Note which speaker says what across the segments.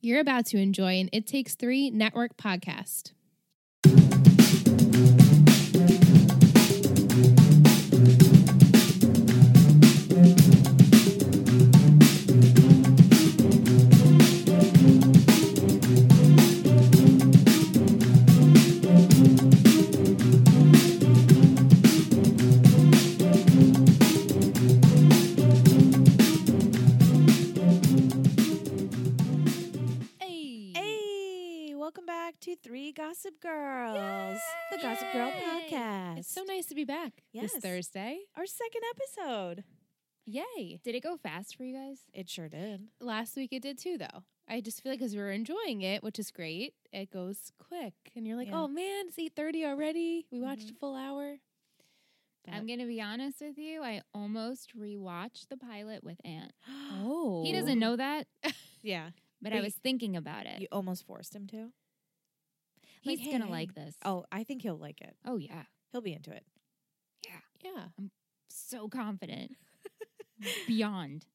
Speaker 1: You're about to enjoy an It Takes Three network podcast. Hey.
Speaker 2: Hey, welcome back to Three Gossip Girls, the Gossip Girl
Speaker 1: Yay.
Speaker 2: podcast.
Speaker 1: It's so nice to be back
Speaker 2: Yes.
Speaker 1: this Thursday.
Speaker 2: Our second episode.
Speaker 1: Yay.
Speaker 3: Did it go fast for you guys?
Speaker 2: It sure did.
Speaker 1: Last week it did too, though. I just feel like as we were enjoying it, which is great, it goes quick. And you're like,
Speaker 2: Yeah.
Speaker 1: oh man, it's 8.30 already. We watched a full hour.
Speaker 3: Mm-hmm. I'm gonna be honest with you. I almost rewatched the pilot with Ant.
Speaker 1: Oh.
Speaker 3: He doesn't know that,
Speaker 2: yeah,
Speaker 3: but
Speaker 2: But
Speaker 3: I
Speaker 2: you-
Speaker 3: was thinking about it.
Speaker 2: you almost forced him to.
Speaker 3: He's
Speaker 2: like,
Speaker 3: gonna
Speaker 2: hey,
Speaker 3: like this.
Speaker 2: Oh, I think he'll like it.
Speaker 3: oh yeah.
Speaker 2: He'll be into it.
Speaker 1: Yeah.
Speaker 3: So confident. Beyond.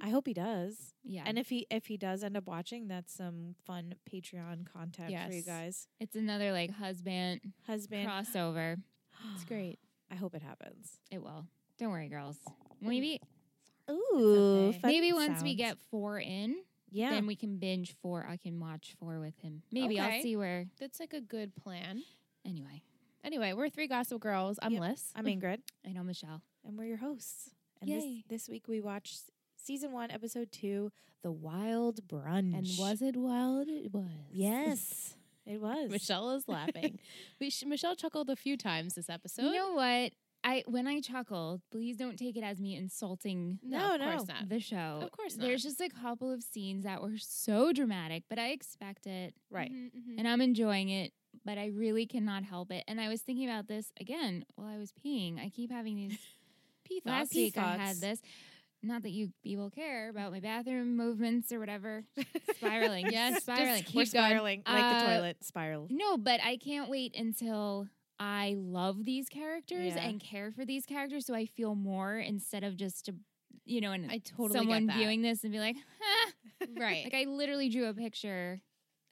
Speaker 2: I hope he does.
Speaker 3: Yeah.
Speaker 2: And if he if he does end up watching, that's some fun Patreon content for you
Speaker 1: Yes.
Speaker 2: guys.
Speaker 3: it's another like husband
Speaker 2: Husband,
Speaker 3: crossover.
Speaker 1: It's great.
Speaker 2: I hope it happens.
Speaker 3: It will. Don't worry, girls. Maybe
Speaker 2: Ooh,
Speaker 1: okay.
Speaker 2: fun
Speaker 3: maybe once we
Speaker 2: sounds.
Speaker 3: get four in,
Speaker 2: yeah,
Speaker 3: then we can binge four. I can watch four with him. Maybe
Speaker 1: Okay.
Speaker 3: I'll see where
Speaker 1: That's like a good plan.
Speaker 3: anyway.
Speaker 1: Anyway, we're three gossip girls. I'm
Speaker 2: Yep.
Speaker 1: Liz.
Speaker 2: I'm Ingrid.
Speaker 3: I know Michelle.
Speaker 2: and we're your hosts. And this,
Speaker 1: Yay.
Speaker 2: this week we watched season one, episode two, The Wild Brunch.
Speaker 1: And was it wild? It was.
Speaker 2: Yes, it was.
Speaker 1: Michelle is laughing. we sh- Michelle chuckled a few times this episode.
Speaker 3: you know what? I when I chuckled, please don't take it as me insulting
Speaker 1: no,
Speaker 2: No,
Speaker 1: of course
Speaker 2: no.
Speaker 1: not.
Speaker 3: Oh, the show.
Speaker 1: Of course
Speaker 3: There's just a couple of scenes that were so dramatic, but I expect it
Speaker 2: Right.
Speaker 1: Mhm, mhm.
Speaker 3: and I'm enjoying it, but I really cannot help it. And I was thinking about this again while I was peeing. I keep having these
Speaker 1: Pee thoughts.
Speaker 3: last
Speaker 2: pee
Speaker 3: week I had
Speaker 2: thoughts.
Speaker 3: this. Not that you people care about my bathroom movements or whatever. Spiraling.
Speaker 1: Yes,
Speaker 3: spiraling.
Speaker 1: just
Speaker 2: We're
Speaker 1: Keep going.
Speaker 2: spiraling like the
Speaker 3: Uh,
Speaker 2: toilet spiral.
Speaker 3: No, but I can't wait until I love these characters
Speaker 2: Yeah.
Speaker 3: and care for these characters so I feel more instead of just to you know, and
Speaker 1: I totally get
Speaker 3: someone
Speaker 1: that.
Speaker 3: viewing this and be like, huh.
Speaker 1: right.
Speaker 3: Like I literally drew a picture.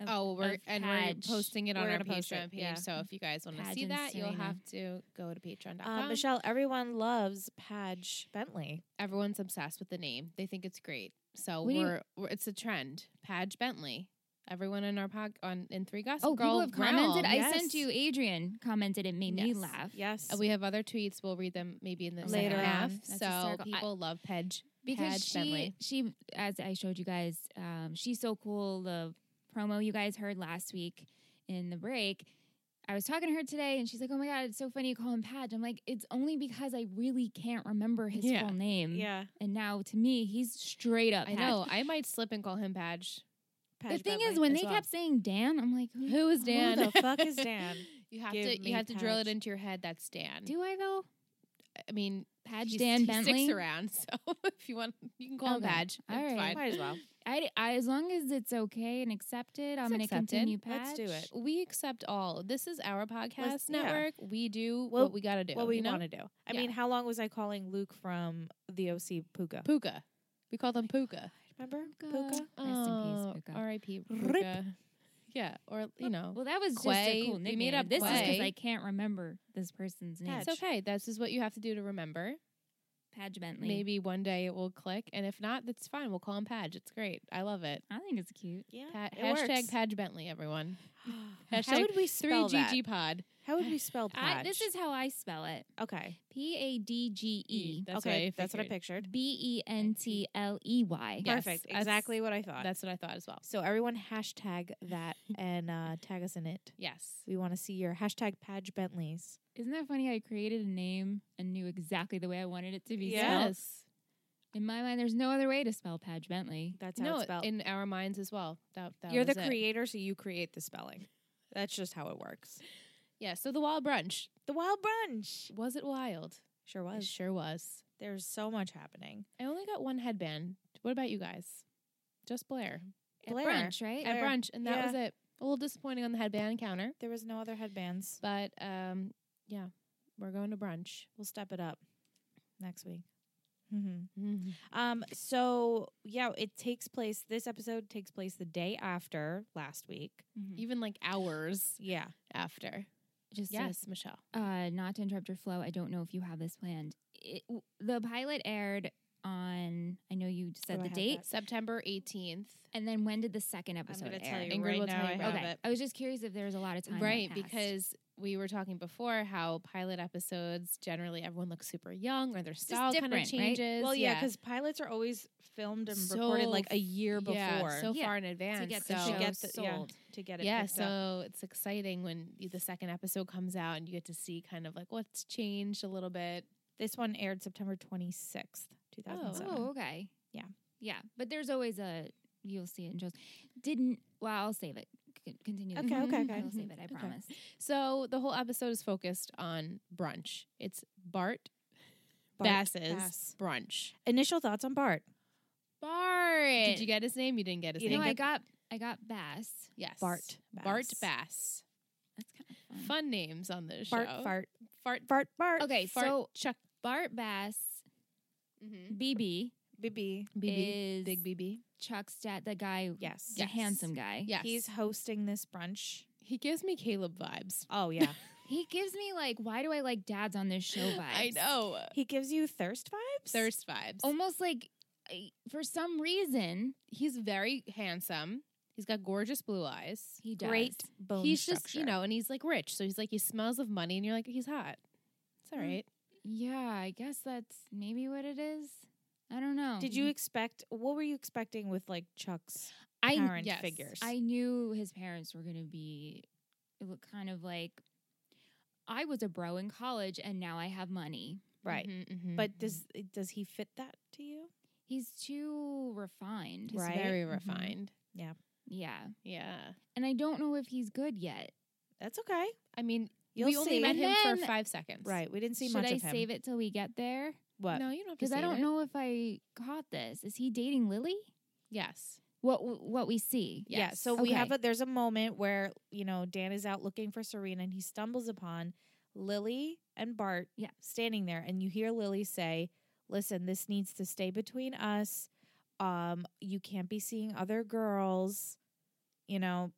Speaker 3: Of,
Speaker 1: oh, we're
Speaker 3: of
Speaker 1: and
Speaker 3: Patch.
Speaker 1: we're posting it on
Speaker 2: We're
Speaker 1: our
Speaker 2: gonna post
Speaker 1: Patreon
Speaker 2: it,
Speaker 1: page.
Speaker 2: yeah.
Speaker 1: So if you guys want to
Speaker 3: Patch
Speaker 1: see
Speaker 3: and
Speaker 1: that, you'll
Speaker 3: Serena.
Speaker 1: have to go to patreon.com.
Speaker 3: Um,
Speaker 2: Uh, Michelle, everyone loves Padge Bentley.
Speaker 1: Everyone's obsessed with the name. They think it's great. So
Speaker 3: What do you-
Speaker 1: we're, we're it's a trend. Padge Bentley. Everyone in our pod on in Three Gossip
Speaker 3: Oh,
Speaker 1: Girl
Speaker 3: people have commented.
Speaker 1: realm.
Speaker 3: I
Speaker 2: Yes.
Speaker 3: sent you. Adrian commented. It made me
Speaker 1: Yes.
Speaker 3: laugh
Speaker 2: Yes,
Speaker 1: Uh, We have other tweets. We'll read them maybe in the
Speaker 3: Later
Speaker 1: second
Speaker 3: on.
Speaker 1: half.
Speaker 3: That's
Speaker 1: so
Speaker 3: hysterical. I-
Speaker 1: people love Pedge
Speaker 3: because
Speaker 1: Patch
Speaker 3: she,
Speaker 1: Bentley.
Speaker 3: she, as I showed you guys, um, she's so cool. The promo you guys heard last week in the break. I was talking to her today, and she's like, "Oh my god, it's so funny you call him Padge." I'm like, "It's only because I really can't remember his
Speaker 1: Yeah.
Speaker 3: full name."
Speaker 2: yeah.
Speaker 3: And now to me, he's straight up.
Speaker 1: I
Speaker 3: Padge.
Speaker 1: know. I might slip and call him Padge.
Speaker 3: The
Speaker 2: Padge
Speaker 3: thing
Speaker 2: Bentley
Speaker 3: is, when
Speaker 2: as
Speaker 3: they
Speaker 2: well.
Speaker 3: kept saying Dan, I'm like, "Who
Speaker 1: Who is Dan?
Speaker 2: the fuck is Dan?
Speaker 1: you have
Speaker 2: Give
Speaker 1: to
Speaker 2: me
Speaker 1: you have to drill it
Speaker 2: Padge.
Speaker 1: into your head that's Dan.
Speaker 3: do I though?"
Speaker 1: I mean,
Speaker 3: Padge
Speaker 1: he's-
Speaker 3: Dan
Speaker 1: he
Speaker 3: Bentley.
Speaker 1: sticks around. So if you want, you can call him
Speaker 3: Okay.
Speaker 1: Padge.
Speaker 3: All
Speaker 1: it's
Speaker 3: right.
Speaker 1: fine.
Speaker 2: might as well.
Speaker 3: I, I- as long as it's okay and accepted, I'm
Speaker 1: It's
Speaker 3: going to
Speaker 1: accepted.
Speaker 3: continue.
Speaker 2: Let's
Speaker 3: Patch.
Speaker 2: do it.
Speaker 1: We accept all. This is our podcast
Speaker 2: Let's- yeah.
Speaker 1: network. We do
Speaker 2: Well,
Speaker 1: what we got to do.
Speaker 2: What we
Speaker 1: you know?
Speaker 2: want to do. I
Speaker 1: Yeah.
Speaker 2: mean, how long was I calling Luke from the OC Puka?
Speaker 1: Puka. We call them Puka.
Speaker 2: Remember
Speaker 3: Puka.
Speaker 2: Puka?
Speaker 3: Rest in peace,
Speaker 1: Oh,
Speaker 3: Puka.
Speaker 1: R.I.P.
Speaker 2: Rip.
Speaker 1: Puka. Yeah, or you know,
Speaker 3: Well, that was just
Speaker 1: Quay.
Speaker 3: a cool
Speaker 1: We
Speaker 3: nickname.
Speaker 1: made up
Speaker 3: this is
Speaker 1: Quay.
Speaker 3: because I can't remember this person's name.
Speaker 2: Patch.
Speaker 1: it's okay. This is what you have to do to remember.
Speaker 3: Padge Bentley.
Speaker 1: Maybe one day it will click, and if not, that's fine. We'll call him Padge. It's great. I love it.
Speaker 3: I think it's cute.
Speaker 2: Yeah.
Speaker 1: Pat,
Speaker 2: it
Speaker 1: hashtag
Speaker 2: works.
Speaker 1: Padge Bentley, everyone.
Speaker 2: How
Speaker 1: Hashtag
Speaker 2: would we
Speaker 1: Three
Speaker 2: spell that?
Speaker 1: GG Pod.
Speaker 2: How would we spell Padge?
Speaker 3: I, this is how I spell it.
Speaker 2: okay.
Speaker 3: P a d g e
Speaker 1: That's
Speaker 2: okay,
Speaker 1: what I
Speaker 2: that's what I
Speaker 1: figured.
Speaker 2: pictured.
Speaker 3: b e n t l e y.
Speaker 1: Yes,
Speaker 2: Perfect.
Speaker 1: that's-
Speaker 2: Exactly what I thought.
Speaker 1: That's what I thought as well.
Speaker 2: so everyone hashtag that and uh, tag us in it.
Speaker 1: Yes.
Speaker 2: We want to see your hashtag Padge Bentleys.
Speaker 3: Isn't that funny? I created a name and knew exactly the way I wanted it to be spelled.
Speaker 1: Yes.
Speaker 3: In my mind, there's no other way to spell Padge Bentley.
Speaker 2: That's how
Speaker 1: No,
Speaker 2: it's spelled.
Speaker 1: in our minds as well. That, that
Speaker 2: You're the
Speaker 1: was it.
Speaker 2: creator, so you create the spelling. That's just how it works.
Speaker 1: Yeah. So the wild brunch
Speaker 2: The Wild Brunch
Speaker 1: was it wild?
Speaker 2: sure
Speaker 1: It
Speaker 2: was.
Speaker 1: sure was.
Speaker 2: There's so much happening.
Speaker 1: I only got one headband. What about you guys? Just Blair
Speaker 2: Blair.
Speaker 3: At brunch, right?
Speaker 1: at
Speaker 2: Blair.
Speaker 1: brunch, and that was it. A little disappointing on the headband counter,
Speaker 2: There was no other headbands.
Speaker 1: but um, yeah, we're going to brunch.
Speaker 2: We'll step it up next week. Mm-hmm. Um, so yeah, it takes place. This episode takes place the day after last week.
Speaker 1: Even like hours
Speaker 2: Yeah,
Speaker 1: after.
Speaker 3: Mm-hmm. Just a
Speaker 1: Yes, Michelle.
Speaker 3: uh, not to interrupt your flow, I don't know if you have this planned. It, w- the pilot aired on, I know you said
Speaker 2: Oh, I
Speaker 3: the
Speaker 2: have
Speaker 3: date,
Speaker 2: that.
Speaker 1: September 18th.
Speaker 3: and then when did the second episode
Speaker 2: gonna
Speaker 3: air?
Speaker 2: tell you
Speaker 1: Ingrid
Speaker 2: right
Speaker 1: will
Speaker 2: now.
Speaker 1: tell you
Speaker 2: I
Speaker 1: right
Speaker 2: have
Speaker 1: now.
Speaker 3: okay,
Speaker 2: it.
Speaker 3: I was just curious if there was a lot of time, that
Speaker 1: right,
Speaker 3: passed.
Speaker 1: because we were talking before how pilot episodes generally everyone looks super young or their style kind of
Speaker 3: different, right?
Speaker 1: changes.
Speaker 2: Well, yeah, because pilots are always filmed and
Speaker 1: So
Speaker 2: recorded like a year before.
Speaker 1: Yeah, so
Speaker 3: Yeah.
Speaker 1: far in advance.
Speaker 3: to get
Speaker 1: so
Speaker 3: the
Speaker 2: to
Speaker 3: show
Speaker 2: get the- yeah.
Speaker 3: sold.
Speaker 2: to get it.
Speaker 1: yeah,
Speaker 2: picked
Speaker 1: so
Speaker 2: up.
Speaker 1: it's exciting when you, the second episode comes out and you get to see kind of like what's changed a little bit.
Speaker 2: this one aired September twenty sixth, two thousand seven.
Speaker 3: Oh, okay.
Speaker 2: Yeah.
Speaker 3: yeah, but there's always a you'll see it in shows. Didn't well, I'll save it. C- continue.
Speaker 2: Okay, okay, okay.
Speaker 3: I'll save it. I
Speaker 1: Okay.
Speaker 3: promise.
Speaker 1: So the whole episode is focused on brunch. It's Bart,
Speaker 2: Bart
Speaker 1: Bass's
Speaker 2: Bass.
Speaker 1: brunch.
Speaker 2: Initial thoughts on Bart.
Speaker 1: Bart. Did you get his name? You didn't get his
Speaker 2: You
Speaker 3: no,
Speaker 1: name.
Speaker 2: didn't
Speaker 3: I got I got Bass.
Speaker 1: yes.
Speaker 2: Bart
Speaker 1: Bart
Speaker 2: Bass.
Speaker 1: Bass.
Speaker 3: That's kind of fun.
Speaker 1: Fun names on this
Speaker 2: Bart
Speaker 1: show.
Speaker 2: fart
Speaker 1: Fart.
Speaker 2: fart Bart.
Speaker 3: Okay,
Speaker 1: Fart
Speaker 3: so
Speaker 1: Chuck.
Speaker 3: Bart Bass,
Speaker 1: Mm-hmm.
Speaker 3: BB,
Speaker 2: BB.
Speaker 1: BB.
Speaker 3: is
Speaker 1: Big BB.
Speaker 3: Chuck's dad, the guy,
Speaker 2: Yes.
Speaker 3: the handsome guy.
Speaker 1: Yes.
Speaker 2: He's hosting this brunch.
Speaker 1: he gives me Caleb vibes.
Speaker 2: Oh yeah.
Speaker 3: He gives me like, why do I like dads on this show vibes? Oh.
Speaker 1: I know.
Speaker 2: he gives you thirst vibes?
Speaker 1: Thirst vibes.
Speaker 3: Almost like, I- for some reason,
Speaker 1: he's very handsome. He's got gorgeous blue eyes.
Speaker 3: he does.
Speaker 2: Great bone
Speaker 1: he's just,
Speaker 2: structure.
Speaker 1: you know, and he's like rich. So he's like, he smells of money, and you're like, he's hot. It's all
Speaker 2: Mm.
Speaker 1: right.
Speaker 3: Yeah, I guess that's maybe what it is. I don't know.
Speaker 2: Did you expect what were you expecting with like Chuck's
Speaker 3: I
Speaker 2: parent
Speaker 1: yes,
Speaker 2: figures?
Speaker 3: I knew his parents were going to be it looked kind of like, I was a bro in college and now I have money.
Speaker 2: right.
Speaker 1: Mhm, mhm.
Speaker 2: But does does he fit that to you?
Speaker 3: He's too refined.
Speaker 1: mm-hmm. he's
Speaker 2: right?
Speaker 1: very
Speaker 2: Mhm.
Speaker 1: refined.
Speaker 3: Yeah.
Speaker 1: Yeah.
Speaker 3: And I don't know if he's good yet.
Speaker 2: That's okay.
Speaker 1: I mean,
Speaker 2: You'll
Speaker 1: we
Speaker 2: see.
Speaker 1: only met
Speaker 3: And
Speaker 1: him for
Speaker 3: then-
Speaker 1: five seconds.
Speaker 2: right. We didn't see
Speaker 3: Should
Speaker 2: much
Speaker 3: I
Speaker 2: of him.
Speaker 3: save it till we get there?
Speaker 2: What?
Speaker 1: No, you don't have to
Speaker 3: Because I
Speaker 1: save
Speaker 3: don't
Speaker 1: it.
Speaker 3: know if I caught this. Is he dating Lily?
Speaker 1: Yes.
Speaker 3: What what we see?
Speaker 1: Yeah.
Speaker 2: Yeah.
Speaker 1: yes.
Speaker 2: So we have
Speaker 3: Okay.
Speaker 2: a there's a moment where, you know, Dan is out looking for Serena and he stumbles upon Lily and Bart
Speaker 3: Yeah.
Speaker 2: standing there and you hear Lily say, Listen, this needs to stay between us. Um, you can't be seeing other girls, you know,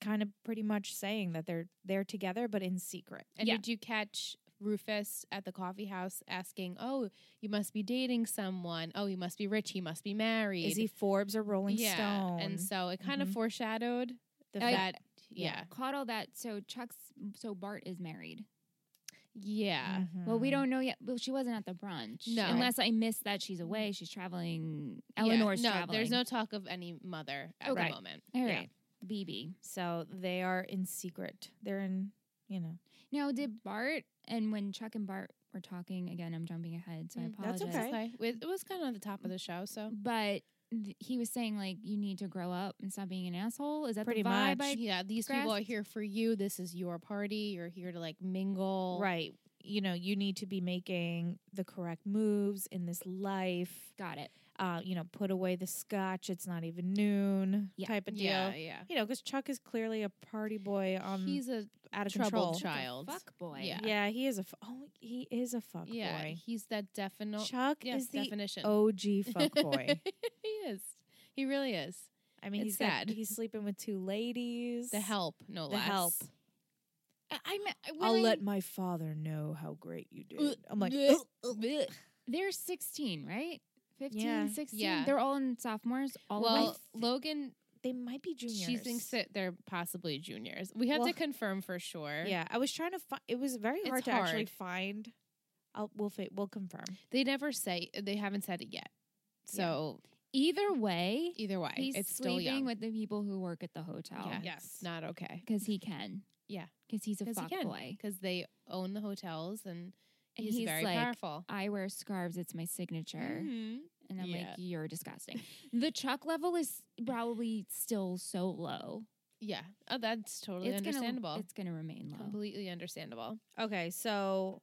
Speaker 2: kind of pretty much saying that they're they're together but in secret.
Speaker 1: And
Speaker 3: Yeah.
Speaker 1: did you catch Rufus at the coffee house asking, "Oh, you must be dating someone. Oh, you must be rich. He must be married.
Speaker 2: Is he Forbes or Rolling
Speaker 1: yeah.
Speaker 2: Stone?
Speaker 1: And so it kind
Speaker 2: Mhm.
Speaker 1: of foreshadowed the
Speaker 3: I-
Speaker 1: that. Yeah.
Speaker 3: Caught all that. So Chuck's so Bart is married.
Speaker 1: Yeah.
Speaker 3: Well, we
Speaker 2: Mhm.
Speaker 3: don't know yet. Well, she wasn't at the brunch.
Speaker 1: Mm. No.
Speaker 3: Unless I missed that she's away. She's traveling.
Speaker 1: Yeah.
Speaker 3: Eleanor's
Speaker 1: no,
Speaker 3: traveling.
Speaker 1: there's no talk of any mother at
Speaker 3: Okay.
Speaker 1: the moment.
Speaker 3: All
Speaker 2: yeah.
Speaker 3: right. BB.
Speaker 2: so they are in secret. They're in you know
Speaker 3: Now, did Bart and when Chuck and Bart were talking again? I'm jumping ahead, so I
Speaker 1: Mm,
Speaker 3: apologize.
Speaker 2: that's okay.
Speaker 1: It it was kind of on the top of the show, so
Speaker 3: But th- he was saying like you need to grow up and stop being an asshole. Is that
Speaker 2: Pretty
Speaker 3: the vibe?
Speaker 2: much.
Speaker 3: I-
Speaker 1: yeah, these people are
Speaker 3: grasped.
Speaker 1: here for you. This is your party. You're here to like mingle.
Speaker 2: right you know you need to be making the correct moves in this life
Speaker 3: Got it.
Speaker 2: uh you know put away the scotch it's not even noon
Speaker 3: Yeah.
Speaker 2: type of deal
Speaker 1: Yeah, yeah.
Speaker 2: you know because chuck is clearly a party boy on
Speaker 1: He's a
Speaker 2: out of control
Speaker 1: troubled
Speaker 3: Like a
Speaker 1: child.
Speaker 3: Fuck boy.
Speaker 1: Yeah.
Speaker 2: yeah. he is a f- oh he is a fuck
Speaker 1: yeah,
Speaker 2: boy
Speaker 1: he's that definite
Speaker 2: chuck
Speaker 1: yes,
Speaker 2: is the
Speaker 1: definition.
Speaker 2: og fuck boy
Speaker 1: he is. He really is.
Speaker 2: i mean
Speaker 1: It's
Speaker 2: he's got-
Speaker 1: sad.
Speaker 2: he's sleeping with two ladies
Speaker 1: The help, no
Speaker 2: The
Speaker 1: less.
Speaker 2: help.
Speaker 3: I, I'm, when
Speaker 2: i'll
Speaker 3: I-
Speaker 2: let my father know how great you did
Speaker 1: Ugh,
Speaker 2: i'm like
Speaker 1: uh, bleh,
Speaker 2: "Ugh, ugh."
Speaker 1: bleh.
Speaker 3: They're 16, right? 15,
Speaker 2: Yeah.
Speaker 3: 16.
Speaker 1: Yeah.
Speaker 3: They're all in sophomores. All of
Speaker 1: Well,
Speaker 3: them?
Speaker 1: Logan,
Speaker 2: they might be juniors
Speaker 1: she thinks that they're possibly juniors. We have
Speaker 2: Well,
Speaker 1: to confirm for sure.
Speaker 2: Yeah, I was trying to find. It was very
Speaker 1: It's
Speaker 2: hard to actually
Speaker 1: hard.
Speaker 2: find. I'll we'll fi- we'll confirm.
Speaker 1: They never say, they haven't said it yet. So
Speaker 3: Either way,
Speaker 1: either way,
Speaker 3: he's
Speaker 1: it's still
Speaker 3: sleeping
Speaker 1: young.
Speaker 3: with the people who work at the hotel.
Speaker 1: yeah,
Speaker 2: Yes.
Speaker 1: it's not okay.
Speaker 3: Because he can.
Speaker 1: Yeah.
Speaker 3: Because he's a
Speaker 1: Because he
Speaker 3: fuck
Speaker 1: can.
Speaker 3: boy.
Speaker 1: Because they own the hotels and
Speaker 3: And
Speaker 1: he's,
Speaker 3: he's
Speaker 1: very
Speaker 3: like,
Speaker 1: powerful.
Speaker 3: I wear scarves. It's my signature.
Speaker 1: Mhm.
Speaker 3: And I'm like,
Speaker 1: Yeah.
Speaker 3: you're disgusting. the Chuck level is probably still so low.
Speaker 1: Yeah. Oh, that's totally
Speaker 3: it's
Speaker 1: understandable.
Speaker 3: Gonna, it's going to remain low.
Speaker 1: completely understandable.
Speaker 2: Okay, so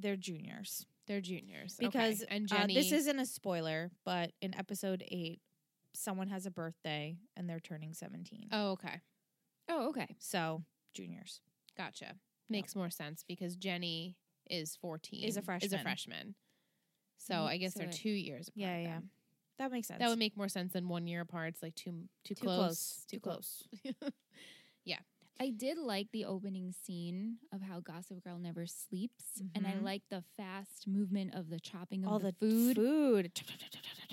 Speaker 2: they're juniors
Speaker 1: They're juniors Okay.
Speaker 2: because
Speaker 1: and
Speaker 2: uh,
Speaker 1: Jenny.
Speaker 2: this isn't a spoiler, but in episode eight, someone has a birthday and they're turning seventeen.
Speaker 1: Oh, okay.
Speaker 3: Oh, okay.
Speaker 2: So juniors,
Speaker 1: Gotcha. Makes more sense because Jenny is 14.
Speaker 2: Is
Speaker 1: Is
Speaker 2: a
Speaker 1: a
Speaker 2: freshman.
Speaker 1: freshman. So
Speaker 3: Mhm.
Speaker 1: I guess
Speaker 3: So
Speaker 1: they're
Speaker 3: it-
Speaker 1: two years apart.
Speaker 2: Yeah, yeah.
Speaker 1: then.
Speaker 2: That makes sense.
Speaker 1: That would make more sense than one year apart. It's like too too,
Speaker 2: Too close,
Speaker 1: Too
Speaker 2: too
Speaker 1: close.
Speaker 3: I did like the opening scene of how Gossip Girl never sleeps, and I
Speaker 1: Mm-hmm.
Speaker 2: Mhm.
Speaker 3: like the fast movement of the chopping of
Speaker 2: all
Speaker 3: the,
Speaker 2: the food.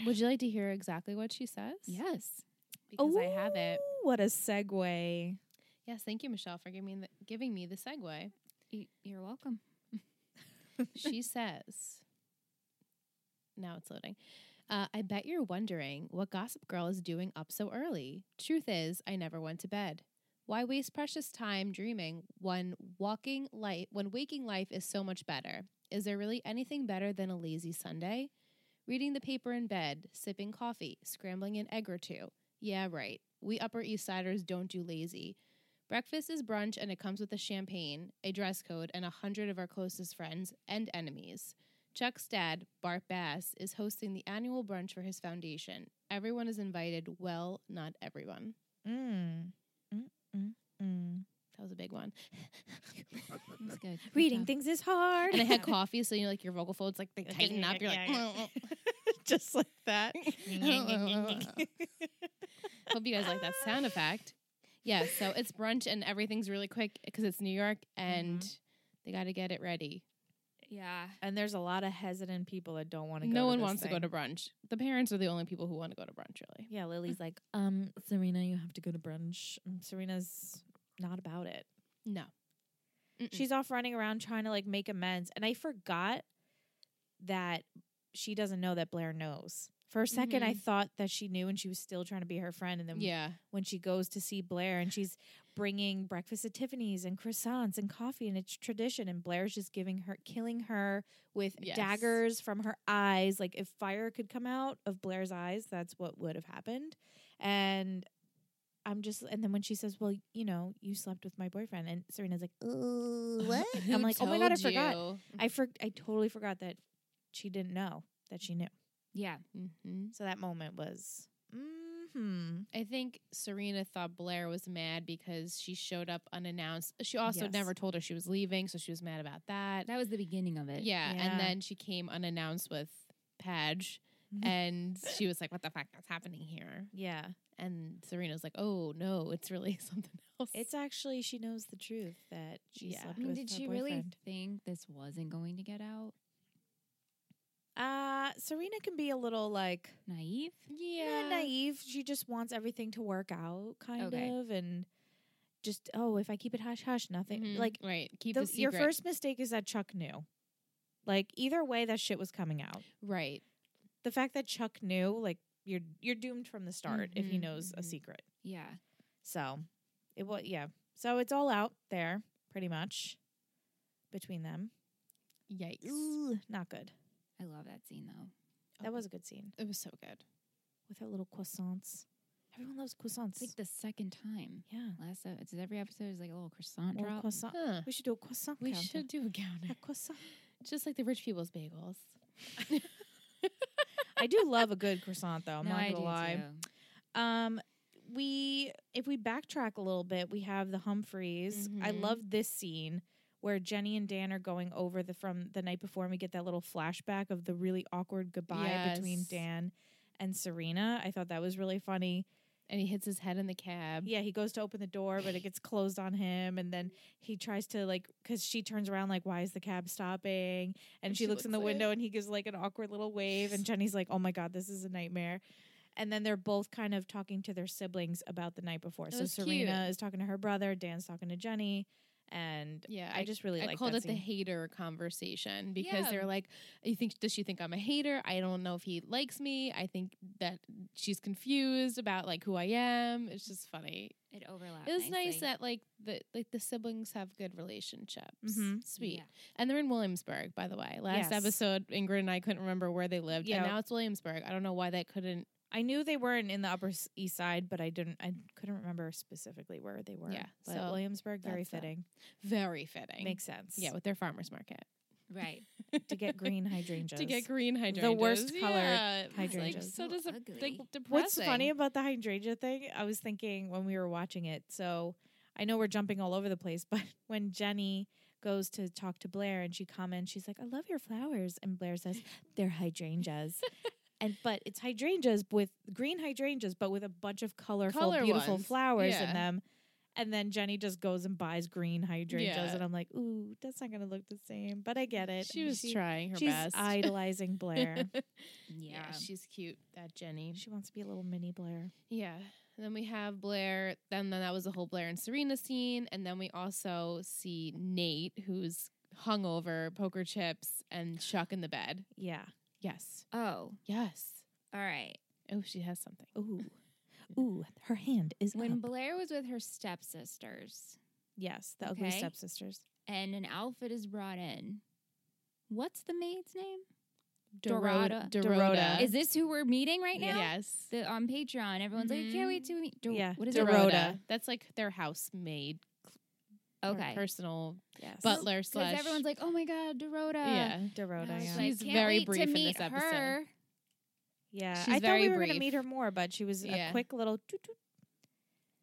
Speaker 1: Would you like to hear exactly what she says?
Speaker 3: Yes,
Speaker 1: Because I have it.
Speaker 2: Ooh, What a segue.
Speaker 1: Yes, thank you, Michelle, for giving me the, giving me the segue.
Speaker 3: Y- you're welcome.
Speaker 1: she says, now it's loading. Uh, I bet you're wondering what Gossip Girl is doing up so early. Truth is, I never went to bed. Why waste precious time dreaming when walking life when waking life is so much better? Is there really anything better than a lazy Sunday? Reading the paper in bed, sipping coffee, scrambling an egg or two. Yeah, right. We Upper East Siders don't do lazy. Breakfast is brunch and it comes with a champagne, a dress code, and a hundred of our closest friends and enemies. Chuck's dad, Bart Bass, is hosting the annual brunch for his foundation. Everyone is invited. Well, not everyone.
Speaker 2: Mm. Mm, mm, mm.
Speaker 1: That was a big one.
Speaker 3: That's good. Good
Speaker 2: Reading
Speaker 3: job.
Speaker 2: things is hard.
Speaker 1: and I had coffee, so you know, like your vocal folds, like they tighten up. You're like, "Mm,
Speaker 2: just like that.
Speaker 1: hope you guys like that sound effect. Yeah, so it's brunch and everything's really quick because it's New York and
Speaker 2: Mm-hmm.
Speaker 1: they got to get it ready.
Speaker 3: Yeah,
Speaker 2: and there's a lot of hesitant people that don't want to go.
Speaker 1: No
Speaker 2: to
Speaker 1: one
Speaker 2: this
Speaker 1: wants to
Speaker 2: thing.
Speaker 1: go to brunch. The parents are the only people who want to go to brunch, really.
Speaker 2: Yeah, Lily's like, um, Serena, you have to go to brunch. And Serena's not about it.
Speaker 1: No. Mm-mm.
Speaker 2: She's off running around trying to like make amends. And I forgot that she doesn't know that Blair knows. For a 2nd I thought that she knew and she was still trying to be her friend. And then
Speaker 1: yeah.
Speaker 2: when she goes to see Blair and she's bringing breakfast at Tiffany's and croissants and coffee and it's tradition and Blair's just giving her killing her with
Speaker 1: Yes.
Speaker 2: daggers from her eyes like if fire could come out of Blair's eyes that's what would have happened and I'm just and then when she says well you know you slept with my boyfriend and Serena's like "Uh, what I'm like oh my god I forgot I for- I totally forgot that she didn't know that she knew
Speaker 3: yeah.
Speaker 1: hmm
Speaker 2: so that moment was hmm
Speaker 1: I think Serena thought Blair was mad because she showed up unannounced. She also
Speaker 2: Yes.
Speaker 1: never told her she was leaving, so she was mad about that.
Speaker 3: That was the beginning of it.
Speaker 1: yeah,
Speaker 2: Yeah.
Speaker 1: and then she came unannounced with Padge,
Speaker 2: Mm-hmm.
Speaker 1: and she was like, "What the fuck is happening here?"
Speaker 2: yeah
Speaker 1: And Serena's like, "Oh no, it's really something else."
Speaker 2: It's actually she knows the truth that she
Speaker 1: Yeah.
Speaker 2: slept
Speaker 3: I mean,
Speaker 2: with
Speaker 3: did
Speaker 2: her
Speaker 3: she really
Speaker 2: boyfriend.
Speaker 3: think this wasn't going to get out?
Speaker 2: Uh, Serena can be a little like
Speaker 3: Naive.
Speaker 2: yeah.
Speaker 1: yeah,
Speaker 2: naive. She just wants everything to work out, kind
Speaker 3: Okay.
Speaker 2: of, and just oh, if I keep it hush hush, nothing.
Speaker 1: Mhm.
Speaker 2: Like
Speaker 1: right. Keep
Speaker 2: Mm-hmm. the-
Speaker 1: the,
Speaker 2: your
Speaker 1: secret.
Speaker 2: first mistake is that Chuck knew. Like either way, that shit was coming out.
Speaker 1: right.
Speaker 2: The fact that Chuck knew, like you're you're doomed from the start if he
Speaker 1: Mhm,
Speaker 2: knows a
Speaker 1: mhm.
Speaker 2: secret.
Speaker 3: Yeah.
Speaker 2: So it was yeah. So it's all out there pretty much between them.
Speaker 1: Yikes!
Speaker 2: Ooh, not good.
Speaker 3: I love that scene though.
Speaker 2: That was a good scene.
Speaker 1: It was so good.
Speaker 2: with her little croissants. Everyone loves croissants.
Speaker 3: It's like the second time.
Speaker 2: yeah,
Speaker 3: Last ep- it's every episode is like a little croissant
Speaker 2: Or
Speaker 3: drop.
Speaker 2: croissant.
Speaker 1: Huh.
Speaker 2: We should do a croissant.
Speaker 1: We
Speaker 2: counter.
Speaker 1: should do a
Speaker 2: Yeah,
Speaker 1: counter,
Speaker 2: croissant.
Speaker 1: just like the rich people's bagels.
Speaker 2: I do love a good croissant, though. I'm
Speaker 3: No,
Speaker 2: not
Speaker 3: I
Speaker 2: gonna
Speaker 3: do
Speaker 2: lie.
Speaker 3: too.
Speaker 2: Um, we if we backtrack a little bit, we have the Humphreys. I
Speaker 1: Mhm.
Speaker 2: love this scene where Jenny and Dan are going over the from the night before, and we get that little flashback of the really awkward goodbye between
Speaker 1: Yes.
Speaker 2: Dan and Serena. I thought that was really funny.
Speaker 1: And he hits his head in the cab.
Speaker 2: Yeah, he goes to open the door, but it gets closed on him. And then he tries to, like, because she turns around, like, why is the cab stopping? And, she, looks, in the
Speaker 1: at
Speaker 2: window and he gives, like, an awkward little wave. And Jenny's like, oh my God, this is a nightmare. And then they're both kind of talking to their siblings about the night before. so
Speaker 1: was
Speaker 2: Serena
Speaker 1: cute.
Speaker 2: is talking to her brother, Dan's talking to Jenny. And
Speaker 1: Yeah,
Speaker 2: I, just really
Speaker 1: I
Speaker 2: like
Speaker 1: called
Speaker 2: that
Speaker 1: it the
Speaker 2: scene.
Speaker 1: hater conversation because
Speaker 3: Yeah.
Speaker 1: they're like, "You think does she think I'm a hater? I don't know if he likes me. I think that she's confused about like who I am. It's just funny.
Speaker 3: It overlapped.
Speaker 1: it was nice
Speaker 3: nicely.
Speaker 1: that like the like the siblings have good relationships.
Speaker 2: Mhm.
Speaker 1: Sweet,
Speaker 3: Yeah.
Speaker 1: and they're in Williamsburg, by the way. Last
Speaker 2: Yes.
Speaker 1: episode, Ingrid and I couldn't remember where they lived,
Speaker 2: Yeah.
Speaker 1: and now it's Williamsburg. I don't know why that couldn't.
Speaker 2: I knew they weren't in the Upper S- East Side, but I didn't, I couldn't remember specifically where they were.
Speaker 1: Yeah,
Speaker 2: But
Speaker 1: so
Speaker 2: Williamsburg, very
Speaker 1: that's that.
Speaker 2: fitting.
Speaker 1: Very fitting.
Speaker 2: Makes sense.
Speaker 1: yeah, with their farmers market
Speaker 3: Right.
Speaker 2: To get green hydrangeas.
Speaker 1: to get green hydrangeas,
Speaker 2: The worst colored
Speaker 1: Yeah, it's
Speaker 2: hydrangeas.
Speaker 1: Like, so
Speaker 3: So
Speaker 1: does it like,
Speaker 3: ugly. What's
Speaker 1: depressing.
Speaker 2: What's funny about the hydrangea thing? I was thinking when we were watching it. So I know we're jumping all over the place, but when Jenny goes to talk to Blair and she comments, she's like, I love your flowers. And Blair says, they're hydrangeas. and but it's hydrangeas with green hydrangeas, but with a bunch of colorful,
Speaker 1: Color
Speaker 2: beautiful
Speaker 1: ones.
Speaker 2: flowers
Speaker 1: Yeah.
Speaker 2: in them. And then Jenny just goes and buys green hydrangeas.
Speaker 1: Yeah.
Speaker 2: And I'm like, ooh, that's not going to look the same. But I get it.
Speaker 1: She
Speaker 2: And
Speaker 1: was trying her
Speaker 2: she's
Speaker 1: best.
Speaker 2: idolizing Blair.
Speaker 1: yeah. she's cute. That Jenny.
Speaker 2: she wants to be a little mini Blair.
Speaker 1: Yeah. And then we have Blair. Then then that was the whole Blair and Serena scene. And then we also see Nate, who's hungover, poker chips, and Chuck in the bed.
Speaker 2: Yeah.
Speaker 1: Yes.
Speaker 3: Oh,
Speaker 1: Yes.
Speaker 3: all right.
Speaker 1: Oh, she has something.
Speaker 2: Ooh. Ooh, her hand is
Speaker 3: When
Speaker 2: up.
Speaker 3: Blair was with her stepsisters
Speaker 2: Yes, the ugly
Speaker 3: Okay.
Speaker 2: stepsisters.
Speaker 3: and an outfit is brought in, what's the maid's name?
Speaker 1: Dorota.
Speaker 3: Dorota.
Speaker 1: Dorota.
Speaker 2: Dorota.
Speaker 3: Is this who we're meeting right now?
Speaker 1: Yes.
Speaker 3: The, on Patreon, everyone's
Speaker 1: Mhm.
Speaker 3: like, can't wait to meet. Dor-
Speaker 2: Yeah,
Speaker 3: What is
Speaker 2: Dorota.
Speaker 3: it?
Speaker 1: That's like their housemaid. her
Speaker 3: Okay.
Speaker 1: Personal
Speaker 2: Yes.
Speaker 1: butler
Speaker 3: Because
Speaker 1: slash.
Speaker 3: everyone's like, oh my God, Dorota.
Speaker 1: yeah.
Speaker 3: And I
Speaker 2: Dorota,
Speaker 3: was
Speaker 2: yeah.
Speaker 3: like,
Speaker 1: She's
Speaker 3: "Can't
Speaker 1: very
Speaker 3: wait to
Speaker 1: brief in
Speaker 3: meet
Speaker 1: this episode."
Speaker 3: her."
Speaker 2: yeah.
Speaker 1: she's
Speaker 2: I thought
Speaker 1: very
Speaker 2: we were going to
Speaker 1: brief.
Speaker 2: meet her more, but she was
Speaker 1: Yeah.
Speaker 2: a quick little toot toot.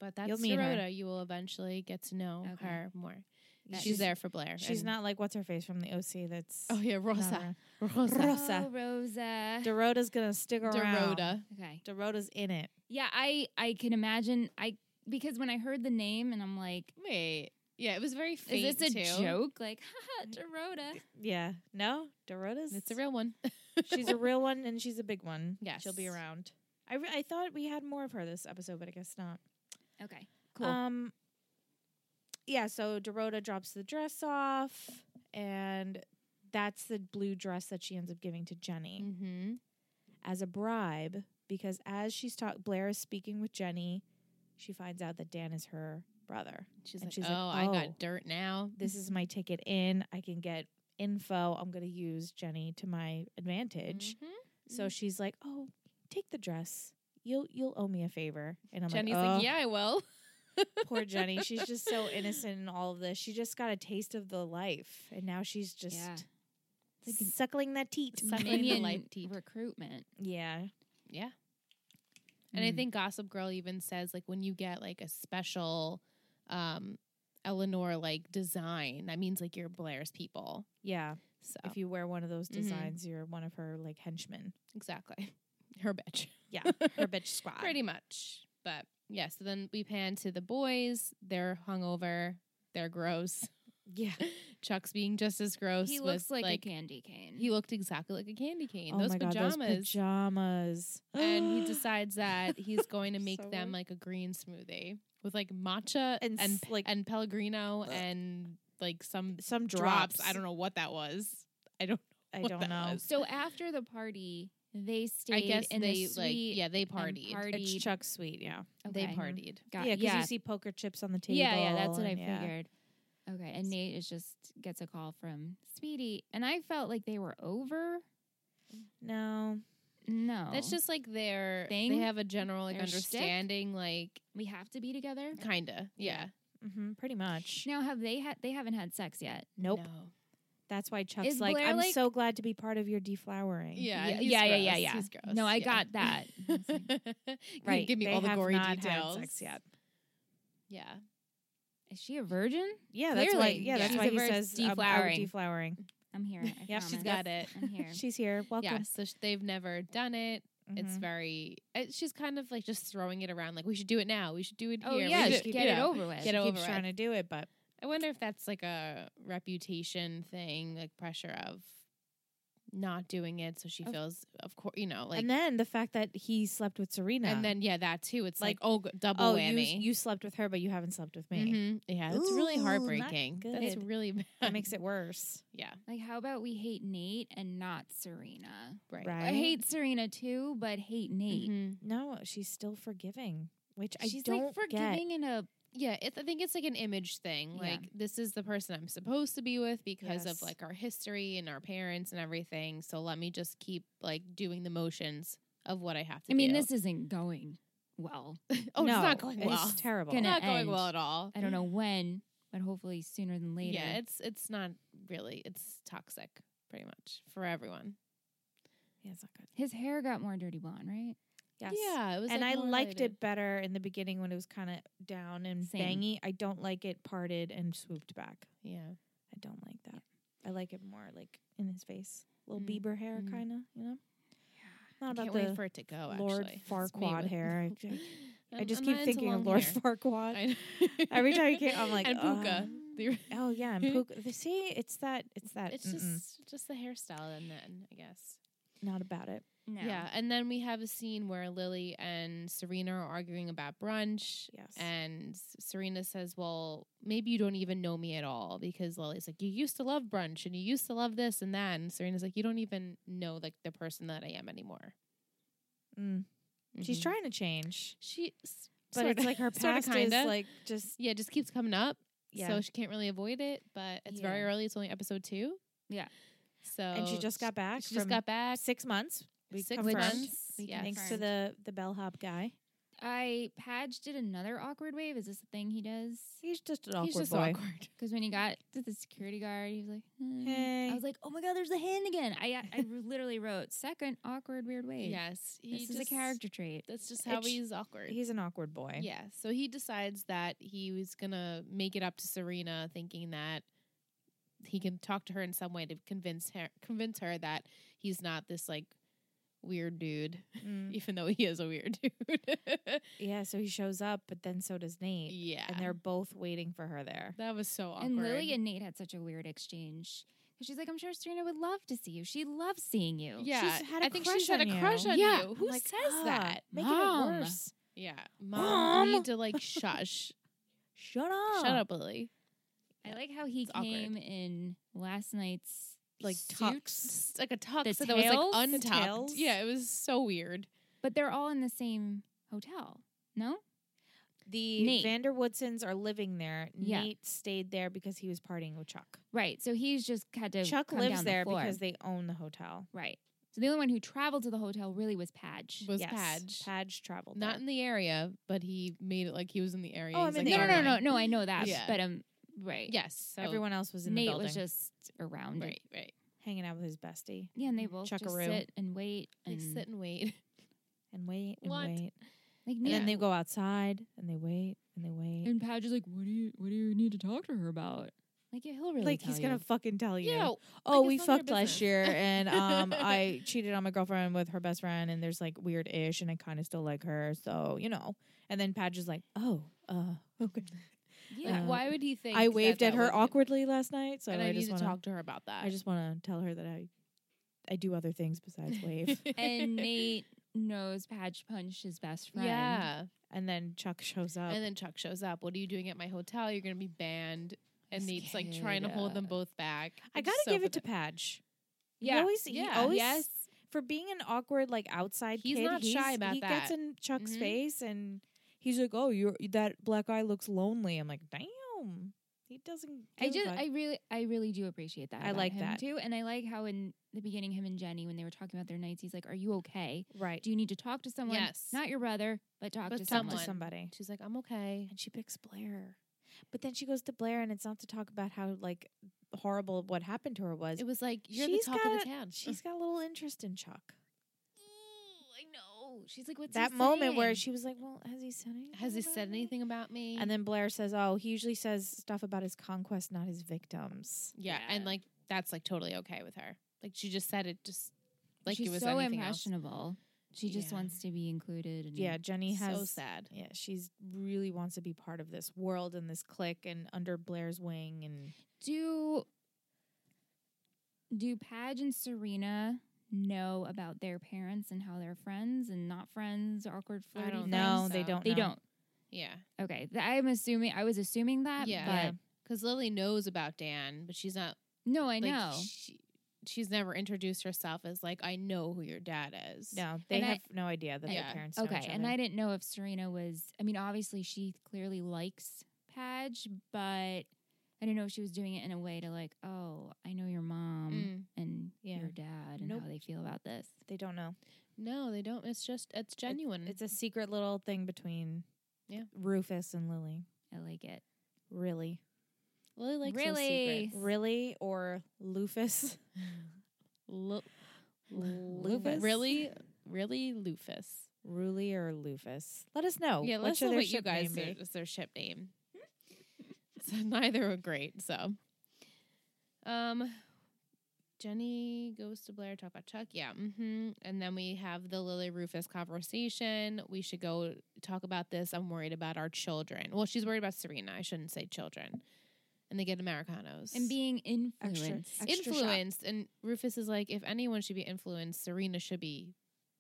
Speaker 1: But that's
Speaker 2: meet her.
Speaker 1: Dorota. You will eventually get to know
Speaker 3: Okay.
Speaker 1: her more.
Speaker 2: Yeah,
Speaker 1: she's, there for Blair.
Speaker 2: She's
Speaker 1: and-
Speaker 2: not like what's her face from the OC that's
Speaker 1: Oh yeah,
Speaker 2: not
Speaker 1: Rosa.
Speaker 2: around.
Speaker 1: Rosa.
Speaker 2: Rosa.
Speaker 3: Oh, Rosa.
Speaker 2: Dorota's going to stick around.
Speaker 1: Dorota.
Speaker 3: okay.
Speaker 2: Dorota's in it.
Speaker 3: Yeah, I I can imagine. I because when I heard the name and I'm like,
Speaker 1: Wait. Yeah, it was very faint.
Speaker 3: is this a
Speaker 1: too.
Speaker 3: joke? Like, haha, Dorota.
Speaker 2: Yeah. No, Dorota's
Speaker 1: It's a real one.
Speaker 2: She's a real one and she's a big one.
Speaker 1: Yes.
Speaker 2: She'll be around. I re- I thought we had more of her this episode, but I guess not.
Speaker 3: Okay, cool.
Speaker 2: Um, yeah, so Dorota drops the dress off, and that's the blue dress that she ends up giving to Jenny
Speaker 1: Mm-hmm.
Speaker 2: as a bribe because as she's talk, Blair is speaking with Jenny. She finds out that Dan is her brother.
Speaker 1: She's,
Speaker 2: And
Speaker 1: like,
Speaker 2: she's
Speaker 1: oh,
Speaker 2: like,
Speaker 1: I
Speaker 2: "Oh."
Speaker 1: got dirt now.
Speaker 2: This is my ticket in. I can get info. I'm going to use Jenny to my advantage.
Speaker 1: Mhm.
Speaker 2: So she's like, "Oh, take the dress. You'll you'll owe me a favor." And I'm
Speaker 1: Jenny's
Speaker 2: like,
Speaker 1: like,
Speaker 2: "Oh."
Speaker 1: yeah, I will.
Speaker 2: poor Jenny. She's just so innocent in all of this. She just got a taste of the life, and now she's just
Speaker 3: Yeah. It's like
Speaker 2: suckling that teat.
Speaker 1: Sucking the
Speaker 3: Minion
Speaker 1: life teat.
Speaker 3: recruitment.
Speaker 2: Yeah,
Speaker 1: Yeah. And I
Speaker 3: Mm.
Speaker 1: think Gossip Girl even says like when you get like a special um Eleanor like design, that means like you're Blair's people.
Speaker 2: yeah.
Speaker 1: So
Speaker 2: If you wear one of those
Speaker 1: Mhm.
Speaker 2: designs, you're one of her like henchmen.
Speaker 1: exactly. Her bitch.
Speaker 2: Yeah, her bitch squad.
Speaker 1: Pretty much. But yeah, so then we pan to the boys. They're hungover. They're gross.
Speaker 2: Yeah.
Speaker 1: Chuck's being just as gross.
Speaker 3: He
Speaker 1: with,
Speaker 3: looks like, a candy cane.
Speaker 1: He looked exactly like a candy cane.
Speaker 2: oh
Speaker 1: those
Speaker 2: my
Speaker 1: pajamas.
Speaker 2: god, those pajamas.
Speaker 1: and he decides that he's going to make
Speaker 2: So
Speaker 1: them
Speaker 2: weird.
Speaker 1: like a green smoothie with like matcha and
Speaker 2: And
Speaker 1: and,
Speaker 2: s- like-
Speaker 1: and pellegrino and like some
Speaker 2: some
Speaker 1: drops. I don't know what that was. I don't.
Speaker 2: I
Speaker 1: what
Speaker 2: don't
Speaker 1: that
Speaker 2: know.
Speaker 1: was.
Speaker 3: so after the party, they stayed
Speaker 1: I guess
Speaker 3: in
Speaker 1: they
Speaker 3: the
Speaker 1: like
Speaker 3: suite.
Speaker 1: yeah they
Speaker 3: and
Speaker 1: partied.
Speaker 3: partied.
Speaker 2: It's Chuck's sweet. Yeah.
Speaker 1: They
Speaker 3: Okay.
Speaker 1: partied.
Speaker 3: Got-
Speaker 2: yeah, because
Speaker 3: yeah,
Speaker 2: you see poker chips on the table.
Speaker 3: yeah, yeah, that's what I
Speaker 2: and yeah.
Speaker 3: figured. Okay, and Nate is just gets a call from Speedy, and I felt like they were over.
Speaker 2: No,
Speaker 3: No,
Speaker 1: That's just like their They
Speaker 3: Thing?
Speaker 1: have a general like
Speaker 3: Their shtick?
Speaker 1: understanding, like
Speaker 3: we have to be together.
Speaker 1: kinda. Yeah.
Speaker 2: Yeah. hmm pretty much.
Speaker 3: Now have they had? They haven't had sex yet.
Speaker 2: Nope.
Speaker 1: No.
Speaker 2: That's why Chuck's
Speaker 3: Is
Speaker 2: like,
Speaker 3: Blair,
Speaker 2: I'm
Speaker 3: like-
Speaker 2: so glad to be part of your deflowering.
Speaker 1: Yeah.
Speaker 3: Yeah,
Speaker 1: he's
Speaker 3: yeah, yeah,
Speaker 1: gross.
Speaker 3: yeah, yeah.
Speaker 1: He's gross.
Speaker 3: No, I
Speaker 1: yeah.
Speaker 3: got that.
Speaker 1: right. Give me
Speaker 2: they
Speaker 1: all the
Speaker 2: have
Speaker 1: gory
Speaker 2: not had
Speaker 1: details.
Speaker 2: sex yet.
Speaker 1: Yeah.
Speaker 3: Is she a virgin?
Speaker 2: Yeah, that's why.
Speaker 3: Clearly.
Speaker 2: Yeah, that's
Speaker 1: Yeah.
Speaker 2: why
Speaker 3: She's
Speaker 2: he
Speaker 3: averse
Speaker 2: says um, I'm
Speaker 3: deflowering.
Speaker 2: deflowering.
Speaker 3: I'm here. I
Speaker 2: Yep,
Speaker 1: She's
Speaker 3: promise.
Speaker 1: got it.
Speaker 3: I'm here.
Speaker 2: She's here. Welcome.
Speaker 1: Yeah. So sh- they've never done it. It's
Speaker 2: Mhm.
Speaker 1: very. It, she's kind of like just throwing it around. Like we should do it now. We should do it.
Speaker 3: oh
Speaker 1: here. we
Speaker 3: yeah,
Speaker 1: should-
Speaker 3: just
Speaker 2: she-
Speaker 3: get
Speaker 1: you
Speaker 3: it
Speaker 1: know.
Speaker 3: over with.
Speaker 1: Get
Speaker 2: she
Speaker 1: over
Speaker 2: keeps
Speaker 1: with.
Speaker 2: trying to do it, but
Speaker 1: I wonder if that's like a reputation thing, like pressure of not doing it, so she
Speaker 3: Of-
Speaker 1: feels, of course, you know, like.
Speaker 2: and then the fact that he slept with Serena,
Speaker 1: and then, yeah, that too. It's like,
Speaker 2: Like,
Speaker 1: oh, g- double
Speaker 2: oh, you,
Speaker 1: whammy.
Speaker 2: you slept with her, but you haven't slept with me.
Speaker 1: Mhm. Yeah, it's really
Speaker 2: Ooh, not
Speaker 1: heartbreaking. That's
Speaker 2: good.
Speaker 1: really bad.
Speaker 2: That makes it worse,
Speaker 1: yeah,
Speaker 3: Like, how about we hate Nate and not Serena?
Speaker 1: right.
Speaker 2: right?
Speaker 3: I hate Serena too, but hate Nate.
Speaker 1: Mhm.
Speaker 2: No, she's still forgiving, which I
Speaker 3: She's
Speaker 2: don't
Speaker 3: like forgiving in a
Speaker 1: Yeah, it, I think it's like an image thing.
Speaker 3: Yeah.
Speaker 1: Like this is the person I'm supposed to be with because of
Speaker 2: Yes.
Speaker 1: like our history and our parents and everything. So let me just keep like doing the motions of what I have to.
Speaker 3: I mean,
Speaker 1: do.
Speaker 3: this isn't going well.
Speaker 1: oh,
Speaker 2: no,
Speaker 1: it's not going
Speaker 2: it's
Speaker 1: well.
Speaker 2: terrible.
Speaker 1: It's
Speaker 3: Gonna
Speaker 1: not going
Speaker 3: end.
Speaker 1: well at all.
Speaker 3: I don't know when, but hopefully sooner than later.
Speaker 1: Yeah, it's it's not really. It's toxic, pretty much for everyone.
Speaker 2: Yeah, it's not good.
Speaker 3: His hair got more dirty blonde, right?
Speaker 2: Yes.
Speaker 1: Yeah, it was.
Speaker 2: and
Speaker 1: like,
Speaker 2: I
Speaker 1: more
Speaker 2: liked
Speaker 1: related.
Speaker 2: it better in the beginning when it was kind of down and
Speaker 3: Same.
Speaker 2: bangy. I don't like it parted and swooped back.
Speaker 1: Yeah,
Speaker 2: I don't like that. I like it more like in his face, little Bieber hair,
Speaker 1: mm.
Speaker 2: kind of. You know,
Speaker 1: I
Speaker 2: not
Speaker 1: can't
Speaker 2: about
Speaker 1: wait
Speaker 2: the
Speaker 1: for it to go.
Speaker 2: Lord
Speaker 1: actually. It's me
Speaker 2: Farquaad
Speaker 1: with-
Speaker 2: hair. I, I- I
Speaker 1: I'm-
Speaker 2: just
Speaker 1: I'm
Speaker 2: keep
Speaker 1: not into
Speaker 2: thinking of
Speaker 1: long
Speaker 2: Lord
Speaker 1: hair.
Speaker 2: Farquaad
Speaker 1: I know.
Speaker 2: every time I came. I'm like,
Speaker 1: and Puka.
Speaker 2: "Oh,
Speaker 1: The-
Speaker 2: Oh yeah, and Puka. See, it's that. It's that.
Speaker 1: It's
Speaker 2: mm-mm,
Speaker 1: just just the hairstyle, and then I guess.
Speaker 2: not about it.
Speaker 3: No.
Speaker 1: Yeah, and then we have a scene where Lily and Serena are arguing about brunch,
Speaker 2: Yes.
Speaker 1: and Serena says, "Well, maybe you don't even know me at all," because Lily's like, "You used to love brunch, and you used to love this and that," and Serena's like, "You don't even know like the person that I am anymore."
Speaker 2: Mm. She's
Speaker 1: Mhm.
Speaker 2: trying to change,
Speaker 1: She,
Speaker 2: but it's like her
Speaker 1: sorta,
Speaker 2: past is
Speaker 1: kinda.
Speaker 2: like just
Speaker 1: yeah, it just keeps coming up,
Speaker 2: yeah.
Speaker 1: so she can't really avoid it. But it's very
Speaker 3: Yeah.
Speaker 1: early; it's only episode two.
Speaker 3: Yeah.
Speaker 1: so
Speaker 2: and she just got back.
Speaker 1: she just
Speaker 2: from
Speaker 1: got back
Speaker 2: six months. We
Speaker 1: six
Speaker 2: confirmed.
Speaker 1: months.
Speaker 3: We
Speaker 1: Yes.
Speaker 2: Thanks to
Speaker 3: confirmed.
Speaker 2: the the bellhop guy.
Speaker 3: I Padge did another awkward wave. Is this a thing he does?
Speaker 2: He's just an
Speaker 1: He's
Speaker 2: awkward
Speaker 1: just
Speaker 2: boy.
Speaker 1: awkward.
Speaker 3: Because when he got to the security guard, he was like, "Hmm."
Speaker 2: Hey.
Speaker 3: I was like, oh my god, there's a hand again. I I literally wrote second awkward weird wave.
Speaker 1: Yes, he
Speaker 3: this is a
Speaker 1: just-
Speaker 3: character trait.
Speaker 1: That's just
Speaker 2: It
Speaker 1: how
Speaker 2: sh-
Speaker 1: he's awkward.
Speaker 2: He's an awkward boy.
Speaker 1: Yeah. So he decides that he was going to make it up to Serena, thinking that he can talk to her in some way to convince her convince her that he's not this like weird dude,
Speaker 2: Mm.
Speaker 1: even though he is a weird dude.
Speaker 2: Yeah, so he shows up, but then so does Nate.
Speaker 1: yeah.
Speaker 2: And they're both waiting for her there.
Speaker 1: that was so awkward.
Speaker 3: And Lily and Nate had such a weird exchange. 'Cause She's like, I'm sure Serena would love to see you. She loves seeing you.
Speaker 1: yeah,
Speaker 2: She's had a
Speaker 1: I think
Speaker 2: crush
Speaker 1: she's had
Speaker 2: on
Speaker 1: a
Speaker 2: you.
Speaker 1: crush on
Speaker 3: Yeah.
Speaker 1: you. Who
Speaker 2: I'm like,
Speaker 1: says
Speaker 2: "Ah,
Speaker 1: that?
Speaker 2: Making
Speaker 3: Mom.
Speaker 2: it worse.
Speaker 1: Yeah, mom, you
Speaker 2: Mom.
Speaker 1: need to like shush,
Speaker 2: Shut up.
Speaker 1: shut up, Lily.
Speaker 3: I like how he
Speaker 1: It's awkward.
Speaker 3: came in last night's
Speaker 1: Like
Speaker 3: suit,
Speaker 1: tux, like a tux
Speaker 3: The
Speaker 1: that was like
Speaker 3: tails? The
Speaker 1: untucked.
Speaker 2: tails?
Speaker 1: Yeah, it was so weird.
Speaker 3: but they're all in the same hotel. No,
Speaker 2: The
Speaker 3: Nate.
Speaker 2: Vander Woodsons are living there.
Speaker 3: Yeah.
Speaker 2: Nate stayed there because he was partying with Chuck.
Speaker 3: right? So he's just had to.
Speaker 2: Chuck
Speaker 3: come
Speaker 2: lives
Speaker 3: down the
Speaker 2: there
Speaker 3: floor.
Speaker 2: because they own the hotel.
Speaker 3: right. So the only one who traveled to the hotel really was Padge.
Speaker 1: Was
Speaker 2: yes.
Speaker 1: Padge.
Speaker 2: Padge traveled.
Speaker 1: Not
Speaker 2: there.
Speaker 1: in the area, but he made it like he was in the area.
Speaker 2: Oh,
Speaker 1: He's
Speaker 2: I'm in
Speaker 1: like,
Speaker 2: the
Speaker 3: no, no,
Speaker 2: area.
Speaker 3: no, no, no. I know that,
Speaker 1: Yeah.
Speaker 3: but um, right.
Speaker 1: Yes, so
Speaker 2: Everyone else was in
Speaker 3: Nate
Speaker 2: the building
Speaker 3: was just around. it.
Speaker 1: Right, right.
Speaker 2: hanging out with his bestie
Speaker 3: Yeah, and they both just
Speaker 2: Chuckaroo.
Speaker 3: sit and wait
Speaker 1: They
Speaker 3: and
Speaker 1: sit and wait.
Speaker 2: and wait and
Speaker 1: What?
Speaker 2: wait.
Speaker 3: like
Speaker 2: And
Speaker 3: Nate-
Speaker 2: then they go outside and they wait and they wait.
Speaker 3: And Padge is like, "What do you What do you need to talk to her about?" Like yeah, he'll really
Speaker 2: like
Speaker 3: tell
Speaker 2: he's gonna
Speaker 3: you.
Speaker 2: fucking tell you.
Speaker 1: Yeah,
Speaker 2: oh,
Speaker 1: like,
Speaker 2: we
Speaker 1: it's none of your
Speaker 2: fucked last
Speaker 1: business.
Speaker 2: year, and um, I cheated on my girlfriend with her best friend, and there's like weird ish, and I kind of still like her, so you know. And then Padge is like, oh, uh, okay.
Speaker 3: yeah.
Speaker 2: uh,
Speaker 1: why would he think?
Speaker 2: I
Speaker 1: that
Speaker 2: waved at
Speaker 1: that
Speaker 2: her
Speaker 1: would-
Speaker 2: awkwardly last night, so
Speaker 1: and I,
Speaker 2: I,
Speaker 1: need
Speaker 2: just
Speaker 1: to
Speaker 2: want to,
Speaker 1: talk to her about that.
Speaker 2: I just want to tell her that I, I do other things besides wave.
Speaker 3: and Nate knows Padge punched his best friend.
Speaker 1: yeah.
Speaker 2: and then Chuck shows up.
Speaker 1: And then Chuck shows up. What are you doing at my hotel? You're gonna be banned. And
Speaker 3: This
Speaker 1: Nate's like
Speaker 3: kid,
Speaker 1: trying to hold
Speaker 3: uh,
Speaker 1: them both back.
Speaker 2: I
Speaker 1: It's
Speaker 2: gotta
Speaker 1: so
Speaker 2: give it to
Speaker 1: pathetic.
Speaker 2: Padge.
Speaker 1: Yeah,
Speaker 2: he always, he
Speaker 1: yeah.
Speaker 2: always
Speaker 1: Yes.
Speaker 2: for being an awkward like outside
Speaker 1: He's
Speaker 2: kid,
Speaker 1: not shy
Speaker 2: he's-
Speaker 1: about
Speaker 2: he gets
Speaker 1: that.
Speaker 2: in Chuck's
Speaker 1: Mhm.
Speaker 2: face and he's like, "Oh, you that black guy looks lonely." I'm like, "Damn." He doesn't
Speaker 3: I
Speaker 2: give a
Speaker 3: just,
Speaker 2: fuck.
Speaker 3: I really, I really do appreciate that.
Speaker 2: I
Speaker 3: about
Speaker 2: like
Speaker 3: him
Speaker 2: that.
Speaker 3: too, and I like how in the beginning, him and Jenny, when they were talking about their nights, he's like, "Are you okay?
Speaker 2: right.
Speaker 3: Do you need to talk to someone?
Speaker 1: Yes.
Speaker 3: not your brother, but talk
Speaker 1: But
Speaker 3: to
Speaker 2: talk
Speaker 3: someone."
Speaker 2: to
Speaker 1: someone.
Speaker 2: somebody.
Speaker 1: She's like, I'm okay.
Speaker 2: And she picks Blair. But then she goes to Blair and it's not to talk about how like horrible what happened to her was.
Speaker 1: It was like you're
Speaker 2: She's
Speaker 1: the top of
Speaker 2: got-
Speaker 1: the town.
Speaker 2: She's got a little interest in Chuck.
Speaker 3: Ooh, I know. She's like, "What's he
Speaker 2: that moment where
Speaker 3: saying?"
Speaker 2: she was like, "Well, has he said anything?
Speaker 1: has he
Speaker 2: about
Speaker 1: said
Speaker 2: me?"
Speaker 1: anything about me?
Speaker 2: And then Blair says, "Oh, he usually says stuff about his conquest, not his victims."
Speaker 1: Yeah,
Speaker 3: Yeah.
Speaker 1: and like that's like totally okay with her. Like she just said it just like
Speaker 3: she's
Speaker 1: it was
Speaker 3: so
Speaker 1: anything else.
Speaker 3: impressionable. She just
Speaker 1: Yeah.
Speaker 3: wants to be included. And
Speaker 2: Yeah, Jenny has
Speaker 1: So sad.
Speaker 2: Yeah, she's really wants to be part of this world and this clique and under Blair's wing and
Speaker 3: Do do Padge and Serena know about their parents and how they're friends and not friends, awkward
Speaker 1: I
Speaker 3: flirty
Speaker 1: don't
Speaker 3: friends?
Speaker 1: think
Speaker 2: no,
Speaker 1: so.
Speaker 2: they don't.
Speaker 3: They
Speaker 2: know.
Speaker 3: don't.
Speaker 1: Yeah,
Speaker 3: Okay, Th- I'm assuming. I was assuming that.
Speaker 1: Yeah.
Speaker 3: but
Speaker 2: Yeah.
Speaker 1: because Lily knows about Dan, but she's not.
Speaker 3: no, I
Speaker 1: Like,
Speaker 3: know.
Speaker 1: She, she's never introduced herself as like I know who your dad is.
Speaker 2: No, they
Speaker 3: And I-
Speaker 2: have no idea that
Speaker 1: Yeah.
Speaker 2: their parents. know
Speaker 3: Okay,
Speaker 2: each
Speaker 3: and
Speaker 2: other.
Speaker 3: I didn't know if Serena was. I mean, obviously she clearly likes Padge, but I didn't know if she was doing it in a way to like, oh, I know your mom
Speaker 1: Mm.
Speaker 3: and
Speaker 2: Yeah.
Speaker 3: your dad and
Speaker 2: Nope.
Speaker 3: how they feel about this.
Speaker 2: they don't know.
Speaker 1: no, they don't. It's just it's genuine.
Speaker 2: It's a secret little thing between
Speaker 1: Mm. Yeah.
Speaker 2: Rufus and Lily.
Speaker 3: I like it.
Speaker 2: Really,
Speaker 1: Lily likes those
Speaker 3: Really?
Speaker 1: secrets.
Speaker 2: really, or Lufus?
Speaker 1: Lu-
Speaker 2: Lufus?
Speaker 1: Really, really Lufus.
Speaker 2: Ruli or Lufus? Let us know.
Speaker 1: yeah,
Speaker 2: What
Speaker 1: let's
Speaker 2: should
Speaker 1: know
Speaker 2: Oh, their
Speaker 1: what you
Speaker 2: ship name
Speaker 1: guys
Speaker 2: be?
Speaker 1: are, is their ship name. so neither were great. So Um, Jenny goes to Blair, talk about Chuck. Yeah. hmm And then we have the Lily Rufus conversation. We should go talk about this. I'm worried about our children. Well, she's worried about Serena. I shouldn't say children. And they get Americanos.
Speaker 3: and being
Speaker 2: Extra-
Speaker 3: influenced.
Speaker 2: ex- shot.
Speaker 1: influenced. And Rufus is like, if anyone should be influenced, Serena should be,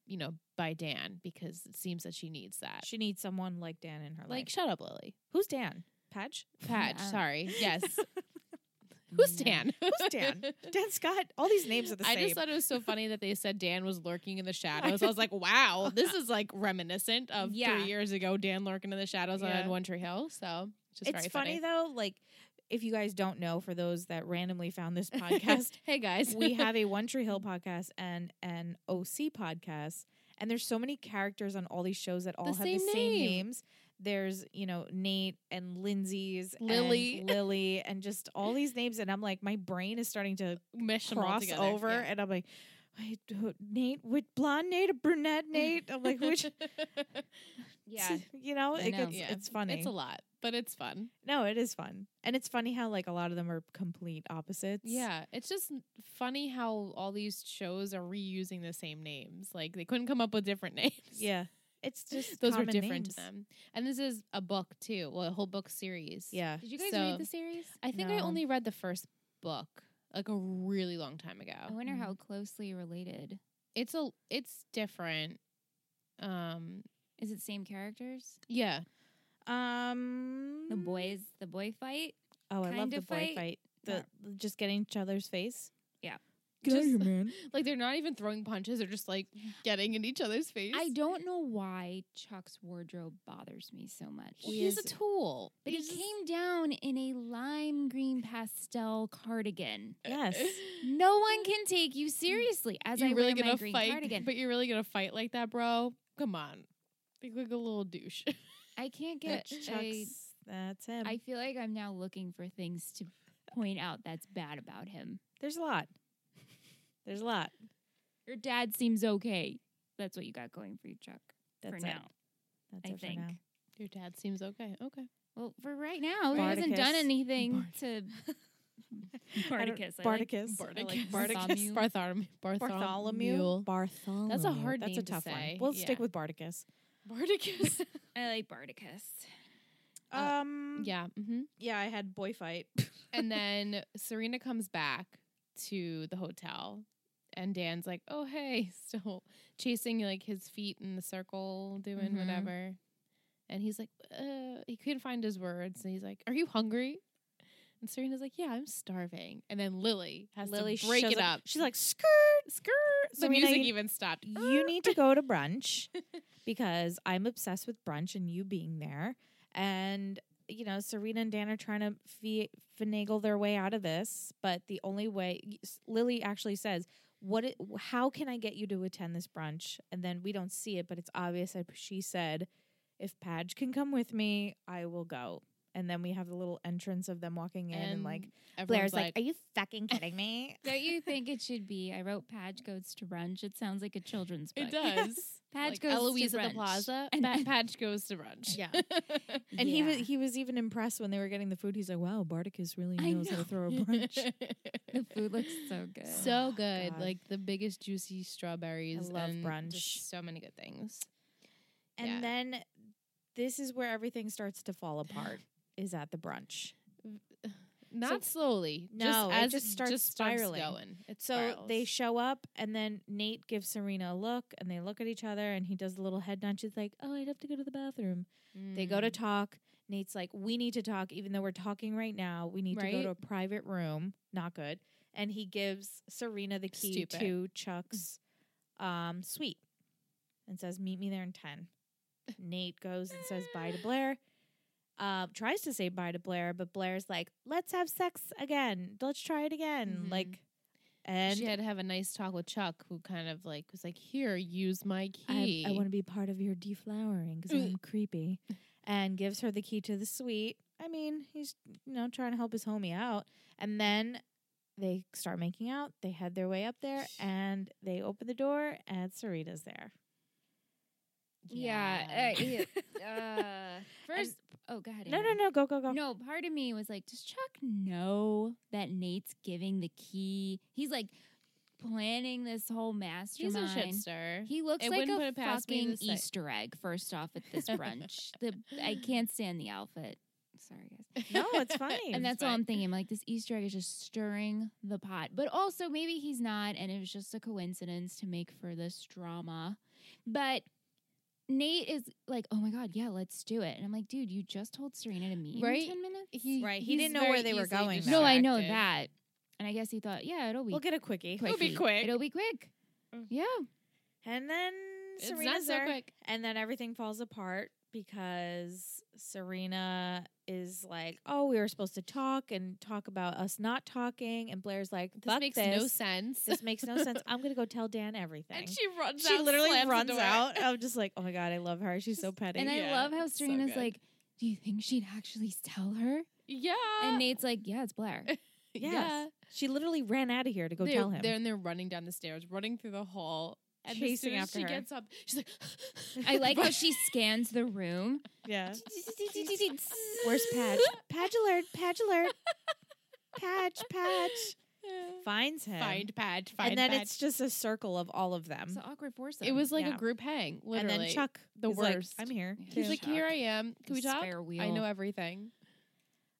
Speaker 1: you know, by Dan because it seems that she needs that.
Speaker 2: She needs someone like Dan in her
Speaker 1: like,
Speaker 2: life.
Speaker 1: shut up, Lily.
Speaker 2: Who's Dan? Patch?
Speaker 1: Patch,
Speaker 3: Yeah.
Speaker 1: sorry. Yes.
Speaker 3: Oh,
Speaker 1: Who's
Speaker 3: no.
Speaker 1: Dan?
Speaker 2: Who's Dan? Dan Scott? All these names are the
Speaker 1: I
Speaker 2: same.
Speaker 1: just thought it was so funny that they said Dan was lurking in the shadows. I was like, wow, this is like reminiscent of
Speaker 3: Yeah.
Speaker 1: three years ago, Dan lurking in the shadows
Speaker 2: Yeah.
Speaker 1: on One Tree Hill. So it's just
Speaker 2: it's
Speaker 1: very
Speaker 2: funny, though, like if you guys don't know, for those that randomly found this podcast,
Speaker 1: hey guys,
Speaker 2: we have a One Tree Hill podcast and an OC podcast. And there's so many characters on all these shows that all
Speaker 1: The
Speaker 2: have
Speaker 1: same
Speaker 2: the same
Speaker 1: name.
Speaker 2: names. There's, you know, Nate and Lindsay's and
Speaker 1: Lily.
Speaker 2: Lily, and just all these names. And I'm like, my brain is starting to
Speaker 1: mesh them all
Speaker 2: cross
Speaker 1: together.
Speaker 2: over.
Speaker 1: Yeah.
Speaker 2: And I'm like, wait, who- Nate, with blonde Nate or brunette Nate? I'm like, which,
Speaker 3: Yeah.
Speaker 2: you know,
Speaker 3: I
Speaker 2: it
Speaker 3: know.
Speaker 2: Gets,
Speaker 1: Yeah.
Speaker 2: it's funny.
Speaker 1: it's a lot, but it's fun.
Speaker 2: no, it is fun. And it's funny how, like, a lot of them are complete opposites.
Speaker 1: Yeah, it's just n- funny how all these shows are reusing the same names. Like they couldn't come up with different names.
Speaker 2: Yeah. It's just,
Speaker 1: those were
Speaker 2: common
Speaker 1: different
Speaker 2: names.
Speaker 1: to them. And this is a book too, well, a whole book series.
Speaker 2: Yeah.
Speaker 3: Did you guys
Speaker 1: So-
Speaker 3: read the series?
Speaker 1: I think I
Speaker 2: No.
Speaker 1: only read the first book like a really long time ago.
Speaker 3: I wonder how closely related.
Speaker 1: It's a it's different. Um
Speaker 3: Is it same characters?
Speaker 1: yeah.
Speaker 2: Um,
Speaker 3: The boys, the boy fight.
Speaker 2: Oh, I love
Speaker 3: kind
Speaker 2: the
Speaker 3: of
Speaker 2: boy
Speaker 3: fight.
Speaker 2: fight. The the- just getting each other's face.
Speaker 3: Yeah.
Speaker 1: Get outta here,
Speaker 2: man.
Speaker 1: Like they're not even throwing punches, they're just like getting in each other's face.
Speaker 3: I don't know why Chuck's wardrobe bothers me so much.
Speaker 2: He
Speaker 1: He's a
Speaker 2: is-
Speaker 1: tool.
Speaker 3: But he
Speaker 1: He's-
Speaker 3: came down in a lime green pastel cardigan.
Speaker 2: Yes.
Speaker 3: No one can take you seriously as
Speaker 1: you're
Speaker 3: I
Speaker 1: really
Speaker 3: wear my
Speaker 1: gonna
Speaker 3: green
Speaker 1: fight
Speaker 3: cardigan.
Speaker 1: but you're really gonna fight like that, bro? Come on. Think like a little douche.
Speaker 3: I can't get.
Speaker 2: That's
Speaker 3: I,
Speaker 2: Chuck's. That's him.
Speaker 3: I feel like I'm now looking for things to point out that's bad about him.
Speaker 2: There's a lot. There's a lot.
Speaker 3: Your dad seems okay. That's what you got going for you, Chuck.
Speaker 2: That's
Speaker 3: for
Speaker 2: it.
Speaker 3: now,
Speaker 2: That's
Speaker 3: I
Speaker 2: it
Speaker 3: think.
Speaker 2: for now.
Speaker 1: Your dad seems okay. Okay.
Speaker 3: Well, for right now, he hasn't done
Speaker 2: Bardicus.
Speaker 3: anything to
Speaker 2: I don't-
Speaker 3: Bardicus. I like-
Speaker 2: Bardicus. I like
Speaker 3: Bartholomew.
Speaker 1: Bartholomew.
Speaker 2: Bartholomew. Bartholomew.
Speaker 1: That's a hard
Speaker 2: That's
Speaker 1: name
Speaker 2: a
Speaker 1: to
Speaker 2: tough
Speaker 1: say.
Speaker 2: one. We'll
Speaker 1: Yeah.
Speaker 2: stick with Bardicus.
Speaker 1: Barticus.
Speaker 3: I like Bardicus.
Speaker 1: Uh,
Speaker 2: um.
Speaker 1: yeah. hmm
Speaker 2: Yeah. I had boy fight.
Speaker 1: And then Serena comes back to the hotel, and Dan's like, "Oh hey," still chasing like his feet in the circle, doing
Speaker 3: Mhm.
Speaker 1: whatever. And he's like, uh, he couldn't find his words, and he's like, "Are you hungry?" And Serena's like, "Yeah, I'm starving." And then Lily has
Speaker 2: Lily
Speaker 1: to break
Speaker 2: shows
Speaker 1: it up.
Speaker 2: She's like, skirt.
Speaker 1: "Skirt." The
Speaker 2: Serena,
Speaker 1: music
Speaker 2: you-
Speaker 1: even stopped.
Speaker 2: you need to go to brunch because I'm obsessed with brunch and you being there. And, you know, Serena and Dan are trying to fi- finagle their way out of this. But the only way, Lily actually says, what it, how can I get you to attend this brunch? And then we don't see it, but it's obvious that she said, if Padge can come with me, I will go. And then we have the little entrance of them walking in, and, like
Speaker 1: everyone's
Speaker 2: Blair's like, "Are you fucking kidding me?"
Speaker 3: Don't you think it should be? I wrote Padge Goes to Brunch. It sounds like a children's book.
Speaker 1: "It does."
Speaker 3: Padge
Speaker 1: like
Speaker 3: Goes
Speaker 1: Eloise
Speaker 3: to Brunch.
Speaker 1: at the Plaza,
Speaker 3: And
Speaker 1: and Patch goes to brunch.
Speaker 2: Yeah.
Speaker 1: Yeah.
Speaker 2: And he was
Speaker 3: Yeah.
Speaker 2: he was even impressed when they were getting the food. He's like, "Wow, Barticus really
Speaker 3: I
Speaker 2: knows how
Speaker 3: know.
Speaker 2: to throw a brunch."
Speaker 3: the food looks so good.
Speaker 1: so
Speaker 2: Oh,
Speaker 1: good.
Speaker 2: God.
Speaker 1: Like the biggest juicy strawberries.
Speaker 2: love
Speaker 1: and
Speaker 2: brunch.
Speaker 1: just so many good things.
Speaker 2: and
Speaker 1: Yeah.
Speaker 2: then this is where everything starts to fall apart. Is at the brunch.
Speaker 1: Not slowly.
Speaker 2: No,
Speaker 1: just
Speaker 2: it
Speaker 1: as
Speaker 2: just starts spiraling.
Speaker 1: going. It
Speaker 2: So they
Speaker 1: spirals.
Speaker 2: show up, and then Nate gives Serena a look, and they look at each other, and he does the little head nod. She's like, "Oh, I'd have to go to the bathroom." They go to
Speaker 1: Mm.
Speaker 2: talk. Nate's like, "We need to talk, even though we're talking right now. We need to
Speaker 1: Right?
Speaker 2: go to a private room. Not good." And he gives Serena the key
Speaker 1: Stupid.
Speaker 2: to Chuck's um, suite and says, "Meet me there in 10. Nate goes and says bye to Blair. Uh, tries to say bye to Blair, but Blair's like, "Let's have sex again. Let's try it again."
Speaker 1: Mhm.
Speaker 2: Like, and
Speaker 1: Mm. she had to have a nice talk with Chuck, who kind of like was like, "Here, use my
Speaker 2: I,
Speaker 1: key."
Speaker 2: I want to be part of your deflowering because I'm creepy. And gives her the key to the suite. I mean, he's you know trying to help his homie out. And then they start making out. They head their way up there, and they open the door, and Sarita's there.
Speaker 3: Yeah. uh, yeah. Uh, first, oh, go ahead.
Speaker 2: No, no,
Speaker 3: Aaron.
Speaker 2: no. Go, go, go.
Speaker 3: No, part of me was like, does Chuck know that Nate's giving the key? He's like planning this whole
Speaker 1: He's a
Speaker 3: mastermind.
Speaker 1: shitster.
Speaker 3: He looks
Speaker 1: It
Speaker 3: like
Speaker 1: wouldn't
Speaker 3: a
Speaker 1: put it past me to
Speaker 3: fucking
Speaker 1: say-
Speaker 3: Easter egg. First off, at this brunch, the I can't stand the outfit. Sorry, guys.
Speaker 2: No, it's fine.
Speaker 3: And
Speaker 1: It's
Speaker 3: that's all
Speaker 1: fine.
Speaker 3: I'm thinking. I'm like, this Easter egg is just stirring the pot. But also, maybe he's not, and it was just a coincidence to make for this drama. But Nate is like, oh my God, yeah, let's do it. And I'm like, dude, you just told Serena to meet
Speaker 1: Right?
Speaker 3: in 10 minutes?
Speaker 1: He-
Speaker 2: Right, he
Speaker 1: he's
Speaker 2: didn't know
Speaker 1: very
Speaker 2: where they were
Speaker 1: easily
Speaker 2: going, though.
Speaker 3: no, I know
Speaker 1: distracted.
Speaker 3: that. And I guess he thought, yeah, it'll be
Speaker 2: We'll get a quickie.
Speaker 3: quick.
Speaker 1: It'll be quick.
Speaker 3: It'll be quick.
Speaker 2: Mm.
Speaker 3: Yeah.
Speaker 2: And then
Speaker 1: It's
Speaker 2: Serena's
Speaker 1: not so
Speaker 2: there.
Speaker 1: quick.
Speaker 2: And then everything falls apart because Serena is like, "Oh, we were supposed to talk and talk about us not talking," and Blair's like,
Speaker 1: This
Speaker 2: "Fuck
Speaker 1: makes
Speaker 2: this.
Speaker 1: no sense.
Speaker 2: This makes no sense. I'm gonna go tell Dan everything."
Speaker 1: and she runs
Speaker 2: She
Speaker 1: out.
Speaker 2: literally
Speaker 1: slams the
Speaker 2: runs
Speaker 1: door.
Speaker 2: out. I'm just like, "Oh my god, I love her. She's so petty."
Speaker 3: And I
Speaker 1: Yeah,
Speaker 3: love how
Speaker 1: it's so
Speaker 3: Serena's
Speaker 1: good.
Speaker 3: like, do you think she'd actually tell her?
Speaker 1: Yeah.
Speaker 3: and Nate's like, yeah, it's Blair.
Speaker 2: Yes.
Speaker 1: yeah.
Speaker 2: she literally ran out of here to go
Speaker 1: they're,
Speaker 2: tell him.
Speaker 1: They're, and they're running down the stairs, running through the hall. And as
Speaker 2: Chasing
Speaker 1: soon as
Speaker 2: after
Speaker 1: she
Speaker 2: her.
Speaker 1: gets up, she's like,
Speaker 3: I like how she scans the room.
Speaker 2: yeah. Where's Patch? Patch alert! Patch alert! Patch! Patch! Finds him.
Speaker 1: Find Patch, find
Speaker 2: and then
Speaker 1: Patch.
Speaker 2: it's just a circle of all of them.
Speaker 3: It's an awkward foursome.
Speaker 1: Mm-hmm. it was like
Speaker 2: yeah.
Speaker 1: a group hang, literally.
Speaker 2: And then Chuck,
Speaker 1: the
Speaker 2: is
Speaker 1: worst.
Speaker 2: Like, I'm here.
Speaker 3: Yeah.
Speaker 1: He's
Speaker 3: too.
Speaker 1: like, here I am. Can we
Speaker 3: This
Speaker 1: talk?
Speaker 3: spare
Speaker 1: I
Speaker 3: wheel.
Speaker 1: know everything.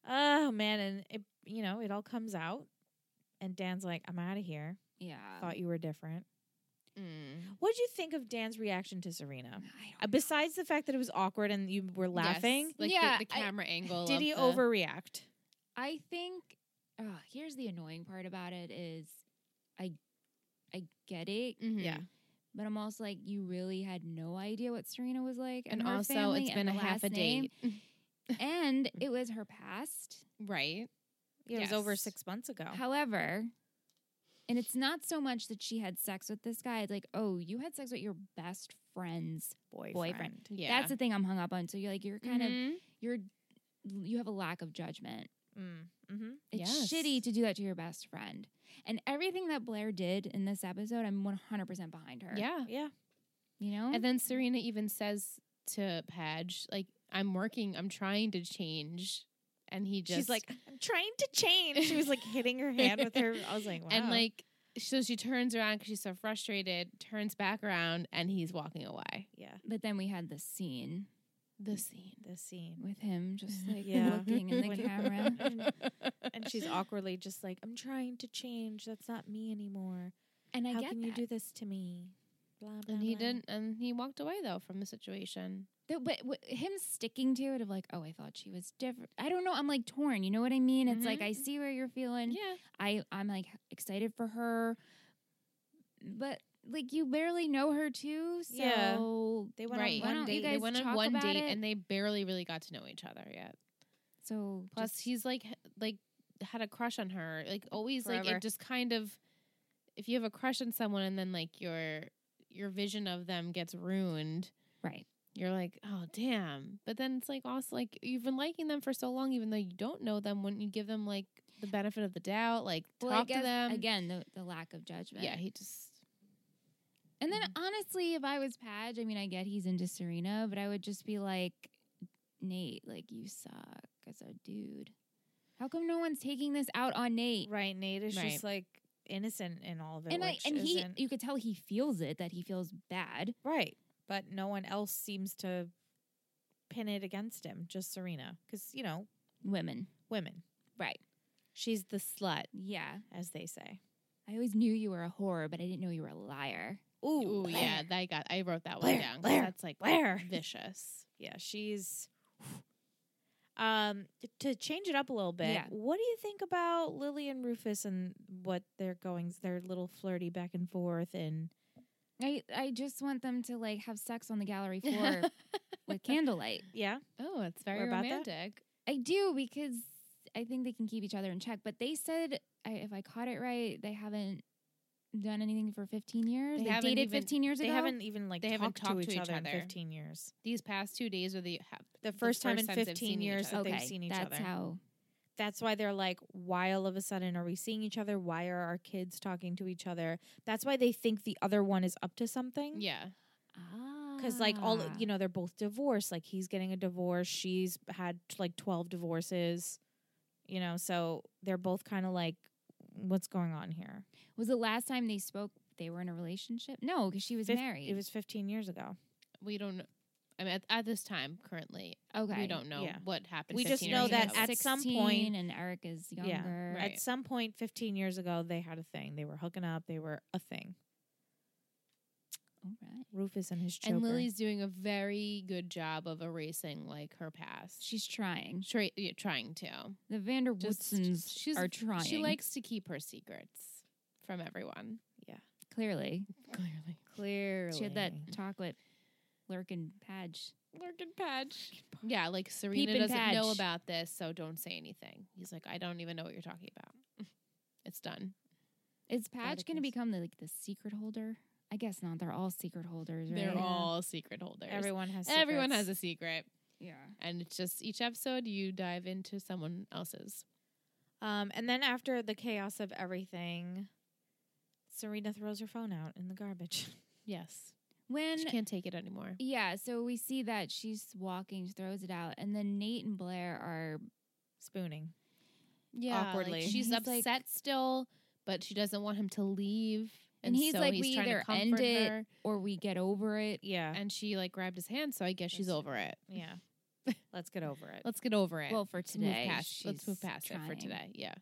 Speaker 2: oh man, and it, you know, it all comes out. And Dan's like, I'm out of here.
Speaker 3: Yeah.
Speaker 2: Thought you were different. What did you think of Dan's reaction to
Speaker 3: I
Speaker 2: Serena? Uh,
Speaker 3: don't-
Speaker 2: Besides the fact that it was awkward and you were laughing,
Speaker 1: Yes, like
Speaker 3: Yeah,
Speaker 1: the, the
Speaker 3: I-
Speaker 1: camera angle.
Speaker 2: did
Speaker 1: of
Speaker 2: he
Speaker 1: the-
Speaker 2: overreact?
Speaker 3: I think uh, here's the annoying part about it is I I get it,
Speaker 1: Mhm.
Speaker 2: Yeah.
Speaker 3: but I'm also like you really had no idea what Serena was like
Speaker 1: And,
Speaker 3: and, her
Speaker 1: also,
Speaker 3: family
Speaker 1: it's been a
Speaker 3: and the
Speaker 1: half a
Speaker 3: last name.
Speaker 1: date.
Speaker 3: and it was her past.
Speaker 1: right.
Speaker 2: It was over
Speaker 1: Yes.
Speaker 2: six months ago.
Speaker 1: Oh.
Speaker 3: However, and it's not so much that she had sex with this guy. It's like, oh, you had sex with your best friend's
Speaker 2: boyfriend.
Speaker 3: boyfriend.
Speaker 1: Yeah.
Speaker 3: That's the thing I'm hung up on. So you're like, you're kind of
Speaker 1: Mhm.
Speaker 3: you're you have a lack of judgment.
Speaker 2: Mm. hmm
Speaker 1: Yes.
Speaker 3: It's shitty to do that to your best friend. And everything that Blair did in this episode, I'm 100% behind her.
Speaker 1: Yeah.
Speaker 2: Yeah.
Speaker 3: You know?
Speaker 1: And then Serena even says to Padge, like, I'm working, I'm trying to change. And he just
Speaker 2: She's like, I'm trying to change. She was like hitting her hand with her. I was like, wow.
Speaker 1: and like so she turns around because she's so frustrated, turns back around, and he's walking away.
Speaker 2: yeah,
Speaker 3: but then we had the scene
Speaker 1: The scene.
Speaker 2: the scene.
Speaker 3: with him just like
Speaker 2: Yeah.
Speaker 3: looking in the camera.
Speaker 2: and she's awkwardly just like, I'm trying to change. That's not me anymore.
Speaker 3: And I
Speaker 2: How
Speaker 3: get
Speaker 2: can
Speaker 3: that.
Speaker 2: you do this to me? Blah, blah,
Speaker 1: And he
Speaker 2: blah.
Speaker 1: didn't and he walked away though from the situation.
Speaker 3: Th- but w- him sticking to it of like, oh, I thought she was different. I don't know. I'm like torn. You know what I mean? It's like
Speaker 1: Mhm.
Speaker 3: I see where you're feeling.
Speaker 1: Yeah.
Speaker 3: I I'm like excited for her, but like you barely know her too. So
Speaker 2: Yeah. They went
Speaker 1: right.
Speaker 2: on
Speaker 3: Why
Speaker 2: one
Speaker 3: don't you
Speaker 2: date.
Speaker 1: They
Speaker 3: guys
Speaker 1: went on
Speaker 3: talk
Speaker 1: one
Speaker 3: about
Speaker 1: date
Speaker 3: it?
Speaker 1: and they barely really got to know each other yet.
Speaker 3: so
Speaker 1: Plus
Speaker 3: just-
Speaker 1: he's like h- like had a crush on her. Like always like
Speaker 2: Forever.
Speaker 1: it just kind of if you have a crush on someone and then like your your vision of them gets ruined,
Speaker 3: right.
Speaker 1: you're like, oh damn. But then it's like also like you've been liking them for so long, even though you don't know them. Wouldn't you give them like the benefit of the doubt? Like
Speaker 3: Well, I
Speaker 1: talk
Speaker 3: guess,
Speaker 1: to them
Speaker 3: again. The, the lack of judgment.
Speaker 1: Yeah, he just
Speaker 3: And then
Speaker 2: Mm-hmm.
Speaker 3: honestly, if I was Padge, I mean, I get he's into Serena, but I would just be like, Nate, like you suck as a dude. How come no one's taking this out on Nate?
Speaker 2: Right. Nate is
Speaker 1: Right.
Speaker 2: just like innocent in all of it.
Speaker 3: And I
Speaker 2: which
Speaker 3: and
Speaker 2: isn't,
Speaker 3: he, you could tell he feels it that he feels bad.
Speaker 2: right. But no one else seems to pin it against him, just Serena. Because, you know,
Speaker 3: Women,
Speaker 2: women.
Speaker 3: right?
Speaker 2: She's the slut,
Speaker 3: Yeah,
Speaker 2: as they say.
Speaker 3: I always knew you were a whore, but I didn't know you were a liar.
Speaker 1: Ooh,
Speaker 2: Blair.
Speaker 1: yeah, that got I wrote that
Speaker 2: Blair,
Speaker 1: one down. 'cause
Speaker 2: Blair,
Speaker 1: that's like
Speaker 2: Blair.
Speaker 1: vicious.
Speaker 2: Yeah, she's. Um, to change it up a little bit,
Speaker 3: Yeah.
Speaker 2: what do you think about Lily and Rufus and what their goings, their little flirty back and forth, and
Speaker 3: I I just want them to like have sex on the gallery floor with candlelight.
Speaker 2: yeah,
Speaker 1: Oh, it's
Speaker 2: We're
Speaker 1: very
Speaker 2: about that?
Speaker 1: romantic.
Speaker 3: I do because I think they can keep each other in check. But they said, I, if I caught it right, they haven't done anything for 15 years.
Speaker 1: They
Speaker 3: They,
Speaker 1: haven't
Speaker 3: dated
Speaker 1: even-
Speaker 3: 15 years
Speaker 2: they
Speaker 3: ago.
Speaker 2: haven't even like
Speaker 1: They
Speaker 2: talked,
Speaker 1: haven't
Speaker 2: to, each, other, in fifteen years.
Speaker 1: These past two days are the have
Speaker 2: The first time in
Speaker 1: times they've
Speaker 2: 15
Speaker 1: seen each
Speaker 2: years that
Speaker 1: other.
Speaker 2: they-
Speaker 3: okay,
Speaker 2: they've seen each other.
Speaker 3: that's how.
Speaker 2: That's why they're like, why all of a sudden are we seeing each other? Why are our Mm. kids talking to each other? That's why they think the other one is up to something.
Speaker 1: Yeah,
Speaker 3: Ah,
Speaker 2: because like all
Speaker 3: Yeah.
Speaker 2: you know they're both divorced like he's getting a divorce she's had like 12 divorces you know so they're both kind of like what's going on here
Speaker 3: was the last time they spoke they were in a relationship? No, because she was
Speaker 2: Fif-
Speaker 3: married.
Speaker 2: it was 15 years ago
Speaker 1: We don't. kn- I mean, at, at this time currently,
Speaker 3: okay.
Speaker 1: we don't know
Speaker 2: yeah.
Speaker 1: what happened.
Speaker 2: We just
Speaker 1: 15
Speaker 2: know
Speaker 1: years
Speaker 2: that
Speaker 1: ago.
Speaker 2: at some
Speaker 3: 16
Speaker 2: point-
Speaker 3: and Eric is
Speaker 2: Yeah,
Speaker 3: younger.
Speaker 1: right.
Speaker 2: at some point 15 years ago they had a thing they were hooking up they were a thing
Speaker 3: All right.
Speaker 2: rufus and his choker
Speaker 1: and Lily's doing a very good job of erasing like her past.
Speaker 3: She's trying.
Speaker 1: Tra- yeah, trying to.
Speaker 3: The Vander
Speaker 1: Just-
Speaker 3: Woodsons
Speaker 1: she's-
Speaker 3: are trying.
Speaker 1: She likes to keep her secrets from everyone.
Speaker 3: clearly.
Speaker 1: Clearly,
Speaker 2: clearly
Speaker 3: She had that chocolate lurking patch.
Speaker 1: Lurkin Patch. Yeah, like Serena
Speaker 3: Peepin'
Speaker 1: doesn't know
Speaker 3: Patch.
Speaker 1: about this, so don't say anything. He's like, I don't even know what you're talking about. It's done.
Speaker 3: Is Patch
Speaker 2: Platypus.
Speaker 3: going to become the, like the secret holder? I guess not. They're all secret holders. Right?
Speaker 1: They're all secret holders.
Speaker 2: everyone has
Speaker 1: Everyone has
Speaker 2: secrets.
Speaker 1: a secret.
Speaker 3: Yeah.
Speaker 1: And it's just each episode you dive into someone else's.
Speaker 2: um and then after the chaos of everything serena throws her phone out in the garbage
Speaker 1: Yes.
Speaker 3: When
Speaker 1: she can't take it anymore.
Speaker 3: yeah, so we see that she's walking, she throws it out, and then Nate and Blair are
Speaker 2: spooning
Speaker 1: Yeah. like,
Speaker 2: Awkwardly.
Speaker 1: she's
Speaker 3: He's like-
Speaker 1: upset still, but she doesn't want him to leave.
Speaker 3: And he's
Speaker 1: so
Speaker 3: like,
Speaker 1: he's
Speaker 3: "We
Speaker 1: trying to
Speaker 3: either end
Speaker 1: comfort
Speaker 3: it
Speaker 1: her,"
Speaker 3: or we get over it.
Speaker 2: yeah
Speaker 1: And she like grabbed his hand, so I guess she's
Speaker 2: That's-
Speaker 1: over it.
Speaker 2: Yeah. Let's get over it.
Speaker 1: Let's get over it.
Speaker 3: Well, for
Speaker 1: Let's move
Speaker 3: today,
Speaker 1: past- let's move
Speaker 3: she's
Speaker 1: past it for
Speaker 3: trying.
Speaker 1: today. Yeah.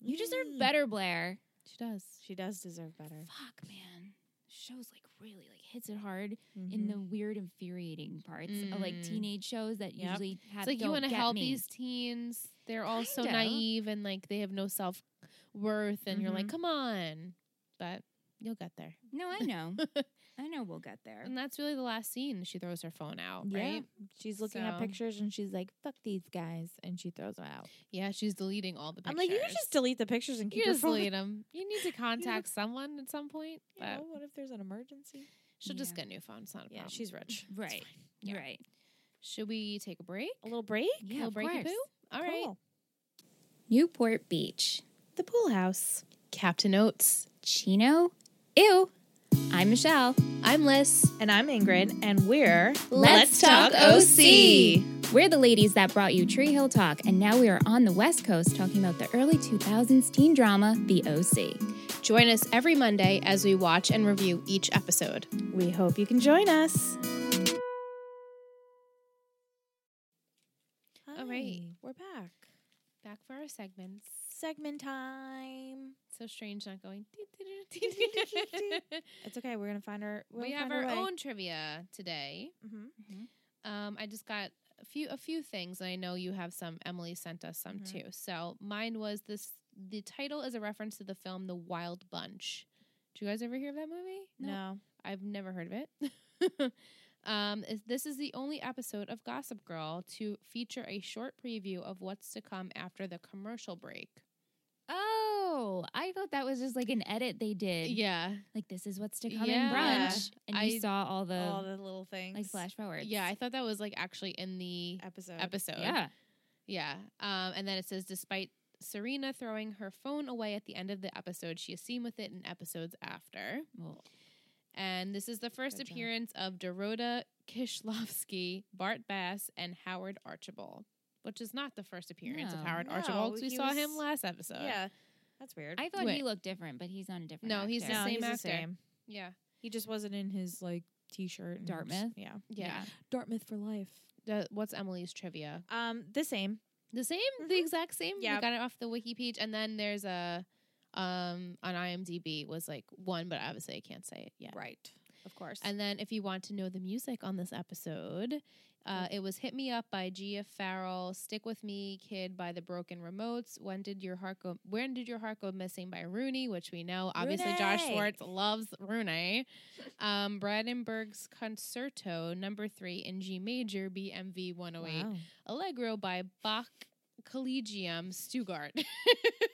Speaker 3: You
Speaker 2: Mm-hmm.
Speaker 3: deserve better, Blair.
Speaker 1: She does.
Speaker 2: She does deserve better.
Speaker 3: Fuck, man. Shows like really like hits it hard
Speaker 2: Mm-hmm.
Speaker 3: in the weird infuriating parts of like
Speaker 1: Mm-hmm. Mm.
Speaker 3: teenage shows that
Speaker 2: Yep.
Speaker 3: usually have
Speaker 1: It's like you
Speaker 3: want to
Speaker 1: help these teens. They're all so
Speaker 3: Kinda.
Speaker 1: naive and like they have no self worth, and you're like, come on. But you'll get there.
Speaker 3: No, I know. I know we'll get there.
Speaker 1: And that's really the last scene. She throws her phone out,
Speaker 2: Yeah.
Speaker 1: right?
Speaker 2: She's looking at
Speaker 1: So-
Speaker 2: pictures and she's like, "Fuck these guys," and she throws them out.
Speaker 1: Yeah, she's deleting all the pictures.
Speaker 2: I'm like, "You can just delete the pictures and
Speaker 1: You
Speaker 2: keep your
Speaker 1: just
Speaker 2: phone."
Speaker 1: delete 'em. You need to contact someone at some point.
Speaker 2: You
Speaker 1: But
Speaker 2: know, what if there's an emergency?
Speaker 1: she'll just
Speaker 3: Yeah.
Speaker 1: get new phones. Not a
Speaker 2: Yeah,
Speaker 1: problem.
Speaker 2: she's rich.
Speaker 3: Right.
Speaker 1: Yeah.
Speaker 3: Right.
Speaker 1: Should we take a break?
Speaker 2: A little break.
Speaker 3: Yeah,
Speaker 1: little
Speaker 3: of
Speaker 1: breaky
Speaker 3: course.
Speaker 1: poo. All right.
Speaker 2: Cool.
Speaker 3: Newport Beach.
Speaker 1: The pool house. Captain Oates.
Speaker 3: Chino? Ew. I'm Michelle.
Speaker 1: I'm Liz.
Speaker 2: And I'm Ingrid, and we're
Speaker 3: Let's Talk We're the ladies that brought you Tree Hill Talk, and now we are on the West Coast talking about the early 2000s teen drama, The OC.
Speaker 1: Join us every Monday as we watch and review each episode.
Speaker 2: We hope you can join us.
Speaker 1: All right.
Speaker 2: Hi, we're back.
Speaker 1: Back for our segments.
Speaker 2: Segment time.
Speaker 1: So strange not going.
Speaker 2: It's okay. We're gonna find our. We'll
Speaker 1: we have
Speaker 2: find
Speaker 1: our
Speaker 2: way.
Speaker 1: own trivia today.
Speaker 2: Mhm.
Speaker 1: Um, I just got a few a few things, and I know you have some. Emily sent us some
Speaker 2: Mhm.
Speaker 1: too. So mine was this. The title is a reference to the film The Wild Bunch. Did you guys ever hear of that movie?
Speaker 2: No.
Speaker 1: I've never heard of it. um, is- this is the only episode of Gossip Girl to feature a short preview of what's to come after the commercial break.
Speaker 3: Oh, I thought that was just like an edit they did.
Speaker 1: Yeah,
Speaker 3: Like, this is what's to come
Speaker 1: Yeah.
Speaker 3: in brunch. And you
Speaker 1: I-
Speaker 3: saw all the,
Speaker 2: All the little things.
Speaker 3: like flash forwards.
Speaker 1: yeah. I thought that was like actually in the
Speaker 2: episode.
Speaker 1: episode.
Speaker 3: Yeah.
Speaker 1: yeah. Um, and then it says, despite Serena throwing her phone away at the end of the episode, she is seen with it in episodes after.
Speaker 3: Well,
Speaker 1: And this is the first
Speaker 2: Good job.
Speaker 1: appearance of Dorota Kishlovsky, Bart Bass, and Howard Archibald, which is not the first appearance of
Speaker 3: No.
Speaker 1: Howard
Speaker 2: No,
Speaker 1: Archibald 'cause we
Speaker 2: he
Speaker 1: saw him
Speaker 2: was-
Speaker 1: last episode.
Speaker 2: Yeah. That's weird.
Speaker 3: I thought
Speaker 1: Wait.
Speaker 3: he looked different, but he's not a different
Speaker 1: No, he's the
Speaker 3: actor.
Speaker 1: same
Speaker 2: he's
Speaker 1: actor. yeah,
Speaker 2: He just wasn't in his like t-shirt. and-
Speaker 3: Dartmouth?
Speaker 2: Yeah.
Speaker 1: yeah.
Speaker 2: Dartmouth for life.
Speaker 1: The- what's Emily's trivia?
Speaker 2: Um, the same.
Speaker 1: The same, the
Speaker 2: Mhm.
Speaker 1: exact same. We
Speaker 2: Yep.
Speaker 1: got it off the wiki page, and then there's a um on IMDb was like one, but obviously I can't say it yet.
Speaker 2: Right. Of course.
Speaker 1: And then if you want to know the music on this episode, uh, it was Hit Me Up by Gia Farrell, Stick With Me Kid by the Broken Remotes, When Did Your Heart Go When Did Your Heart Go Missing by Rooney, which we know obviously Josh
Speaker 2: Rooney.
Speaker 1: Schwartz loves Rooney. Um Brandenburg's Concerto number 3 in G major BMV 108,
Speaker 2: Wow.
Speaker 1: Allegro by Bach Collegium Stuttgart.
Speaker 2: Ah.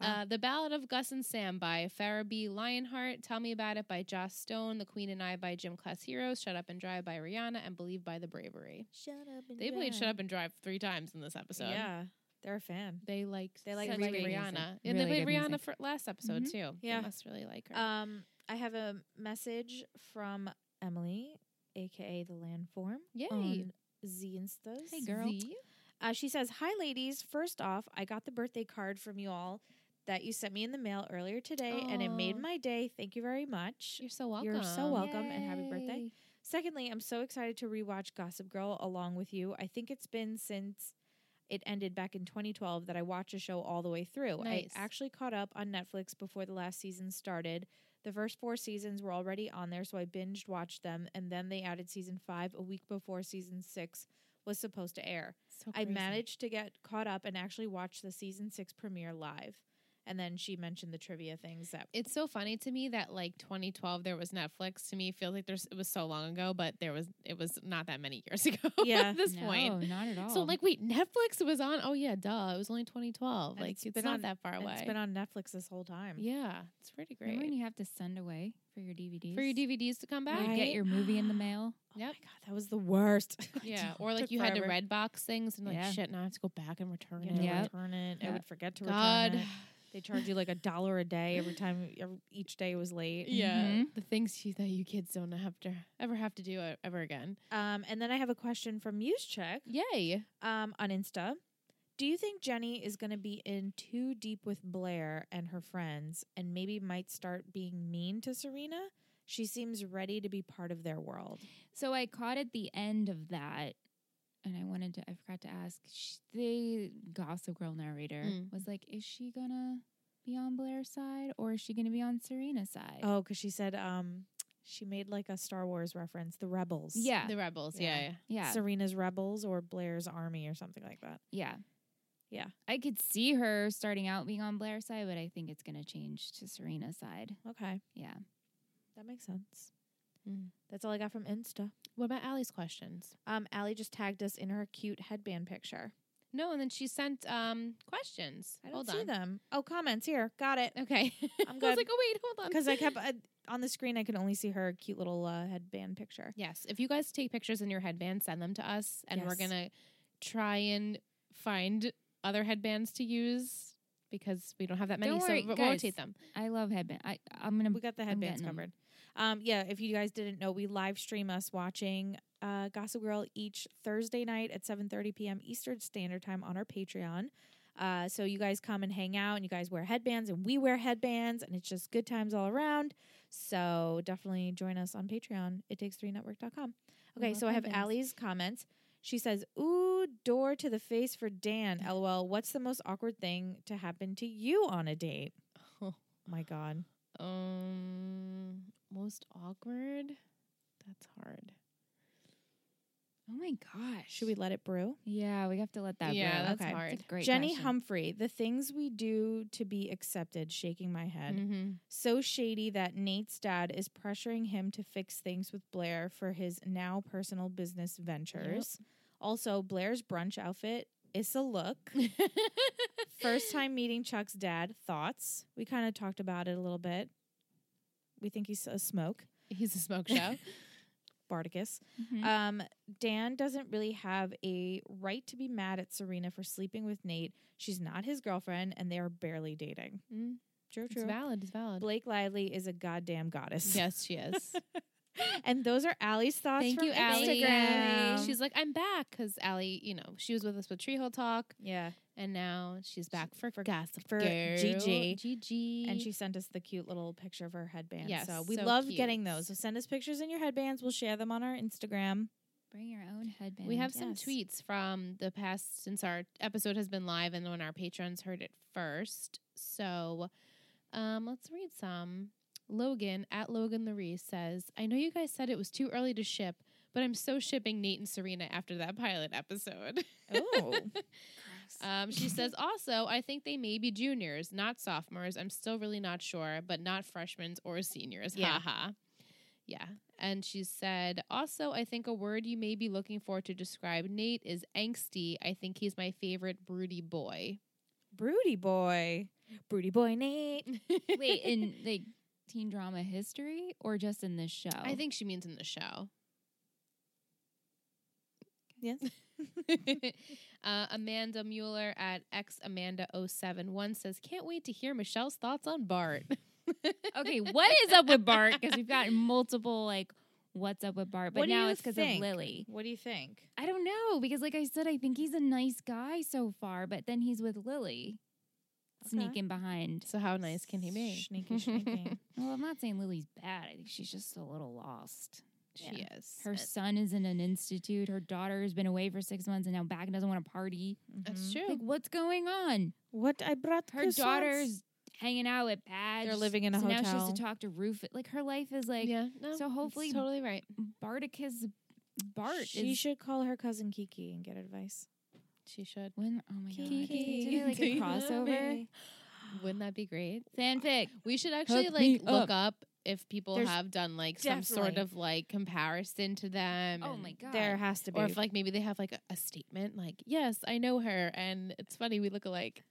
Speaker 1: Uh, the Ballad of Gus and Sam by Farabee Lionheart, Tell Me About It by Joss Stone, The Queen and I by Gym Class Heroes, Shut Up and Drive by Rihanna, and Believe by The Bravery.
Speaker 2: Shut up. And
Speaker 1: They played Shut Up and Drive three times in this episode.
Speaker 2: Yeah. They're a fan.
Speaker 1: They like
Speaker 2: They like
Speaker 1: such
Speaker 2: great
Speaker 1: Rihanna.
Speaker 2: music.
Speaker 1: Yeah,
Speaker 3: Really
Speaker 1: they played
Speaker 3: good
Speaker 1: Rihanna
Speaker 3: music.
Speaker 1: for last episode too.
Speaker 2: Mm-hmm. Yeah. Uh,
Speaker 1: They must really like her.
Speaker 2: Um, I have a message from Emily aka the landform,
Speaker 1: Yay.
Speaker 2: on Z Instas.
Speaker 3: Hey, girl.
Speaker 1: Z?
Speaker 2: Uh, she says, Hi, ladies. First off, I got the birthday card from you all that you sent me in the mail earlier today, and it made
Speaker 1: Aw.
Speaker 2: my day. Thank you very much.
Speaker 1: You're so welcome.
Speaker 2: You're so welcome and happy birthday.
Speaker 3: Yay.
Speaker 2: Secondly, I'm so excited to rewatch Gossip Girl along with you. I think it's been since it ended back in 2012 that I watched a show all the way through.
Speaker 1: Nice.
Speaker 2: I actually caught up on Netflix before the last season started. The first four seasons were already on there, so I binged watched them, and then they added season five a week before season six was supposed to air.
Speaker 1: So
Speaker 2: I
Speaker 1: crazy.
Speaker 2: managed to get caught up and actually watch the season six premiere live. And then she mentioned the trivia things that
Speaker 1: It's so funny to me that like 2012 there was Netflix. To me, it feels like there's it was so long ago, but there was it was not that many years ago.
Speaker 2: Yeah.
Speaker 1: at this
Speaker 3: no,
Speaker 1: point.
Speaker 3: not at all.
Speaker 1: So I'm like, wait, Netflix was on. Oh yeah, duh. It was only 2012.
Speaker 2: And
Speaker 1: Like
Speaker 2: it's-
Speaker 1: they're
Speaker 2: it's
Speaker 1: not
Speaker 2: on-
Speaker 1: that far
Speaker 2: and
Speaker 1: away.
Speaker 2: it's been on Netflix this whole time.
Speaker 1: yeah, it's pretty great
Speaker 3: remember when you have to send away for your DVDs?
Speaker 1: for your DVDs to come
Speaker 3: Or
Speaker 1: back.
Speaker 3: you'd get your movie in the mail.
Speaker 2: Oh
Speaker 1: Yep.
Speaker 2: my god, that was the worst.
Speaker 1: Yeah, or like
Speaker 2: Took
Speaker 1: you had to
Speaker 2: forever.
Speaker 1: red box things and like
Speaker 3: Yeah.
Speaker 1: shit. Now I have to go back and return
Speaker 2: You had to
Speaker 1: it.
Speaker 3: Yep.
Speaker 2: return it. I
Speaker 3: Yeah.
Speaker 2: would forget to
Speaker 1: God,
Speaker 2: return it. They charge you like a dollar a day every time every, each day it was late.
Speaker 1: yeah,
Speaker 2: Mm-hmm.
Speaker 3: Mhm.
Speaker 1: the things you, that you kids don't have to ever have to do uh, ever again.
Speaker 2: Um, and then I have a question from MuseCheck
Speaker 1: Yay!
Speaker 2: um, on Insta. Do you think Jenny is going to be in too deep with Blair and her friends, and maybe might start being mean to Serena? She seems ready to be part of their world.
Speaker 3: So I caught at the end of that, and I wanted to. I forgot to ask. Sh the Gossip Girl narrator
Speaker 1: Mm.
Speaker 3: was like, "Is she gonna be on Blair's side or is she gonna be on Serena's side?"
Speaker 2: Oh, because she said um, she made like a Star Wars reference, the Rebels.
Speaker 3: yeah,
Speaker 1: The rebels.
Speaker 2: Yeah.
Speaker 1: Yeah, yeah.
Speaker 3: yeah,
Speaker 2: Serena's Rebels or Blair's Army or something like that.
Speaker 3: yeah,
Speaker 2: Yeah.
Speaker 3: I could see her starting out being on Blair's side, but I think it's gonna change to Serena's side.
Speaker 2: Okay.
Speaker 3: Yeah.
Speaker 2: That makes sense.
Speaker 1: Mm.
Speaker 2: That's all I got from Insta.
Speaker 1: What about Allie's questions?
Speaker 2: Um, Allie just tagged us in her cute headband picture.
Speaker 1: No, and then she sent um questions.
Speaker 2: I don't
Speaker 1: hold
Speaker 2: see
Speaker 1: on.
Speaker 2: them. Oh, comments here. Got it.
Speaker 1: Okay,
Speaker 2: I'm
Speaker 1: I was
Speaker 2: good.
Speaker 1: like, oh wait, hold on,
Speaker 2: Because I kept uh, on the screen, I could only see her cute little uh, headband picture.
Speaker 1: Yes. If you guys take pictures in your headband, send them to us and we're
Speaker 2: Yes.
Speaker 1: going to try and find other headbands to use because we don't have that many.
Speaker 3: Don't worry,
Speaker 1: so we'll
Speaker 3: guys.
Speaker 1: rotate them.
Speaker 3: I love headband. I I'm gonna
Speaker 2: We got the headbands
Speaker 3: getting 'em.
Speaker 2: covered. Um, yeah, if you guys didn't know, we live stream us watching uh, Gossip Girl each Thursday night at 7:30 p.m. Eastern Standard Time on our Patreon. Uh, so you guys come and hang out, and you guys wear headbands, and we wear headbands, and it's just good times all around. So definitely join us on Patreon. It takes three network.com.
Speaker 3: We
Speaker 2: Okay,
Speaker 3: love
Speaker 2: so I have
Speaker 3: headbands.
Speaker 2: Allie's comments. She says, "Ooh, door to the face for Dan. LOL. What's the most awkward thing to happen to you on a date?
Speaker 1: Oh.
Speaker 2: my God."
Speaker 1: Um, most awkward. That's hard.
Speaker 3: Oh my gosh.
Speaker 2: Should we let it brew?
Speaker 3: Yeah, we have to let that.
Speaker 1: yeah,
Speaker 3: brew.
Speaker 1: that's
Speaker 2: Okay.
Speaker 1: hard.
Speaker 3: It's a great.
Speaker 2: Jenny
Speaker 3: question.
Speaker 2: Humphrey, the things we do to be accepted, shaking my head.
Speaker 3: Mm-hmm.
Speaker 1: Mhm.
Speaker 2: So shady that Nate's dad is pressuring him to fix things with Blair for his now personal business ventures. Also, Blair's brunch outfit is a look. First time meeting Chuck's dad, thoughts. We kind of talked about it a little bit. We think he's a smoke,
Speaker 1: He's a smoke show.
Speaker 2: Barticus.
Speaker 3: Mhm.
Speaker 2: Um, Dan doesn't really have a right to be mad at Serena for sleeping with Nate. She's not his girlfriend, and they are barely dating.
Speaker 1: Mm,
Speaker 2: True,
Speaker 1: it's
Speaker 2: true.
Speaker 1: valid. It's valid.
Speaker 2: Blake Lively is a goddamn goddess.
Speaker 1: Yes, she is.
Speaker 2: and those are Allie's thoughts.
Speaker 3: Thank
Speaker 2: from
Speaker 3: you, Allie.
Speaker 2: Instagram.
Speaker 3: Allie.
Speaker 1: She's like, I'm back because Allie, you know, she was with us with Tree Hill Talk,
Speaker 2: yeah,
Speaker 1: and now she's back for, Gossip
Speaker 2: for
Speaker 1: Girl.
Speaker 2: GG.
Speaker 1: GG.
Speaker 2: and she sent us the cute little picture of her headband.
Speaker 1: Yes,
Speaker 2: so we
Speaker 1: so
Speaker 2: love
Speaker 1: cute.
Speaker 2: getting those. So send us pictures in your headbands. We'll share them on our Instagram.
Speaker 3: Bring your own headband.
Speaker 1: We have some
Speaker 2: Yes.
Speaker 1: tweets from the past since our episode has been live and when our patrons heard it first. So um, let's read some. Logan at Logan the Reese says, I know you guys said it was too early to ship, but I'm so shipping Nate and Serena after that pilot episode.
Speaker 2: Oh, Uh,
Speaker 1: Um, she says, also, I think they may be juniors, not sophomores. I'm still really not sure, but not freshmen or seniors. Ha
Speaker 2: Yeah.
Speaker 1: ha. Yeah. And she said, also, I think a word you may be looking for to describe Nate is angsty. I think he's my favorite broody boy.
Speaker 2: broody boy, broody boy Nate.
Speaker 3: Wait, in like teen drama history or just in this show?
Speaker 2: Oh.
Speaker 1: I think she means in the show.
Speaker 2: Yes.
Speaker 1: uh, Amanda Mueller at x Amanda 071 says, Can't wait to hear Michelle's thoughts on Bart.
Speaker 3: Okay, what is up with Bart? Because we've gotten multiple like what's up with Bart. But
Speaker 2: What do
Speaker 3: now
Speaker 2: you
Speaker 3: it's because of
Speaker 2: think?
Speaker 3: Lily.
Speaker 2: What do you think?
Speaker 3: I don't know because, like I said, I think he's a nice guy so far, but then he's with Lily,
Speaker 2: Okay.
Speaker 3: sneaking behind.
Speaker 1: So how nice can he be?
Speaker 2: Sneaky, sneaky.
Speaker 3: Well, I'm not saying Lily's bad. I think she's just a little lost.
Speaker 1: she is.
Speaker 3: Her son is in an institute. Her daughter has been away for six months and now back and doesn't want to party.
Speaker 1: That's
Speaker 2: Mhm.
Speaker 1: true.
Speaker 3: Like, what's going on?
Speaker 2: What I brought
Speaker 3: Her
Speaker 2: croissants.
Speaker 3: daughter's hanging out with Badge.
Speaker 2: They're living in a
Speaker 3: so Now she
Speaker 2: hotel.
Speaker 3: has to talk to Rufus. Like, her life is like
Speaker 1: yeah. No.
Speaker 3: so
Speaker 1: it's
Speaker 3: hopefully-
Speaker 1: totally right.
Speaker 3: Barticus. Bart
Speaker 2: She
Speaker 3: is.
Speaker 2: should call her cousin Kiki and get advice.
Speaker 1: She should.
Speaker 3: when, oh my god!
Speaker 2: Kiki,
Speaker 3: Can we do like
Speaker 1: do
Speaker 3: a
Speaker 1: you love
Speaker 3: crossover
Speaker 1: Wouldn't that be great?
Speaker 3: fanfic.
Speaker 1: We should actually
Speaker 3: Hook me
Speaker 1: like look up if people
Speaker 2: There's
Speaker 1: have done like some sort
Speaker 2: definitely-
Speaker 1: of like comparison to them.
Speaker 3: Oh
Speaker 1: and-
Speaker 3: my god!
Speaker 2: There has to be.
Speaker 1: Or if like maybe they have like a, a statement like, "Yes, I know her," and it's funny we look alike.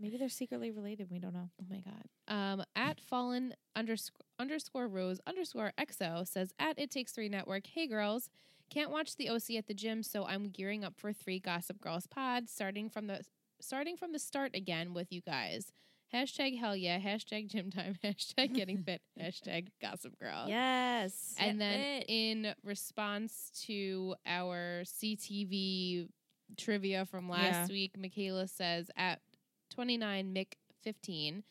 Speaker 2: Maybe they're secretly related. We don't know.
Speaker 1: Oh my god. Um, at fallen underscore underscore rose underscore exo says at it takes three network. Hey girls, can't watch the OC at the gym, so I'm gearing up for three Gossip Girls pod starting from the starting from the start again with you guys. Hashtag hell yeah. Hashtag gym time. Hashtag getting fit. Hashtag Gossip Girl.
Speaker 2: Yes.
Speaker 1: And
Speaker 3: Get
Speaker 1: then
Speaker 3: lit.
Speaker 1: in response to our CTV trivia from last week, Michaela says at 29 Mick 15.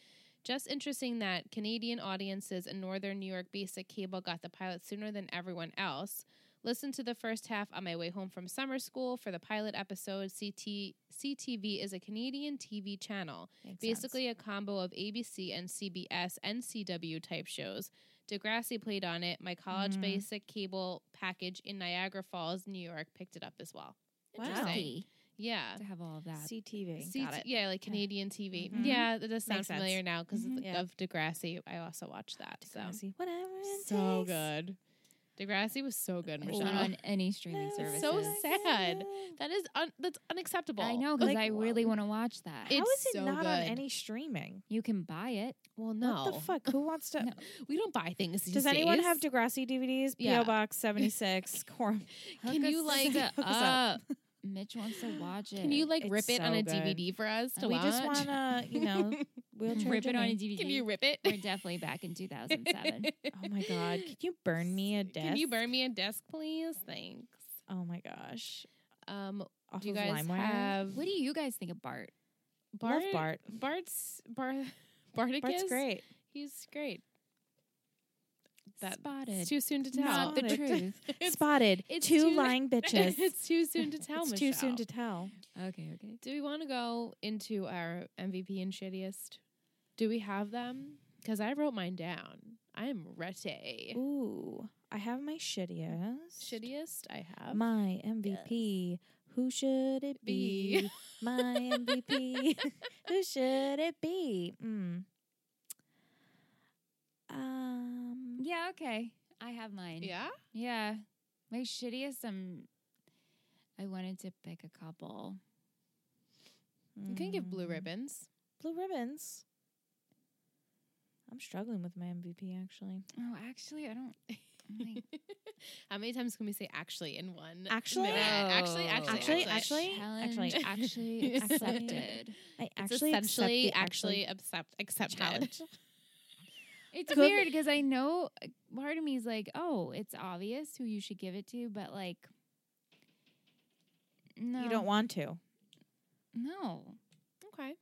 Speaker 1: Just interesting that Canadian audiences and Northern New York basic cable got the pilot sooner than everyone else. Listen to the first half on my way home from summer school for the pilot episode. CT, CTV is a Canadian TV channel
Speaker 2: Makes sense.
Speaker 1: basically a combo of ABC and CBS and CW type shows. Degrassi played on it. My college
Speaker 2: Mhm.
Speaker 1: basic cable package in Niagara Falls, New York, picked it up as well.
Speaker 2: Wow.
Speaker 1: Interesting.
Speaker 3: Lucky
Speaker 1: Yeah.
Speaker 3: to have all of that.
Speaker 2: CTV.
Speaker 1: C-
Speaker 2: Got it.
Speaker 1: Yeah, like Canadian TV.
Speaker 2: Mhm.
Speaker 1: Yeah, that does sound
Speaker 2: Makes sense.
Speaker 1: familiar now because
Speaker 2: Mhm. Yeah.
Speaker 1: of Degrassi. I also watched that. So
Speaker 2: Degrassi. Whatever. it
Speaker 1: so
Speaker 2: takes.
Speaker 1: good. Degrassi was so good,
Speaker 3: Or
Speaker 1: Michelle.
Speaker 3: on any streaming
Speaker 2: Whatever
Speaker 3: service.
Speaker 2: it
Speaker 1: So
Speaker 2: takes.
Speaker 1: sad. That is un- that's unacceptable.
Speaker 3: I know because
Speaker 2: Like,
Speaker 3: I really want to watch that.
Speaker 2: How
Speaker 1: It's
Speaker 2: is it
Speaker 1: so
Speaker 2: not on
Speaker 1: good.
Speaker 2: any streaming?
Speaker 3: you can buy it.
Speaker 1: Well, no,
Speaker 2: What the fuck? Who wants to?
Speaker 3: No.
Speaker 1: we don't buy things. These
Speaker 2: Does anyone
Speaker 1: days.
Speaker 2: have Degrassi DVDs?
Speaker 1: Yeah.
Speaker 2: PO Box seventy six. Quorum.
Speaker 1: Can
Speaker 3: Hook
Speaker 1: you,
Speaker 3: us
Speaker 1: like- uh,
Speaker 3: up.
Speaker 2: Hook us up.
Speaker 3: Mitch wants to watch it.
Speaker 1: Can you like
Speaker 2: It's
Speaker 1: rip it on
Speaker 2: so
Speaker 1: a
Speaker 2: good.
Speaker 1: DVD for us to
Speaker 2: uh, we
Speaker 1: watch?
Speaker 2: just want to, you know, wheelchair.
Speaker 3: rip it on a
Speaker 2: Jimmy.
Speaker 3: DVD?
Speaker 1: Can you rip it?
Speaker 3: We're definitely back in 2007.
Speaker 2: Oh my god! Can you burn me a desk?
Speaker 1: Can you burn me a desk, please? Thanks.
Speaker 2: Oh my gosh!
Speaker 1: Um,
Speaker 2: Off
Speaker 1: do you
Speaker 2: of
Speaker 1: guys
Speaker 2: LimeWire?
Speaker 1: have
Speaker 3: what do you guys think of Bart?
Speaker 1: Bart,
Speaker 2: Love Bart.
Speaker 1: Bart's Bart Barticus?
Speaker 2: Bart's great.
Speaker 1: He's great. That-
Speaker 3: Spotted.
Speaker 1: It's too soon to tell.
Speaker 3: Not the
Speaker 2: Spotted.
Speaker 3: truth.
Speaker 1: It's-
Speaker 2: Spotted.
Speaker 1: it's
Speaker 2: two
Speaker 1: too-
Speaker 2: lying bitches.
Speaker 1: it's too soon to tell.
Speaker 2: it's too soon to
Speaker 1: Michelle.
Speaker 2: tell.
Speaker 3: Okay, okay.
Speaker 1: Do we want to go into our MVP and shittiest? Do we have them? Because I wrote mine down. I am rete.
Speaker 2: Ooh, I have my shittiest.
Speaker 1: Shittiest I have.
Speaker 2: My MVP. Who should it
Speaker 1: Be.
Speaker 2: be? My MVP. Who should it be? Mm. Um.
Speaker 3: Yeah, okay. I have mine.
Speaker 1: yeah.
Speaker 3: Yeah. My shittiest, um, I wanted to pick a couple.
Speaker 1: You can give blue
Speaker 2: mm,
Speaker 1: ribbons.
Speaker 2: Blue ribbons. I'm struggling with my MVP actually.
Speaker 3: Oh, actually, I don't. I'm like,
Speaker 1: How many times can we say actually in one?
Speaker 2: Actually? Oh.
Speaker 1: minute? actually, actually,
Speaker 2: Actually, actually,
Speaker 3: challenge, actually
Speaker 1: It's like-
Speaker 3: accepted.
Speaker 2: I
Speaker 1: It's
Speaker 2: actually accept
Speaker 1: essentially
Speaker 2: the
Speaker 1: actually accept accepted.
Speaker 2: challenge.
Speaker 3: It's
Speaker 2: Good.
Speaker 3: weird because I know uh, part of me is like, oh, it's obvious who you should give it to, but like, no,
Speaker 2: You don't want to.
Speaker 3: No,
Speaker 1: Okay,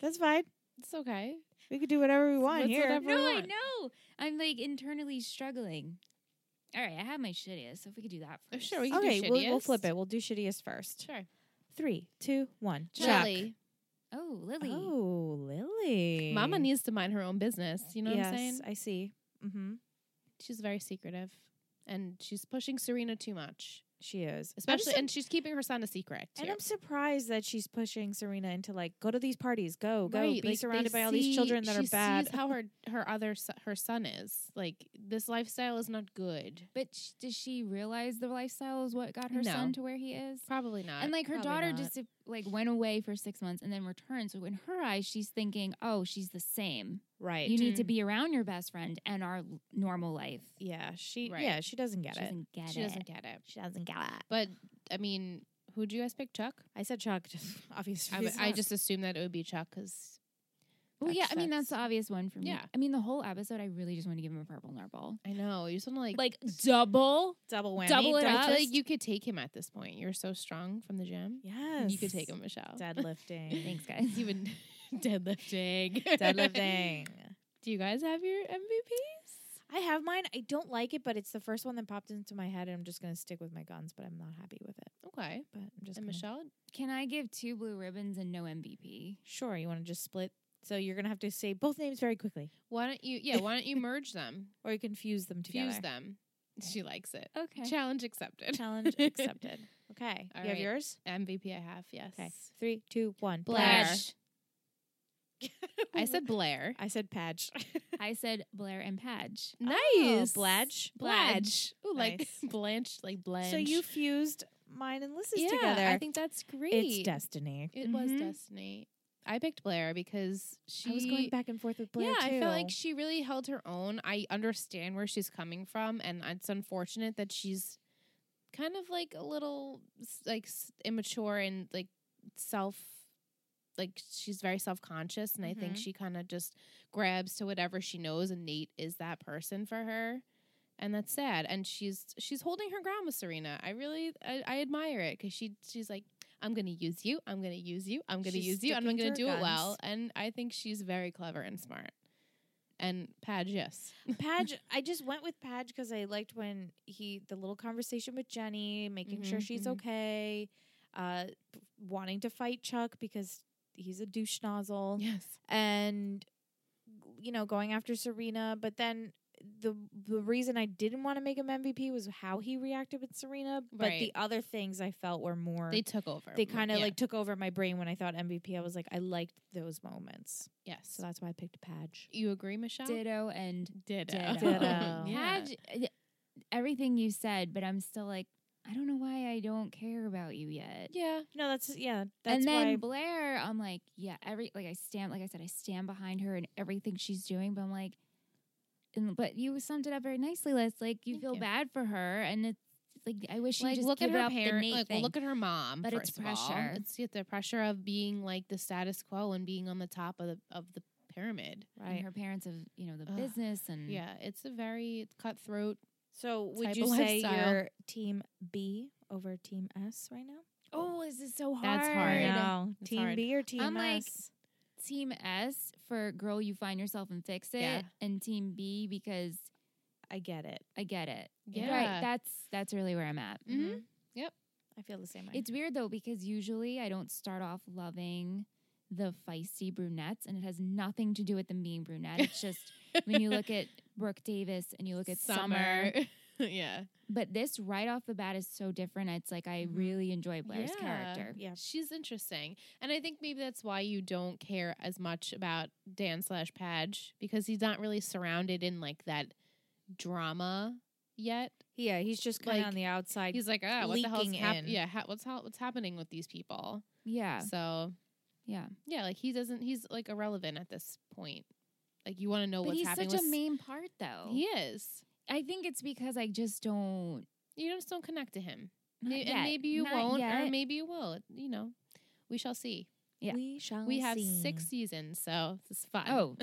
Speaker 2: That's fine.
Speaker 1: it's okay.
Speaker 2: We could do whatever we want
Speaker 1: It's
Speaker 2: here.
Speaker 1: whatever
Speaker 3: no, I
Speaker 1: want.
Speaker 3: know. I'm like internally struggling. All right, I have my shittiest, so if we could do that
Speaker 1: Oh,
Speaker 3: first.
Speaker 1: sure, we can-
Speaker 2: Okay,
Speaker 1: do
Speaker 2: we'll, we'll
Speaker 1: shittiest.
Speaker 2: flip it. We'll do shittiest first.
Speaker 1: Sure.
Speaker 2: Three, two, one. Chuck.
Speaker 1: Lily,
Speaker 3: oh, Lily.
Speaker 2: Oh, Lily.
Speaker 1: Mama needs to mind her own business. You know what
Speaker 2: yes,
Speaker 1: I'm saying?
Speaker 2: I see. Mm-hmm.
Speaker 1: She's very secretive, and she's pushing Serena too much.
Speaker 2: She is.
Speaker 1: Especially,
Speaker 2: I'm
Speaker 1: and she's keeping her son a secret
Speaker 2: su-
Speaker 1: too.
Speaker 2: and I'm surprised that she's pushing Serena into like go to these parties, go, go,
Speaker 1: Right,
Speaker 2: be
Speaker 1: like, they
Speaker 2: surrounded by all these
Speaker 1: see-
Speaker 2: children that
Speaker 1: she
Speaker 2: are bad.
Speaker 1: Sees how her her other so- her son is like this lifestyle is not good.
Speaker 3: But sh- does she realize the lifestyle is what got her
Speaker 1: No.
Speaker 3: son to where he is?
Speaker 1: Probably not.
Speaker 3: And like her
Speaker 2: Uh, Probably
Speaker 3: daughter
Speaker 2: not.
Speaker 3: just like went away for six months and then returned. So in her eyes, she's thinking, "Oh, she's the same.
Speaker 2: right.
Speaker 3: You need to
Speaker 1: Mhm.
Speaker 3: be around your best friend and our l- normal life."
Speaker 2: yeah, Mm. she.
Speaker 1: Right.
Speaker 2: Yeah, she doesn't get
Speaker 3: she
Speaker 2: it.
Speaker 3: doesn't get
Speaker 1: she
Speaker 3: it.
Speaker 1: doesn't get it.
Speaker 2: She doesn't get it.
Speaker 1: But I mean, who do you guys pick, Chuck?
Speaker 2: I said Chuck, just obviously.
Speaker 1: I, w- I just assumed that it would be Chuck because
Speaker 3: Well, yeah, I mean
Speaker 2: that's-
Speaker 3: that's the obvious one for me.
Speaker 1: Yeah.
Speaker 3: I mean the whole episode, I really just want to give him a purple narwhal.
Speaker 1: I know. You just want to like.
Speaker 3: Like double.
Speaker 2: double whammy.
Speaker 3: Double it
Speaker 2: double
Speaker 1: I feel
Speaker 3: just-
Speaker 1: like you could take him at this point. You're so strong from the gym.
Speaker 2: Yes.
Speaker 1: You could take him, Michelle.
Speaker 2: Deadlifting.
Speaker 3: Thanks, guys.
Speaker 1: You would deadlifting.
Speaker 2: Deadlifting.
Speaker 1: Do you guys have your MVPs?
Speaker 2: I have mine. I don't like it, but it's the first one that popped into my head, and I'm just going to stick with my guns. But I'm not happy with it.
Speaker 1: Okay.
Speaker 2: But I'm just
Speaker 1: And
Speaker 2: gonna-
Speaker 1: Michelle,
Speaker 3: Can I give two blue ribbons and no MVP?
Speaker 2: Sure, you want to just split. So you're going to have to say both names very quickly,
Speaker 1: why don't you? Yeah, why don't you merge them?
Speaker 2: or you can fuse them together.
Speaker 1: Fuse them. She likes it.
Speaker 3: Okay.
Speaker 1: Challenge accepted.
Speaker 2: Challenge accepted. Okay,
Speaker 1: All
Speaker 2: you have
Speaker 1: right.
Speaker 2: yours.
Speaker 1: MVP, I have. Yes.
Speaker 2: Okay, three, two, one.
Speaker 1: Blair.
Speaker 3: Patch.
Speaker 1: I said Blair.
Speaker 2: I said patch.
Speaker 3: I said Blair and Padge.
Speaker 1: nice.
Speaker 2: Bladge.
Speaker 1: Bladge. Ooh, like
Speaker 2: Nice.
Speaker 1: Blanche, like Blanche.
Speaker 2: So you fused mine and Liz's
Speaker 1: yeah,
Speaker 2: together.
Speaker 1: I think that's great.
Speaker 2: it's destiny.
Speaker 1: It was
Speaker 3: Mhm.
Speaker 1: Destiny. I picked Blair because she
Speaker 2: I was going back and forth with Blair
Speaker 1: yeah,
Speaker 2: too.
Speaker 1: I felt like she really held her own. I understand where she's coming from, and it's unfortunate that she's kind of like a little s- like s- immature and like self, like she's very self conscious, and I think
Speaker 2: Mhm.
Speaker 1: she kind of just grabs to whatever she knows, and Nate is that person for her. And that's sad. And she's she's holding her ground with Serena. I really I, I admire it because she she's like, I'm gonna use you. I'm gonna use you. I'm gonna
Speaker 2: She's
Speaker 1: use you. And I'm
Speaker 2: sticking to
Speaker 1: gonna
Speaker 2: her
Speaker 1: do it well.
Speaker 2: guns.
Speaker 1: And I think she's very clever and smart. And Padge, yes.
Speaker 2: Padge, I just went with Padge because I liked when he the little conversation with Jenny, making sure
Speaker 1: Mhm,
Speaker 2: she's
Speaker 1: mhm.
Speaker 2: okay, uh, p- wanting to fight Chuck because he's a douche nozzle,
Speaker 1: Yes.
Speaker 2: and you know going after Serena. But then the the reason I didn't want to make him MVP was how he reacted with Serena. But the
Speaker 1: Right.
Speaker 2: other things I felt were more
Speaker 1: They took over.
Speaker 2: they kind of
Speaker 1: Yeah.
Speaker 2: like took over my brain when I thought MVP. I was like I liked those moments,
Speaker 1: yes.
Speaker 2: so that's why I picked Padge.
Speaker 1: you agree, Michelle? Oh.
Speaker 3: Ditto and
Speaker 1: Ditto.
Speaker 3: Ditto.
Speaker 2: Ditto.
Speaker 1: yeah.
Speaker 3: Padge. uh, Everything you said, but I'm still like, I don't know why I don't care about you yet.
Speaker 1: Yeah.
Speaker 2: No, that's yeah. That's
Speaker 3: and then
Speaker 2: why
Speaker 3: Blair, I'm like, yeah, every like I stand, like I said, I stand behind her and everything she's doing. But I'm like, and but you summed it up very nicely, Liz. Like you
Speaker 1: Thank
Speaker 3: feel
Speaker 1: you.
Speaker 3: bad for her, and it's like I wish you
Speaker 1: Like
Speaker 3: just
Speaker 1: look at
Speaker 3: give
Speaker 1: her
Speaker 3: up the
Speaker 1: parent.
Speaker 3: Nate
Speaker 1: Like well,
Speaker 3: thing.
Speaker 1: look at her mom.
Speaker 3: But it's
Speaker 1: first of all.
Speaker 3: pressure.
Speaker 1: It's yeah, the pressure of being like the status quo and being on the top of the of the pyramid.
Speaker 3: and her parents of you know the
Speaker 1: Ugh.
Speaker 3: business and
Speaker 1: Yeah, it's a very cutthroat.
Speaker 2: So
Speaker 1: type
Speaker 2: would you
Speaker 1: of
Speaker 2: say
Speaker 1: lifestyle.
Speaker 2: you're team B over team S right now?
Speaker 3: Oh, this is so hard.
Speaker 1: That's hard. I
Speaker 2: know.
Speaker 1: It's
Speaker 2: team
Speaker 1: hard.
Speaker 2: B or team
Speaker 3: I'm like-
Speaker 2: S?
Speaker 3: Team S for girl, you find yourself and fix it,
Speaker 1: Yeah.
Speaker 3: and Team B because
Speaker 2: I get it.
Speaker 3: I get it.
Speaker 1: Yeah.
Speaker 3: Right. That's that's really where I'm at.
Speaker 1: Mhm. Yep.
Speaker 2: I feel the same way.
Speaker 3: It's weird though because usually I don't start off loving the feisty brunettes, and it has nothing to do with them being brunette. It's just when you look at Brooke Davis and you look at Summer,
Speaker 1: yeah.
Speaker 3: but this right off the bat is so different. It's like I
Speaker 2: Mhm.
Speaker 3: really enjoy Blair's
Speaker 1: Mm-hmm. Yeah.
Speaker 3: character.
Speaker 2: yeah.
Speaker 1: She's interesting. And I think maybe that's why you don't care as much about Dan slash Padge because he's not really surrounded in like that drama yet.
Speaker 2: Yeah, he's just kind of
Speaker 1: Like,
Speaker 2: on the outside.
Speaker 1: He's like, ah, what the hell's
Speaker 2: Leaking
Speaker 1: happening?
Speaker 2: in.
Speaker 1: Yeah, ha- what's ha- what's happening with these people?
Speaker 3: Yeah,
Speaker 1: So
Speaker 3: yeah.
Speaker 1: yeah, like he doesn't. He's like irrelevant at this point. Like you want to know
Speaker 3: but
Speaker 1: what's
Speaker 3: he's
Speaker 1: happening.
Speaker 3: such a
Speaker 1: with-
Speaker 3: main part though.
Speaker 1: He is.
Speaker 3: I think it's because I just don't.
Speaker 1: You just don't connect to him.
Speaker 3: Not
Speaker 1: May-
Speaker 3: yet.
Speaker 1: And maybe you
Speaker 3: Not
Speaker 1: won't, or
Speaker 3: yet.
Speaker 1: maybe you will. You know, we shall see.
Speaker 3: yeah.
Speaker 2: We shall.
Speaker 1: We have
Speaker 2: see.
Speaker 1: six seasons, so this is fun.
Speaker 3: Oh,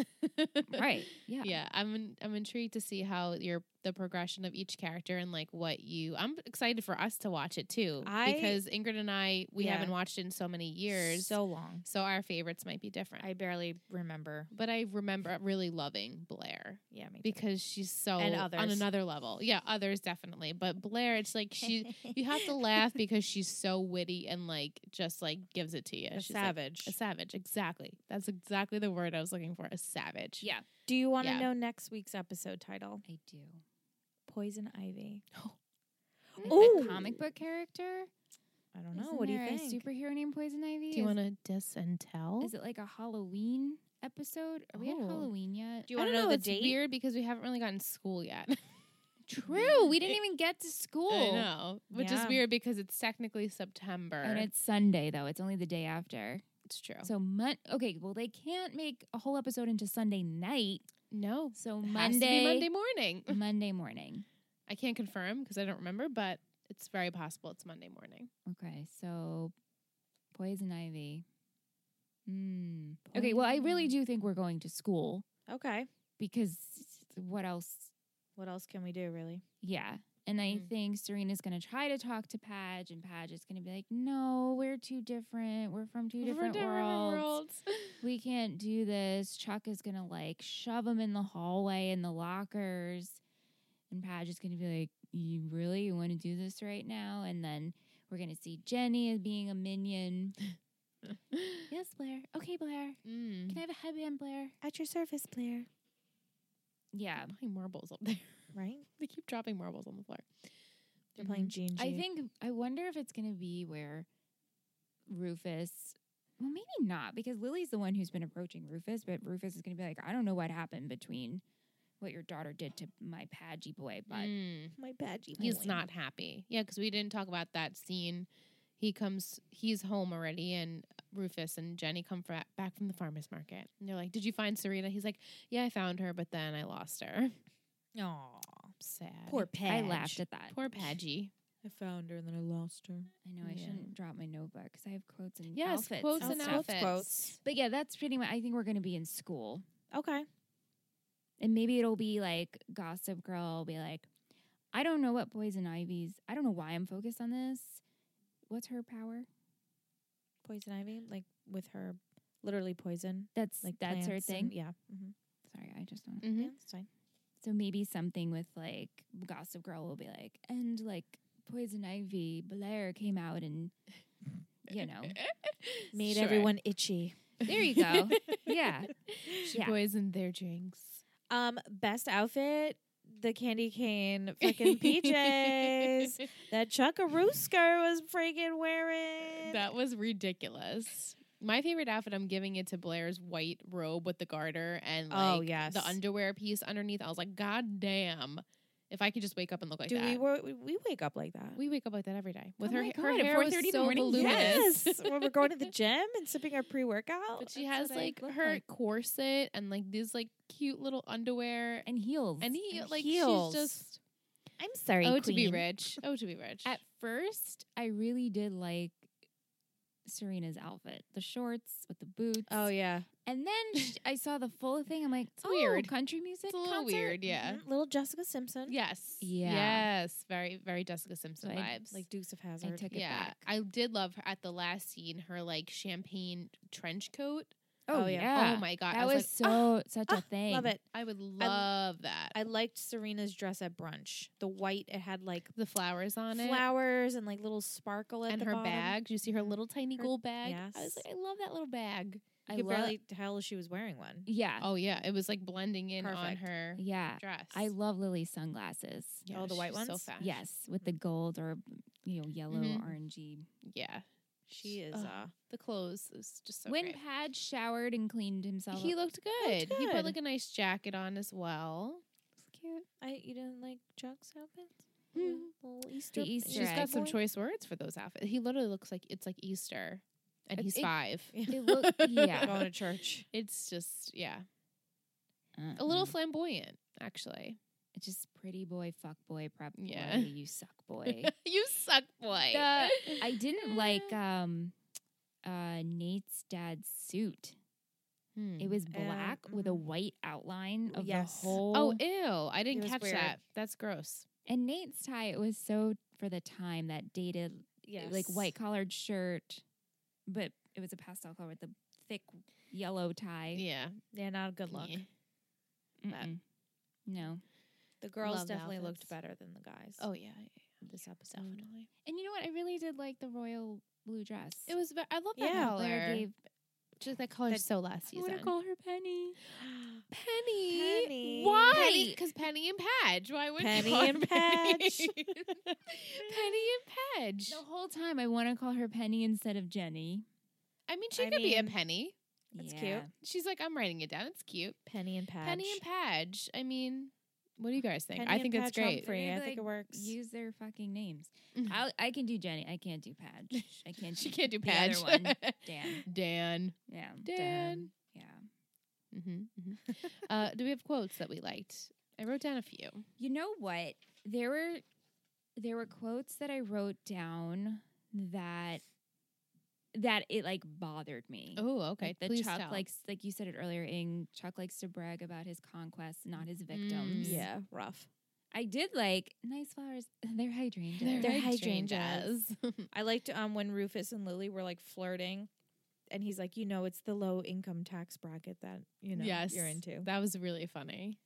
Speaker 3: right. Yeah.
Speaker 1: yeah i'm in, i'm intrigued to see how your the progression of each character and like what you i'm excited for us to watch it too
Speaker 2: I-
Speaker 1: because ingrid and i we
Speaker 2: Yeah.
Speaker 1: haven't watched it in so many years so,
Speaker 2: So long.
Speaker 1: our favorites might be different
Speaker 2: I barely remember.
Speaker 1: but i remember really loving blair
Speaker 2: Yeah, me too.
Speaker 1: because she's so
Speaker 2: And
Speaker 1: on
Speaker 2: others.
Speaker 1: another level yeah others definitely but blair it's like she you have to laugh because she's so witty and like just like gives it to you
Speaker 2: a
Speaker 1: she's like,
Speaker 2: savage.
Speaker 1: a savage exactly that's exactly the word i was looking for a savage
Speaker 3: Yeah.
Speaker 2: Do you want to
Speaker 1: Yeah.
Speaker 2: know next week's episode title?
Speaker 3: I do.
Speaker 2: Poison Ivy.
Speaker 3: Oh,
Speaker 2: Ooh.
Speaker 3: comic book character.
Speaker 2: I don't know.
Speaker 3: Isn't
Speaker 2: what do you
Speaker 3: there
Speaker 2: think?
Speaker 3: A super hero named Poison Ivy.
Speaker 1: do you
Speaker 3: Is-
Speaker 1: want to diss and tell
Speaker 3: Is it like a Halloween episode? Are we at
Speaker 1: Oh.
Speaker 3: Halloween yet?
Speaker 2: do you
Speaker 1: I
Speaker 2: want
Speaker 1: don't
Speaker 2: to know, the
Speaker 1: it's
Speaker 2: date?
Speaker 1: Weird because we haven't really gotten school yet.
Speaker 3: True. We didn't even get to school.
Speaker 1: I know, which
Speaker 2: Yeah.
Speaker 1: is weird because it's technically September.
Speaker 3: And it's Sunday though. It's only the day after.
Speaker 1: it's true.
Speaker 3: So mon- okay, well they can't make a whole episode into Sunday night.
Speaker 1: no,
Speaker 3: So
Speaker 1: It
Speaker 3: Monday
Speaker 1: has to be Monday morning.
Speaker 3: Monday morning.
Speaker 1: I can't confirm because I don't remember, but it's very possible it's Monday morning.
Speaker 3: Okay. So Poison Ivy. Mm. Okay, well, I really do think we're going to school
Speaker 2: Okay.
Speaker 3: because what else?
Speaker 2: What else can we do, really?
Speaker 3: Yeah. And I
Speaker 1: Mm.
Speaker 3: think Serena's going to try to talk to Padge, and Padge is going to be like, no, we're too different. We're from two different, worlds. We can't do this. Chuck is going to like shove him in the hallway in the lockers. And Padge is going to be like, you really want to do this right now? And then we're going to see Jenny as being a minion. yes, Blair. Okay, Blair.
Speaker 1: Mm.
Speaker 3: Can I have a headband, Blair?
Speaker 2: At your service, Blair.
Speaker 3: Yeah.
Speaker 1: Playing marbles up there.
Speaker 2: Right?
Speaker 1: they keep dropping marbles on the floor.
Speaker 2: They're
Speaker 1: Mm-hmm.
Speaker 2: playing Gene.
Speaker 3: I
Speaker 2: Gene.
Speaker 3: think I wonder if it's going to be where Rufus. Well, maybe not because Lily's the one who's been approaching Rufus, but Rufus is going to be like, I don't know what happened between what your daughter did to my Padgy boy, but
Speaker 1: Mm.
Speaker 2: my badgie.
Speaker 1: He's
Speaker 2: boy.
Speaker 1: not happy. Yeah, because we didn't talk about that scene. He comes, he's home already, and Rufus and Jenny come fra- back from the farmer's market. And they're like, Did you find Serena? He's like, Yeah, I found her, but then I lost her.
Speaker 2: Aw.
Speaker 1: Sad.
Speaker 2: Poor Peg.
Speaker 3: I laughed at that.
Speaker 1: Poor Padgy.
Speaker 2: I found her and then I lost her.
Speaker 3: I know I
Speaker 1: Yeah.
Speaker 3: shouldn't drop my notebook because I have quotes and
Speaker 1: Yes,
Speaker 3: outfits
Speaker 1: quotes
Speaker 3: and
Speaker 1: and
Speaker 3: stuff.
Speaker 1: outfits.
Speaker 3: But yeah, that's pretty much. I think we're going to be in school,
Speaker 2: Okay.
Speaker 3: and maybe it'll be like Gossip Girl. will be like, I don't know what poison ivies. I don't know why I'm focused on this. What's her power?
Speaker 2: Poison ivy, like with her, literally poison,
Speaker 3: That's
Speaker 2: like
Speaker 3: that's her
Speaker 2: plants
Speaker 3: thing.
Speaker 2: and- yeah. Mm-hmm.
Speaker 3: Sorry, I just don't.
Speaker 1: Mhm.
Speaker 2: Yeah, it's fine.
Speaker 3: Mm. So maybe something with like Gossip Girl will be like, and like Poison Ivy Blair came out and you know
Speaker 2: Made
Speaker 1: Sure.
Speaker 2: everyone itchy.
Speaker 3: there you go. yeah,
Speaker 1: She
Speaker 3: Yeah.
Speaker 1: poisoned their drinks.
Speaker 2: Um, best outfit, the candy cane freaking PJs that Chuckaroosker was freaking wearing.
Speaker 1: That was ridiculous. My favorite outfit, I'm giving it to Blair's white robe with the garter and like
Speaker 2: Oh, yes.
Speaker 1: the underwear piece underneath. I was like, God damn. If I could just wake up and look like
Speaker 2: Do
Speaker 1: that.
Speaker 2: we, wo- we we wake up like that?
Speaker 1: We wake up like that every day. With
Speaker 3: Oh
Speaker 1: her,
Speaker 3: my
Speaker 1: her
Speaker 3: God, at
Speaker 1: hair was
Speaker 3: 4:30 in the
Speaker 1: so
Speaker 3: morning?
Speaker 1: voluminous.
Speaker 2: yes, when we're going to the gym and sipping our pre workout.
Speaker 1: But she has
Speaker 3: That's what I
Speaker 1: like
Speaker 3: look
Speaker 1: her
Speaker 3: like.
Speaker 1: corset and like these like cute little underwear,
Speaker 3: and heels.
Speaker 1: and he
Speaker 2: and
Speaker 1: like
Speaker 2: heels.
Speaker 1: she's just
Speaker 2: I'm sorry,
Speaker 1: oh to be rich, oh to be rich.
Speaker 3: At first, I really did like Serena's outfit, the shorts with the boots.
Speaker 2: Oh yeah,
Speaker 3: and then sh- I saw the full thing. I'm like,
Speaker 1: It's
Speaker 3: oh,
Speaker 1: weird.
Speaker 3: country music.
Speaker 1: it's a little
Speaker 3: concert?
Speaker 1: weird, yeah.
Speaker 2: Mhm. little Jessica Simpson.
Speaker 1: Yes,
Speaker 3: Yeah.
Speaker 1: yes, very very Jessica Simpson
Speaker 3: I,
Speaker 1: vibes.
Speaker 2: like Dukes of
Speaker 3: I
Speaker 2: Hazard.
Speaker 3: took it
Speaker 1: yeah,
Speaker 3: back.
Speaker 1: I did love her at the last scene her like champagne trench coat.
Speaker 3: oh,
Speaker 2: Oh, yeah.
Speaker 3: yeah.
Speaker 1: Oh my god,
Speaker 3: That
Speaker 1: I
Speaker 3: was,
Speaker 1: was, like,
Speaker 3: so such a
Speaker 2: ah,
Speaker 3: thing.
Speaker 2: Love it.
Speaker 1: I would love that.
Speaker 2: I liked Serena's dress at brunch. The white it had like
Speaker 1: the flowers on it.
Speaker 2: flowers and like little sparkle at
Speaker 1: and
Speaker 2: the
Speaker 1: her
Speaker 2: bottom.
Speaker 1: bag. Do you see her little tiny
Speaker 2: Her-
Speaker 1: gold bag? I
Speaker 2: yes.
Speaker 1: was like, I love that little bag.
Speaker 3: I
Speaker 2: You could
Speaker 3: love-
Speaker 2: barely tell she was wearing one.
Speaker 3: Yeah.
Speaker 1: Oh yeah, it was like blending in on
Speaker 2: Perfect.
Speaker 1: her
Speaker 3: Yeah.
Speaker 1: dress.
Speaker 3: I love Lily's sunglasses.
Speaker 1: Yeah,
Speaker 2: Oh, the white
Speaker 1: she's So
Speaker 2: ones?
Speaker 1: fast.
Speaker 3: Yes, with the
Speaker 1: Mm-hmm.
Speaker 3: gold or you know yellow,
Speaker 1: Mhm.
Speaker 3: orangey.
Speaker 1: Yeah.
Speaker 2: She is
Speaker 1: Ugh.
Speaker 2: uh
Speaker 1: The clothes is just so
Speaker 3: when
Speaker 1: great.
Speaker 3: Pad showered and cleaned himself,
Speaker 1: he
Speaker 3: up,
Speaker 1: looked good. He
Speaker 2: good.
Speaker 1: put like a nice jacket on as well.
Speaker 3: cute.
Speaker 2: I you didn't like Chuck's outfit? Hmm. Mm-hmm.
Speaker 1: Mhm.
Speaker 2: Little Easter
Speaker 3: The Easter
Speaker 1: She's got
Speaker 3: egg.
Speaker 1: some
Speaker 2: boy?
Speaker 1: choice words for those outfits. He literally looks like it's like Easter, and
Speaker 3: It's-
Speaker 1: he's
Speaker 3: it-
Speaker 1: five.
Speaker 3: It looked, yeah,
Speaker 2: Going to church.
Speaker 1: It's just yeah, a
Speaker 3: Uh-uh.
Speaker 1: little flamboyant actually.
Speaker 3: It's just pretty boy, fuck boy, prep.
Speaker 1: Yeah.
Speaker 3: boy, you suck, boy.
Speaker 1: you suck, boy.
Speaker 3: The- I didn't like um, uh, Nate's dad's suit.
Speaker 1: Hmm.
Speaker 3: It was black with a
Speaker 2: mhm.
Speaker 3: white outline of
Speaker 2: Yes.
Speaker 3: the whole.
Speaker 1: mm-hmm. oh ew! I didn't
Speaker 2: was
Speaker 1: catch
Speaker 2: weird.
Speaker 1: that. That's gross.
Speaker 3: and Nate's tie was so for the time that dated
Speaker 2: Yes.
Speaker 3: like white collared shirt, but it was a pastel color with a thick yellow tie.
Speaker 1: Yeah.
Speaker 2: Yeah, not a good look.
Speaker 1: Yeah.
Speaker 3: Mm-mm. No.
Speaker 2: The girls
Speaker 1: Love the
Speaker 2: definitely looked
Speaker 1: outfits.
Speaker 2: better than the guys.
Speaker 1: Oh yeah. yeah, Mm.
Speaker 2: this episode.
Speaker 1: Definitely.
Speaker 3: And you know what? I really did like the royal blue dress.
Speaker 1: It was. ve- I love that
Speaker 2: Yeah.
Speaker 1: color.
Speaker 3: Blair gave.
Speaker 1: Just that color
Speaker 2: That-
Speaker 1: so last season.
Speaker 3: her Penny.
Speaker 1: Penny.
Speaker 2: Penny.
Speaker 1: Why? Because Penny and Padge. Why would
Speaker 2: Penny
Speaker 1: you call her
Speaker 2: and
Speaker 1: Penny?
Speaker 2: Padge.
Speaker 1: Penny and Padge.
Speaker 3: The whole time I want to call her Penny instead of Jenny.
Speaker 1: I mean, she
Speaker 2: I
Speaker 1: could be a
Speaker 2: mean-
Speaker 1: Penny.
Speaker 2: That's
Speaker 1: She's like, I'm writing it down. It's cute.
Speaker 2: Penny and Patch.
Speaker 1: Penny and Padge. I mean, what do you guys think?
Speaker 2: Penny
Speaker 1: I
Speaker 2: and
Speaker 1: think that's
Speaker 2: Patch
Speaker 1: great. Mm.
Speaker 2: Humphrey. I
Speaker 3: Maybe,
Speaker 2: think
Speaker 3: like,
Speaker 2: it works.
Speaker 3: Use their fucking names.
Speaker 1: Mhm.
Speaker 3: I'll, I can do Jenny. I can't do Padge. I can't.
Speaker 1: She can't do
Speaker 3: the other
Speaker 1: Padge.
Speaker 3: one. Dan.
Speaker 1: Dan.
Speaker 3: Yeah.
Speaker 1: Dan.
Speaker 3: Yeah.
Speaker 1: hmm uh, do we have quotes that we liked? I wrote down a few.
Speaker 3: You know what? There were there were quotes that I wrote down that that it like bothered me.
Speaker 1: Oh, okay.
Speaker 3: Like, that
Speaker 1: Please
Speaker 3: Chuck
Speaker 1: tell.
Speaker 3: likes, like you said it earlier, in Chuck likes to brag about his conquests, not his victims.
Speaker 1: Mm.
Speaker 2: Yeah, rough.
Speaker 3: I did like nice flowers. They're hydrangeas.
Speaker 1: they're,
Speaker 2: They're
Speaker 1: hydrangeas.
Speaker 2: I liked um when Rufus and Lily were like flirting, and he's like, you know, it's the low income tax bracket that you know
Speaker 1: yes,
Speaker 2: you're into.
Speaker 1: That was really funny.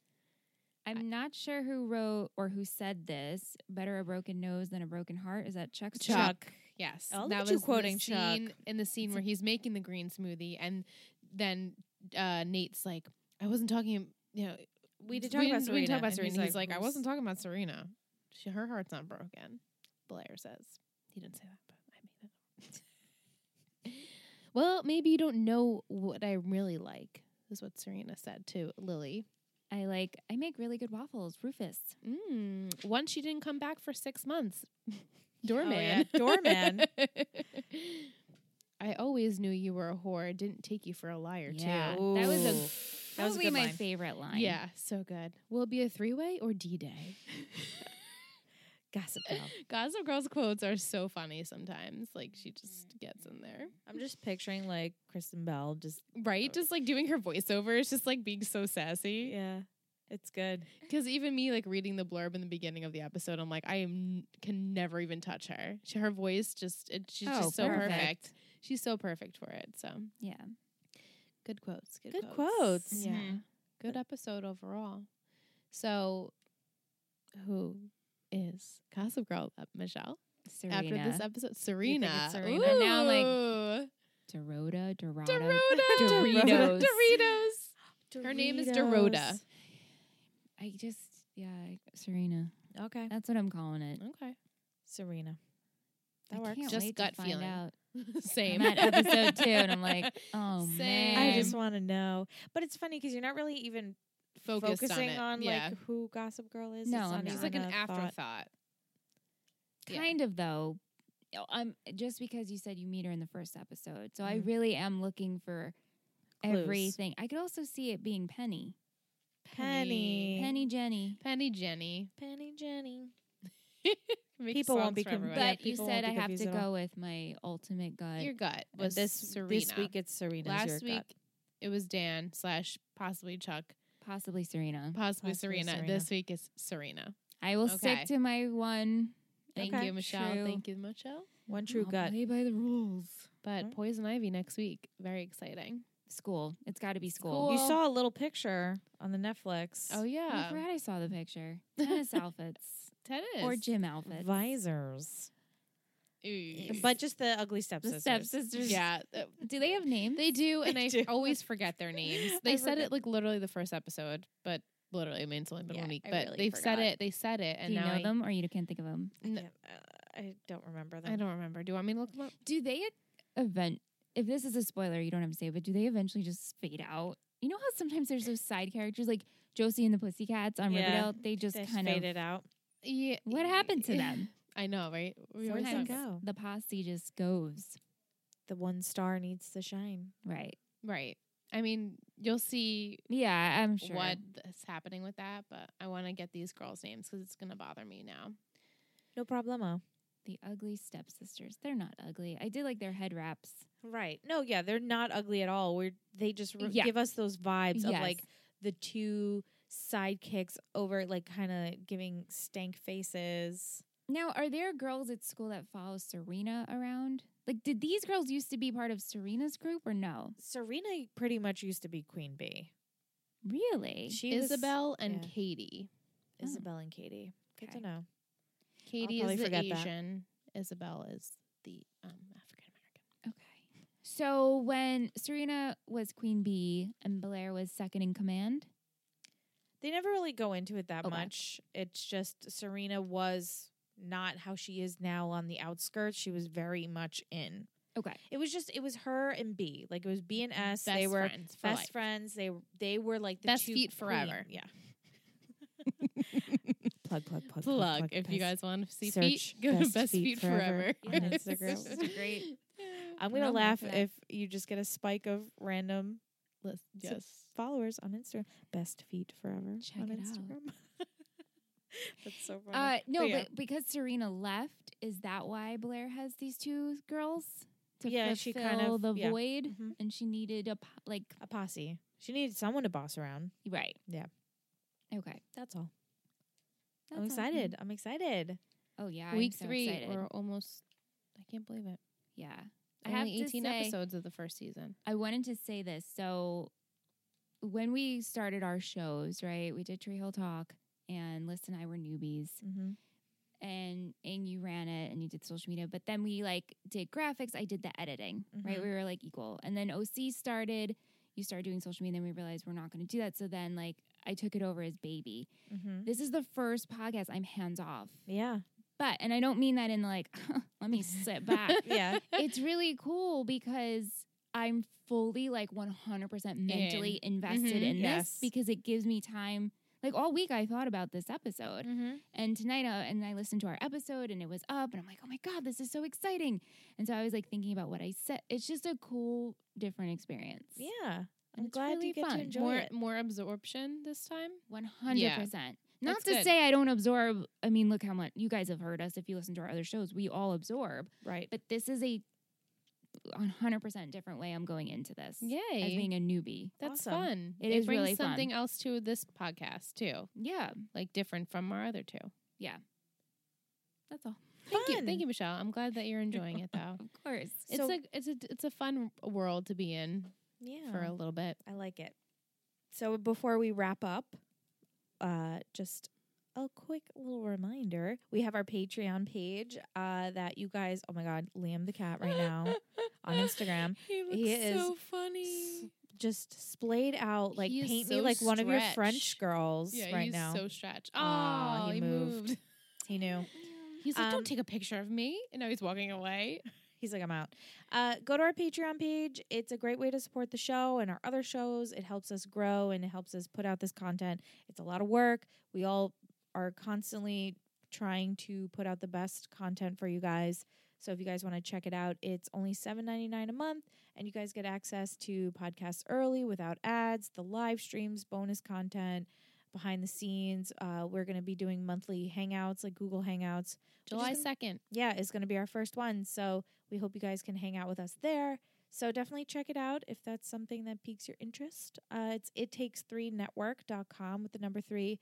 Speaker 3: I'm not sure who wrote or who said this. Better a broken nose than a broken heart. Is that Chuck's
Speaker 1: Chuck.
Speaker 3: quote?
Speaker 1: Yes,
Speaker 2: Oh, look
Speaker 1: that
Speaker 2: at
Speaker 1: was
Speaker 2: you
Speaker 1: the
Speaker 2: quoting Chuck.
Speaker 1: scene in the scene where he's making the green smoothie, and then uh, Nate's like, "I wasn't talking. You know,
Speaker 2: We did talk about
Speaker 1: didn't- We didn't talk
Speaker 2: Serena."
Speaker 1: about
Speaker 2: And
Speaker 1: Serena."
Speaker 2: he's
Speaker 1: He's,
Speaker 2: like,
Speaker 1: like, "I
Speaker 2: "Who's-"
Speaker 1: wasn't talking about Serena. She, her heart's not broken." Blair says he didn't say that, but I made it. up. well, maybe you don't know what I really like. Is what Serena said to Lily.
Speaker 3: I like. I make really good waffles, Rufus.
Speaker 1: Mm. Once she didn't come back for six months. Doorman.
Speaker 2: yeah, doorman.
Speaker 1: I always knew you were a whore. Didn't take you for a liar,
Speaker 3: Yeah,
Speaker 1: too.
Speaker 3: that was a
Speaker 2: Ooh. That was a
Speaker 3: probably
Speaker 2: good
Speaker 3: my
Speaker 2: line.
Speaker 3: favorite line.
Speaker 1: Yeah, so good. Will it be a three way or D Day?
Speaker 2: Gossip Girl.
Speaker 1: Gossip Girl's quotes are so funny sometimes. Like, she just gets in there.
Speaker 2: I'm just picturing like Kristen Bell just
Speaker 1: Right? Just like doing her voiceover is just like being so sassy.
Speaker 2: yeah. It's good.
Speaker 1: Because even me, like reading the blurb in the beginning of the episode, I'm like, I am, can never even touch her. She, her voice just, it, she's
Speaker 3: Oh,
Speaker 1: just so perfect.
Speaker 3: perfect.
Speaker 1: She's so perfect for it. So
Speaker 3: yeah.
Speaker 1: good quotes. Good,
Speaker 2: Good quotes.
Speaker 1: Yeah.
Speaker 3: Mhm.
Speaker 1: Good episode overall. So, who is Gossip Girl? Uh, Michelle.
Speaker 3: Serena.
Speaker 1: After this episode, Serena.
Speaker 2: it's Serena?
Speaker 3: Now I'm like,
Speaker 1: Ooh.
Speaker 3: Dorota, Dorada,
Speaker 1: Dorota.
Speaker 3: Doritos.
Speaker 1: Doritos. Her name is Dorota.
Speaker 3: I just, yeah, I- Serena.
Speaker 2: Okay.
Speaker 3: That's what I'm calling it.
Speaker 1: Okay.
Speaker 2: Serena.
Speaker 3: I
Speaker 2: That works.
Speaker 3: can't
Speaker 1: Just
Speaker 3: wait
Speaker 1: gut
Speaker 3: to find
Speaker 1: feeling.
Speaker 3: Out.
Speaker 1: Same.
Speaker 3: I'm at episode two, and I'm like, oh
Speaker 1: Same.
Speaker 3: man,
Speaker 2: I just
Speaker 1: Same.
Speaker 2: want to know. But it's funny because you're not really even
Speaker 1: Focused
Speaker 2: focusing
Speaker 1: on, it.
Speaker 2: on,
Speaker 1: yeah.
Speaker 2: like who Gossip Girl is.
Speaker 3: No,
Speaker 2: It's
Speaker 3: I'm
Speaker 2: not
Speaker 3: not.
Speaker 1: She's
Speaker 2: even
Speaker 1: like an
Speaker 2: a thought.
Speaker 1: afterthought. Yeah.
Speaker 3: kind of though. Oh, I'm just because you said you meet her in the first episode, so I
Speaker 2: Mhm.
Speaker 3: really am looking for
Speaker 2: Clues.
Speaker 3: everything. I could also see it being Penny,
Speaker 2: Penny.
Speaker 3: Penny Jenny.
Speaker 1: Penny Jenny.
Speaker 2: Penny Jenny.
Speaker 1: Makes
Speaker 2: People won't
Speaker 1: songs
Speaker 2: be
Speaker 1: for everyone.
Speaker 2: But yeah,
Speaker 3: But you
Speaker 2: people won't
Speaker 3: said
Speaker 2: be
Speaker 3: I have
Speaker 2: confused
Speaker 3: to
Speaker 2: at all.
Speaker 3: go with my ultimate gut.
Speaker 1: your gut was
Speaker 2: this
Speaker 1: Serena.
Speaker 2: this week it's Serena.
Speaker 1: Last week it was Dan slash possibly Chuck,
Speaker 3: Possibly Serena.
Speaker 1: possibly,
Speaker 2: Possibly
Speaker 1: Serena.
Speaker 2: Serena.
Speaker 1: This week is Serena.
Speaker 3: I will
Speaker 1: Okay.
Speaker 3: stick to my one.
Speaker 1: Thank
Speaker 2: Okay.
Speaker 1: you, Michelle.
Speaker 3: True.
Speaker 1: Thank you, Michelle.
Speaker 2: one true
Speaker 3: I'll
Speaker 2: gut.
Speaker 3: Play by the rules.
Speaker 1: But
Speaker 2: Alright.
Speaker 1: Poison Ivy next week. Very exciting.
Speaker 3: School. It's got to be
Speaker 1: Cool.
Speaker 3: school.
Speaker 2: You saw a little picture on the Netflix
Speaker 1: Oh
Speaker 3: I
Speaker 1: yeah.
Speaker 3: forgot I saw the picture. Tennis outfits
Speaker 1: Tennis.
Speaker 3: or gym outfits.
Speaker 2: visors,
Speaker 1: Ooh.
Speaker 2: but just the ugly stepsisters.
Speaker 3: the stepsisters.
Speaker 1: yeah. uh,
Speaker 3: Do they have names?
Speaker 1: They do,
Speaker 2: They
Speaker 1: and I
Speaker 2: do.
Speaker 1: always forget their names. They
Speaker 2: I
Speaker 1: said
Speaker 2: forget.
Speaker 1: it like literally the first episode, but literally, I mean, it's only been
Speaker 2: Yeah,
Speaker 1: one week.
Speaker 2: I
Speaker 1: But
Speaker 2: really
Speaker 1: they've said
Speaker 2: forgot.
Speaker 1: it. They said it, and
Speaker 3: do you
Speaker 1: now
Speaker 3: know
Speaker 1: I,
Speaker 3: them or you can't think of them?
Speaker 2: I,
Speaker 1: No.
Speaker 2: can't- uh, I don't remember them.
Speaker 1: I don't remember. Do you want me to look them up?
Speaker 3: Do they e-, event? If this is a spoiler, you don't have to say. it, But do they eventually just fade out? You know how sometimes there's those side characters like Josie and the Pussycats on
Speaker 2: Yeah.
Speaker 3: Riverdale. They just
Speaker 2: They
Speaker 3: kind of
Speaker 2: faded out.
Speaker 1: Yeah.
Speaker 3: What happened to them?
Speaker 1: I know, right? We
Speaker 2: Where'd
Speaker 1: always
Speaker 2: they
Speaker 1: talk
Speaker 3: Sometimes
Speaker 1: about-
Speaker 2: go?
Speaker 3: the posse just goes
Speaker 2: The one star needs to shine.
Speaker 3: right.
Speaker 1: Right. I mean, you'll see
Speaker 3: Yeah, I'm sure.
Speaker 1: what is happening with that, but I want to get these girls' names because it's gonna bother me now.
Speaker 2: No problemo.
Speaker 3: The ugly stepsisters. They're not ugly. I did like their head wraps.
Speaker 2: Right. No, yeah, they're not ugly at all. We're they just re-
Speaker 3: Yeah.
Speaker 2: give us those vibes of
Speaker 3: Yes.
Speaker 2: like the two sidekicks over like kind of giving stank faces.
Speaker 3: Now, are there girls at school that follow Serena around? Like, did these girls used to be part of Serena's group or no?
Speaker 2: Serena pretty much used to be Queen Bee.
Speaker 3: Really?
Speaker 2: She was-
Speaker 1: Isabel and
Speaker 2: yeah.
Speaker 1: Katie.
Speaker 3: Oh.
Speaker 2: Isabel and Katie. Good
Speaker 3: Okay.
Speaker 2: to know.
Speaker 1: Katie
Speaker 2: probably
Speaker 1: is the
Speaker 2: forget that.
Speaker 1: Asian. Isabel is the um, African American.
Speaker 3: okay. So when Serena was queen bee and Blair was second in command,
Speaker 2: They never really go into it that
Speaker 3: Okay.
Speaker 2: much. It's just Serena was not how she is now on the outskirts. She was very much in.
Speaker 3: okay,
Speaker 2: It was just it was her and B. Like it was B and S. they were
Speaker 1: friends. for
Speaker 2: best
Speaker 1: life.
Speaker 2: friends. They they were like the
Speaker 1: Best
Speaker 2: two
Speaker 1: feet
Speaker 2: queen-
Speaker 1: forever.
Speaker 2: Yeah. plug, plug, plug,
Speaker 1: Plug. If you guys want to see feet,
Speaker 2: Search
Speaker 1: go to
Speaker 2: Best
Speaker 1: Best
Speaker 2: Feet
Speaker 1: Feet Forever.
Speaker 2: Forever on Instagram.
Speaker 3: This is great.
Speaker 2: I'm gonna
Speaker 3: I'm all
Speaker 2: laugh
Speaker 3: for that.
Speaker 2: if you just get a spike of random
Speaker 1: Let's-
Speaker 2: So-
Speaker 1: Yes.
Speaker 2: followers on Instagram. Best feet forever
Speaker 3: Check
Speaker 2: on
Speaker 3: it out.
Speaker 2: Instagram. That's so funny.
Speaker 3: uh, no,
Speaker 2: But yeah.
Speaker 3: but because Serena left, is that why Blair has these two girls to
Speaker 2: Yeah,
Speaker 3: fulfill
Speaker 2: she kind of-
Speaker 3: the
Speaker 2: yeah.
Speaker 3: void,
Speaker 2: Mhm.
Speaker 3: and she needed a po- like
Speaker 2: A posse. She needed someone to boss around.
Speaker 3: right.
Speaker 2: Yeah.
Speaker 3: Okay.
Speaker 2: That's all.
Speaker 3: That's
Speaker 2: I'm
Speaker 3: all.
Speaker 2: excited. I'm excited.
Speaker 3: Oh yeah.
Speaker 1: Week
Speaker 3: I'm so
Speaker 1: three,
Speaker 3: Excited.
Speaker 1: we're almost. I can't believe it.
Speaker 3: yeah. I have
Speaker 1: Only
Speaker 3: to
Speaker 1: eighteen
Speaker 3: say-
Speaker 1: episodes of the first season.
Speaker 3: I wanted to say this. So when we started our shows, right? We did Tree Hill Talk, and Liz and I were newbies.
Speaker 2: Mm-hmm.
Speaker 3: and and you ran it and you did social media but then we like did graphics i did the editing right
Speaker 2: Mhm.
Speaker 3: we were like equal and then oc started you started doing social media and then we realized we're not going to do that so then like i took it over as baby
Speaker 2: Mm-hmm.
Speaker 3: this is the first podcast i'm hands off
Speaker 2: Yeah.
Speaker 3: but and i don't mean that in like let me sit back
Speaker 2: Yeah.
Speaker 3: it's really cool because i'm fully like 100% mentally invested
Speaker 1: Mhm.
Speaker 3: in
Speaker 2: Yes.
Speaker 3: this because it gives me time like all week i thought about this episode
Speaker 2: mm-hmm.
Speaker 3: and tonight, uh, and I listened to our episode, and it was up, and I'm like, oh my god, this is so exciting. And so I was like thinking about what I said. It's just a cool, different experience.
Speaker 2: Yeah. I'm
Speaker 3: And it's
Speaker 2: glad
Speaker 3: really
Speaker 2: you get
Speaker 3: fun.
Speaker 2: to enjoy
Speaker 1: More,
Speaker 2: it.
Speaker 1: more absorption this time.
Speaker 3: one hundred percent. Not
Speaker 1: That's
Speaker 3: to
Speaker 1: good.
Speaker 3: say I don't absorb. I mean, look how much you guys have heard us. If you listen to our other shows, we all absorb.
Speaker 2: Right.
Speaker 3: But this is a one hundred percent different way I'm going into this.
Speaker 1: Yay!
Speaker 3: as being a newbie.
Speaker 1: That's
Speaker 2: Awesome.
Speaker 1: fun.
Speaker 3: It
Speaker 1: it
Speaker 3: is
Speaker 1: brings
Speaker 3: really fun.
Speaker 1: something else to this podcast too,
Speaker 3: Yeah,
Speaker 1: like different from our other two.
Speaker 3: that's all.
Speaker 1: Thank you,
Speaker 2: Fun.
Speaker 1: thank you, Michelle. I'm glad that you're enjoying it though.
Speaker 3: Of course.
Speaker 1: It's
Speaker 2: So-
Speaker 1: a it's a it's a fun world to be in
Speaker 2: Yeah.
Speaker 1: for a little bit.
Speaker 2: I like it. So before we wrap up, uh, just a quick little reminder: we have our Patreon page uh, that you guys. Oh my God, Liam the cat right now on Instagram
Speaker 1: He looks
Speaker 2: is
Speaker 1: so funny.
Speaker 2: s- just splayed out like
Speaker 1: He is
Speaker 2: paint me
Speaker 1: so
Speaker 2: like one of your
Speaker 1: stretched.
Speaker 2: French girls
Speaker 1: yeah,
Speaker 2: right
Speaker 1: he's
Speaker 2: now.
Speaker 1: so stretched. Oh,
Speaker 2: Aw,
Speaker 1: he,
Speaker 2: he
Speaker 1: moved.
Speaker 2: moved. he knew.
Speaker 1: He's like,
Speaker 2: Um,
Speaker 1: "Don't take a picture of me," and now he's walking away.
Speaker 2: He's like, I'm out. Uh, go to our Patreon page. It's a great way to support the show and our other shows. It helps us grow and it helps us put out this content. It's a lot of work. We all are constantly trying to put out the best content for you guys. So if you guys want to check it out, it's only $7.99 a month, and you guys get access to podcasts early without ads, the live streams, bonus content, behind the scenes. Uh, we're going to be doing monthly hangouts like Google Hangouts
Speaker 1: July
Speaker 2: gonna-
Speaker 1: second.
Speaker 2: yeah, is going to be our first one. So we hope you guys can hang out with us there. So definitely check it out if that's something that piques your interest. Uh, it's it takes three network.com with the number three.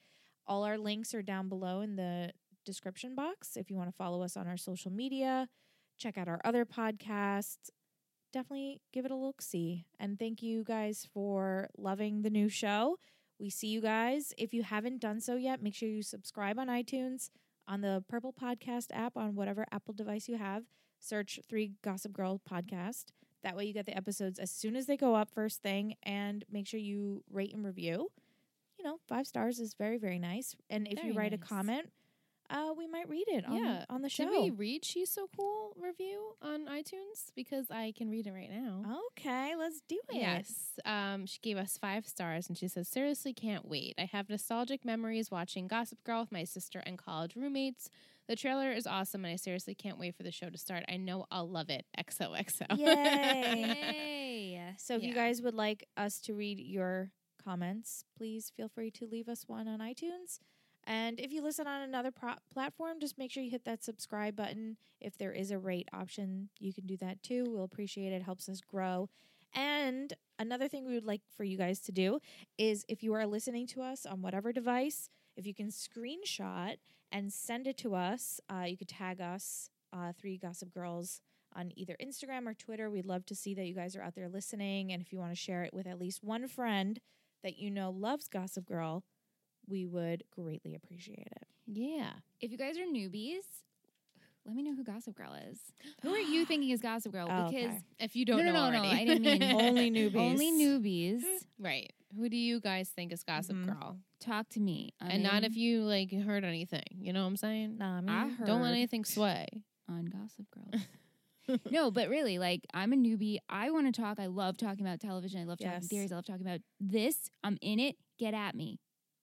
Speaker 2: All our links are down below in the description box if you want to follow us on our social media, check out our other podcasts. Definitely give it a look see. And thank you guys for loving the new show. We see you guys. If you haven't done so yet, make sure you subscribe on iTunes on the Purple Podcast app on whatever Apple device you have. Search Three Gossip Girl Podcast. That way you get the episodes as soon as they go up, first thing, and make sure you rate and review. You know, five stars is very, very nice. And if
Speaker 1: Very
Speaker 2: you write a
Speaker 1: nice.
Speaker 2: comment, uh, we might read it on,
Speaker 1: Yeah.
Speaker 2: on the show.
Speaker 1: Should we read "She's So Cool" review on iTunes because I can read it right now?
Speaker 2: Okay, let's do it.
Speaker 1: Yes. Um, she gave us five stars and she says, Seriously, can't wait. I have nostalgic memories watching Gossip Girl with my sister and college roommates. The trailer is awesome and I seriously can't wait for the show to start. I know I'll love it. XOXO.
Speaker 2: Yay.
Speaker 3: Yay!
Speaker 2: So if you
Speaker 1: Yeah.
Speaker 2: guys would like us to read your comments, please feel free to leave us one on iTunes. And if you listen on another pro- platform, just make sure you hit that subscribe button. If there is a rate option, you can do that too. We'll appreciate it. Helps us grow. And another thing we would like for you guys to do is if you are listening to us on whatever device, if you can screenshot and send it to us, uh, you could tag us, uh, Three Gossip Girls on either Instagram or Twitter. We'd love to see that you guys are out there listening. And if you want to share it with at least one friend that you know loves Gossip Girl, we would greatly appreciate it.
Speaker 1: Yeah.
Speaker 3: if you guys are newbies, let me know who Gossip Girl is. Who are you thinking is Gossip Girl?
Speaker 2: Oh,
Speaker 3: because
Speaker 2: okay.
Speaker 1: If you don't
Speaker 3: No,
Speaker 1: know
Speaker 3: no, no, no,
Speaker 1: already.
Speaker 3: I didn't mean
Speaker 2: Only newbies.
Speaker 3: only newbies
Speaker 1: Right. Who do you guys think is Gossip
Speaker 2: Mhm.
Speaker 1: Girl?
Speaker 3: talk to me. Mm-hmm. I
Speaker 1: and not
Speaker 3: mean,
Speaker 1: if you like heard anything. You know what I'm saying?
Speaker 2: Nah, I mean,
Speaker 3: I heard
Speaker 1: Don't let anything sway.
Speaker 3: on Gossip Girl. no, but really, like I'm a newbie. I want to talk. I love talking about television. I love talking
Speaker 2: Yes.
Speaker 3: theories. I love talking about this. I'm in it. Get at me.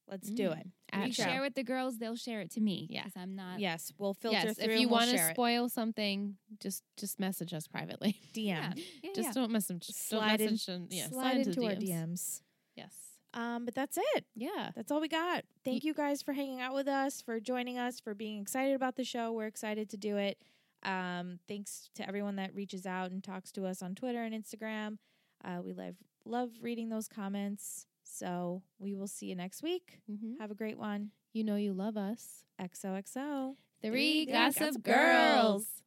Speaker 2: let's do
Speaker 1: Mm.
Speaker 2: it.
Speaker 1: At
Speaker 3: you
Speaker 2: Reach out.
Speaker 3: share with the girls, they'll share it to me.
Speaker 1: Yeah.
Speaker 3: 'cause I'm not.
Speaker 2: Yes, we'll filter
Speaker 1: yes,
Speaker 2: through.
Speaker 1: if you
Speaker 2: and we'll
Speaker 1: want to
Speaker 2: share it.
Speaker 1: spoil something, just just message us privately.
Speaker 2: DM,
Speaker 3: Yeah. yeah,
Speaker 1: Just
Speaker 3: yeah.
Speaker 1: don't message. Just don't
Speaker 2: Slide in-
Speaker 1: message and, yeah,
Speaker 2: slide,
Speaker 1: the
Speaker 2: into our
Speaker 1: DMs.
Speaker 2: DMs.
Speaker 1: Yes.
Speaker 2: Um, but that's it.
Speaker 1: Yeah.
Speaker 2: That's all we got. Thank you guys for hanging out with us, for joining us, for being excited about the show. We're excited to do it. Um, thanks to everyone that reaches out and talks to us on Twitter and Instagram. Uh, we love love reading those comments. So we will see you next week.
Speaker 1: Mm-hmm.
Speaker 2: Have a great one.
Speaker 1: You know you love us.
Speaker 2: XOXO.
Speaker 1: Three,
Speaker 3: Gossip
Speaker 1: Girls.
Speaker 3: Girls.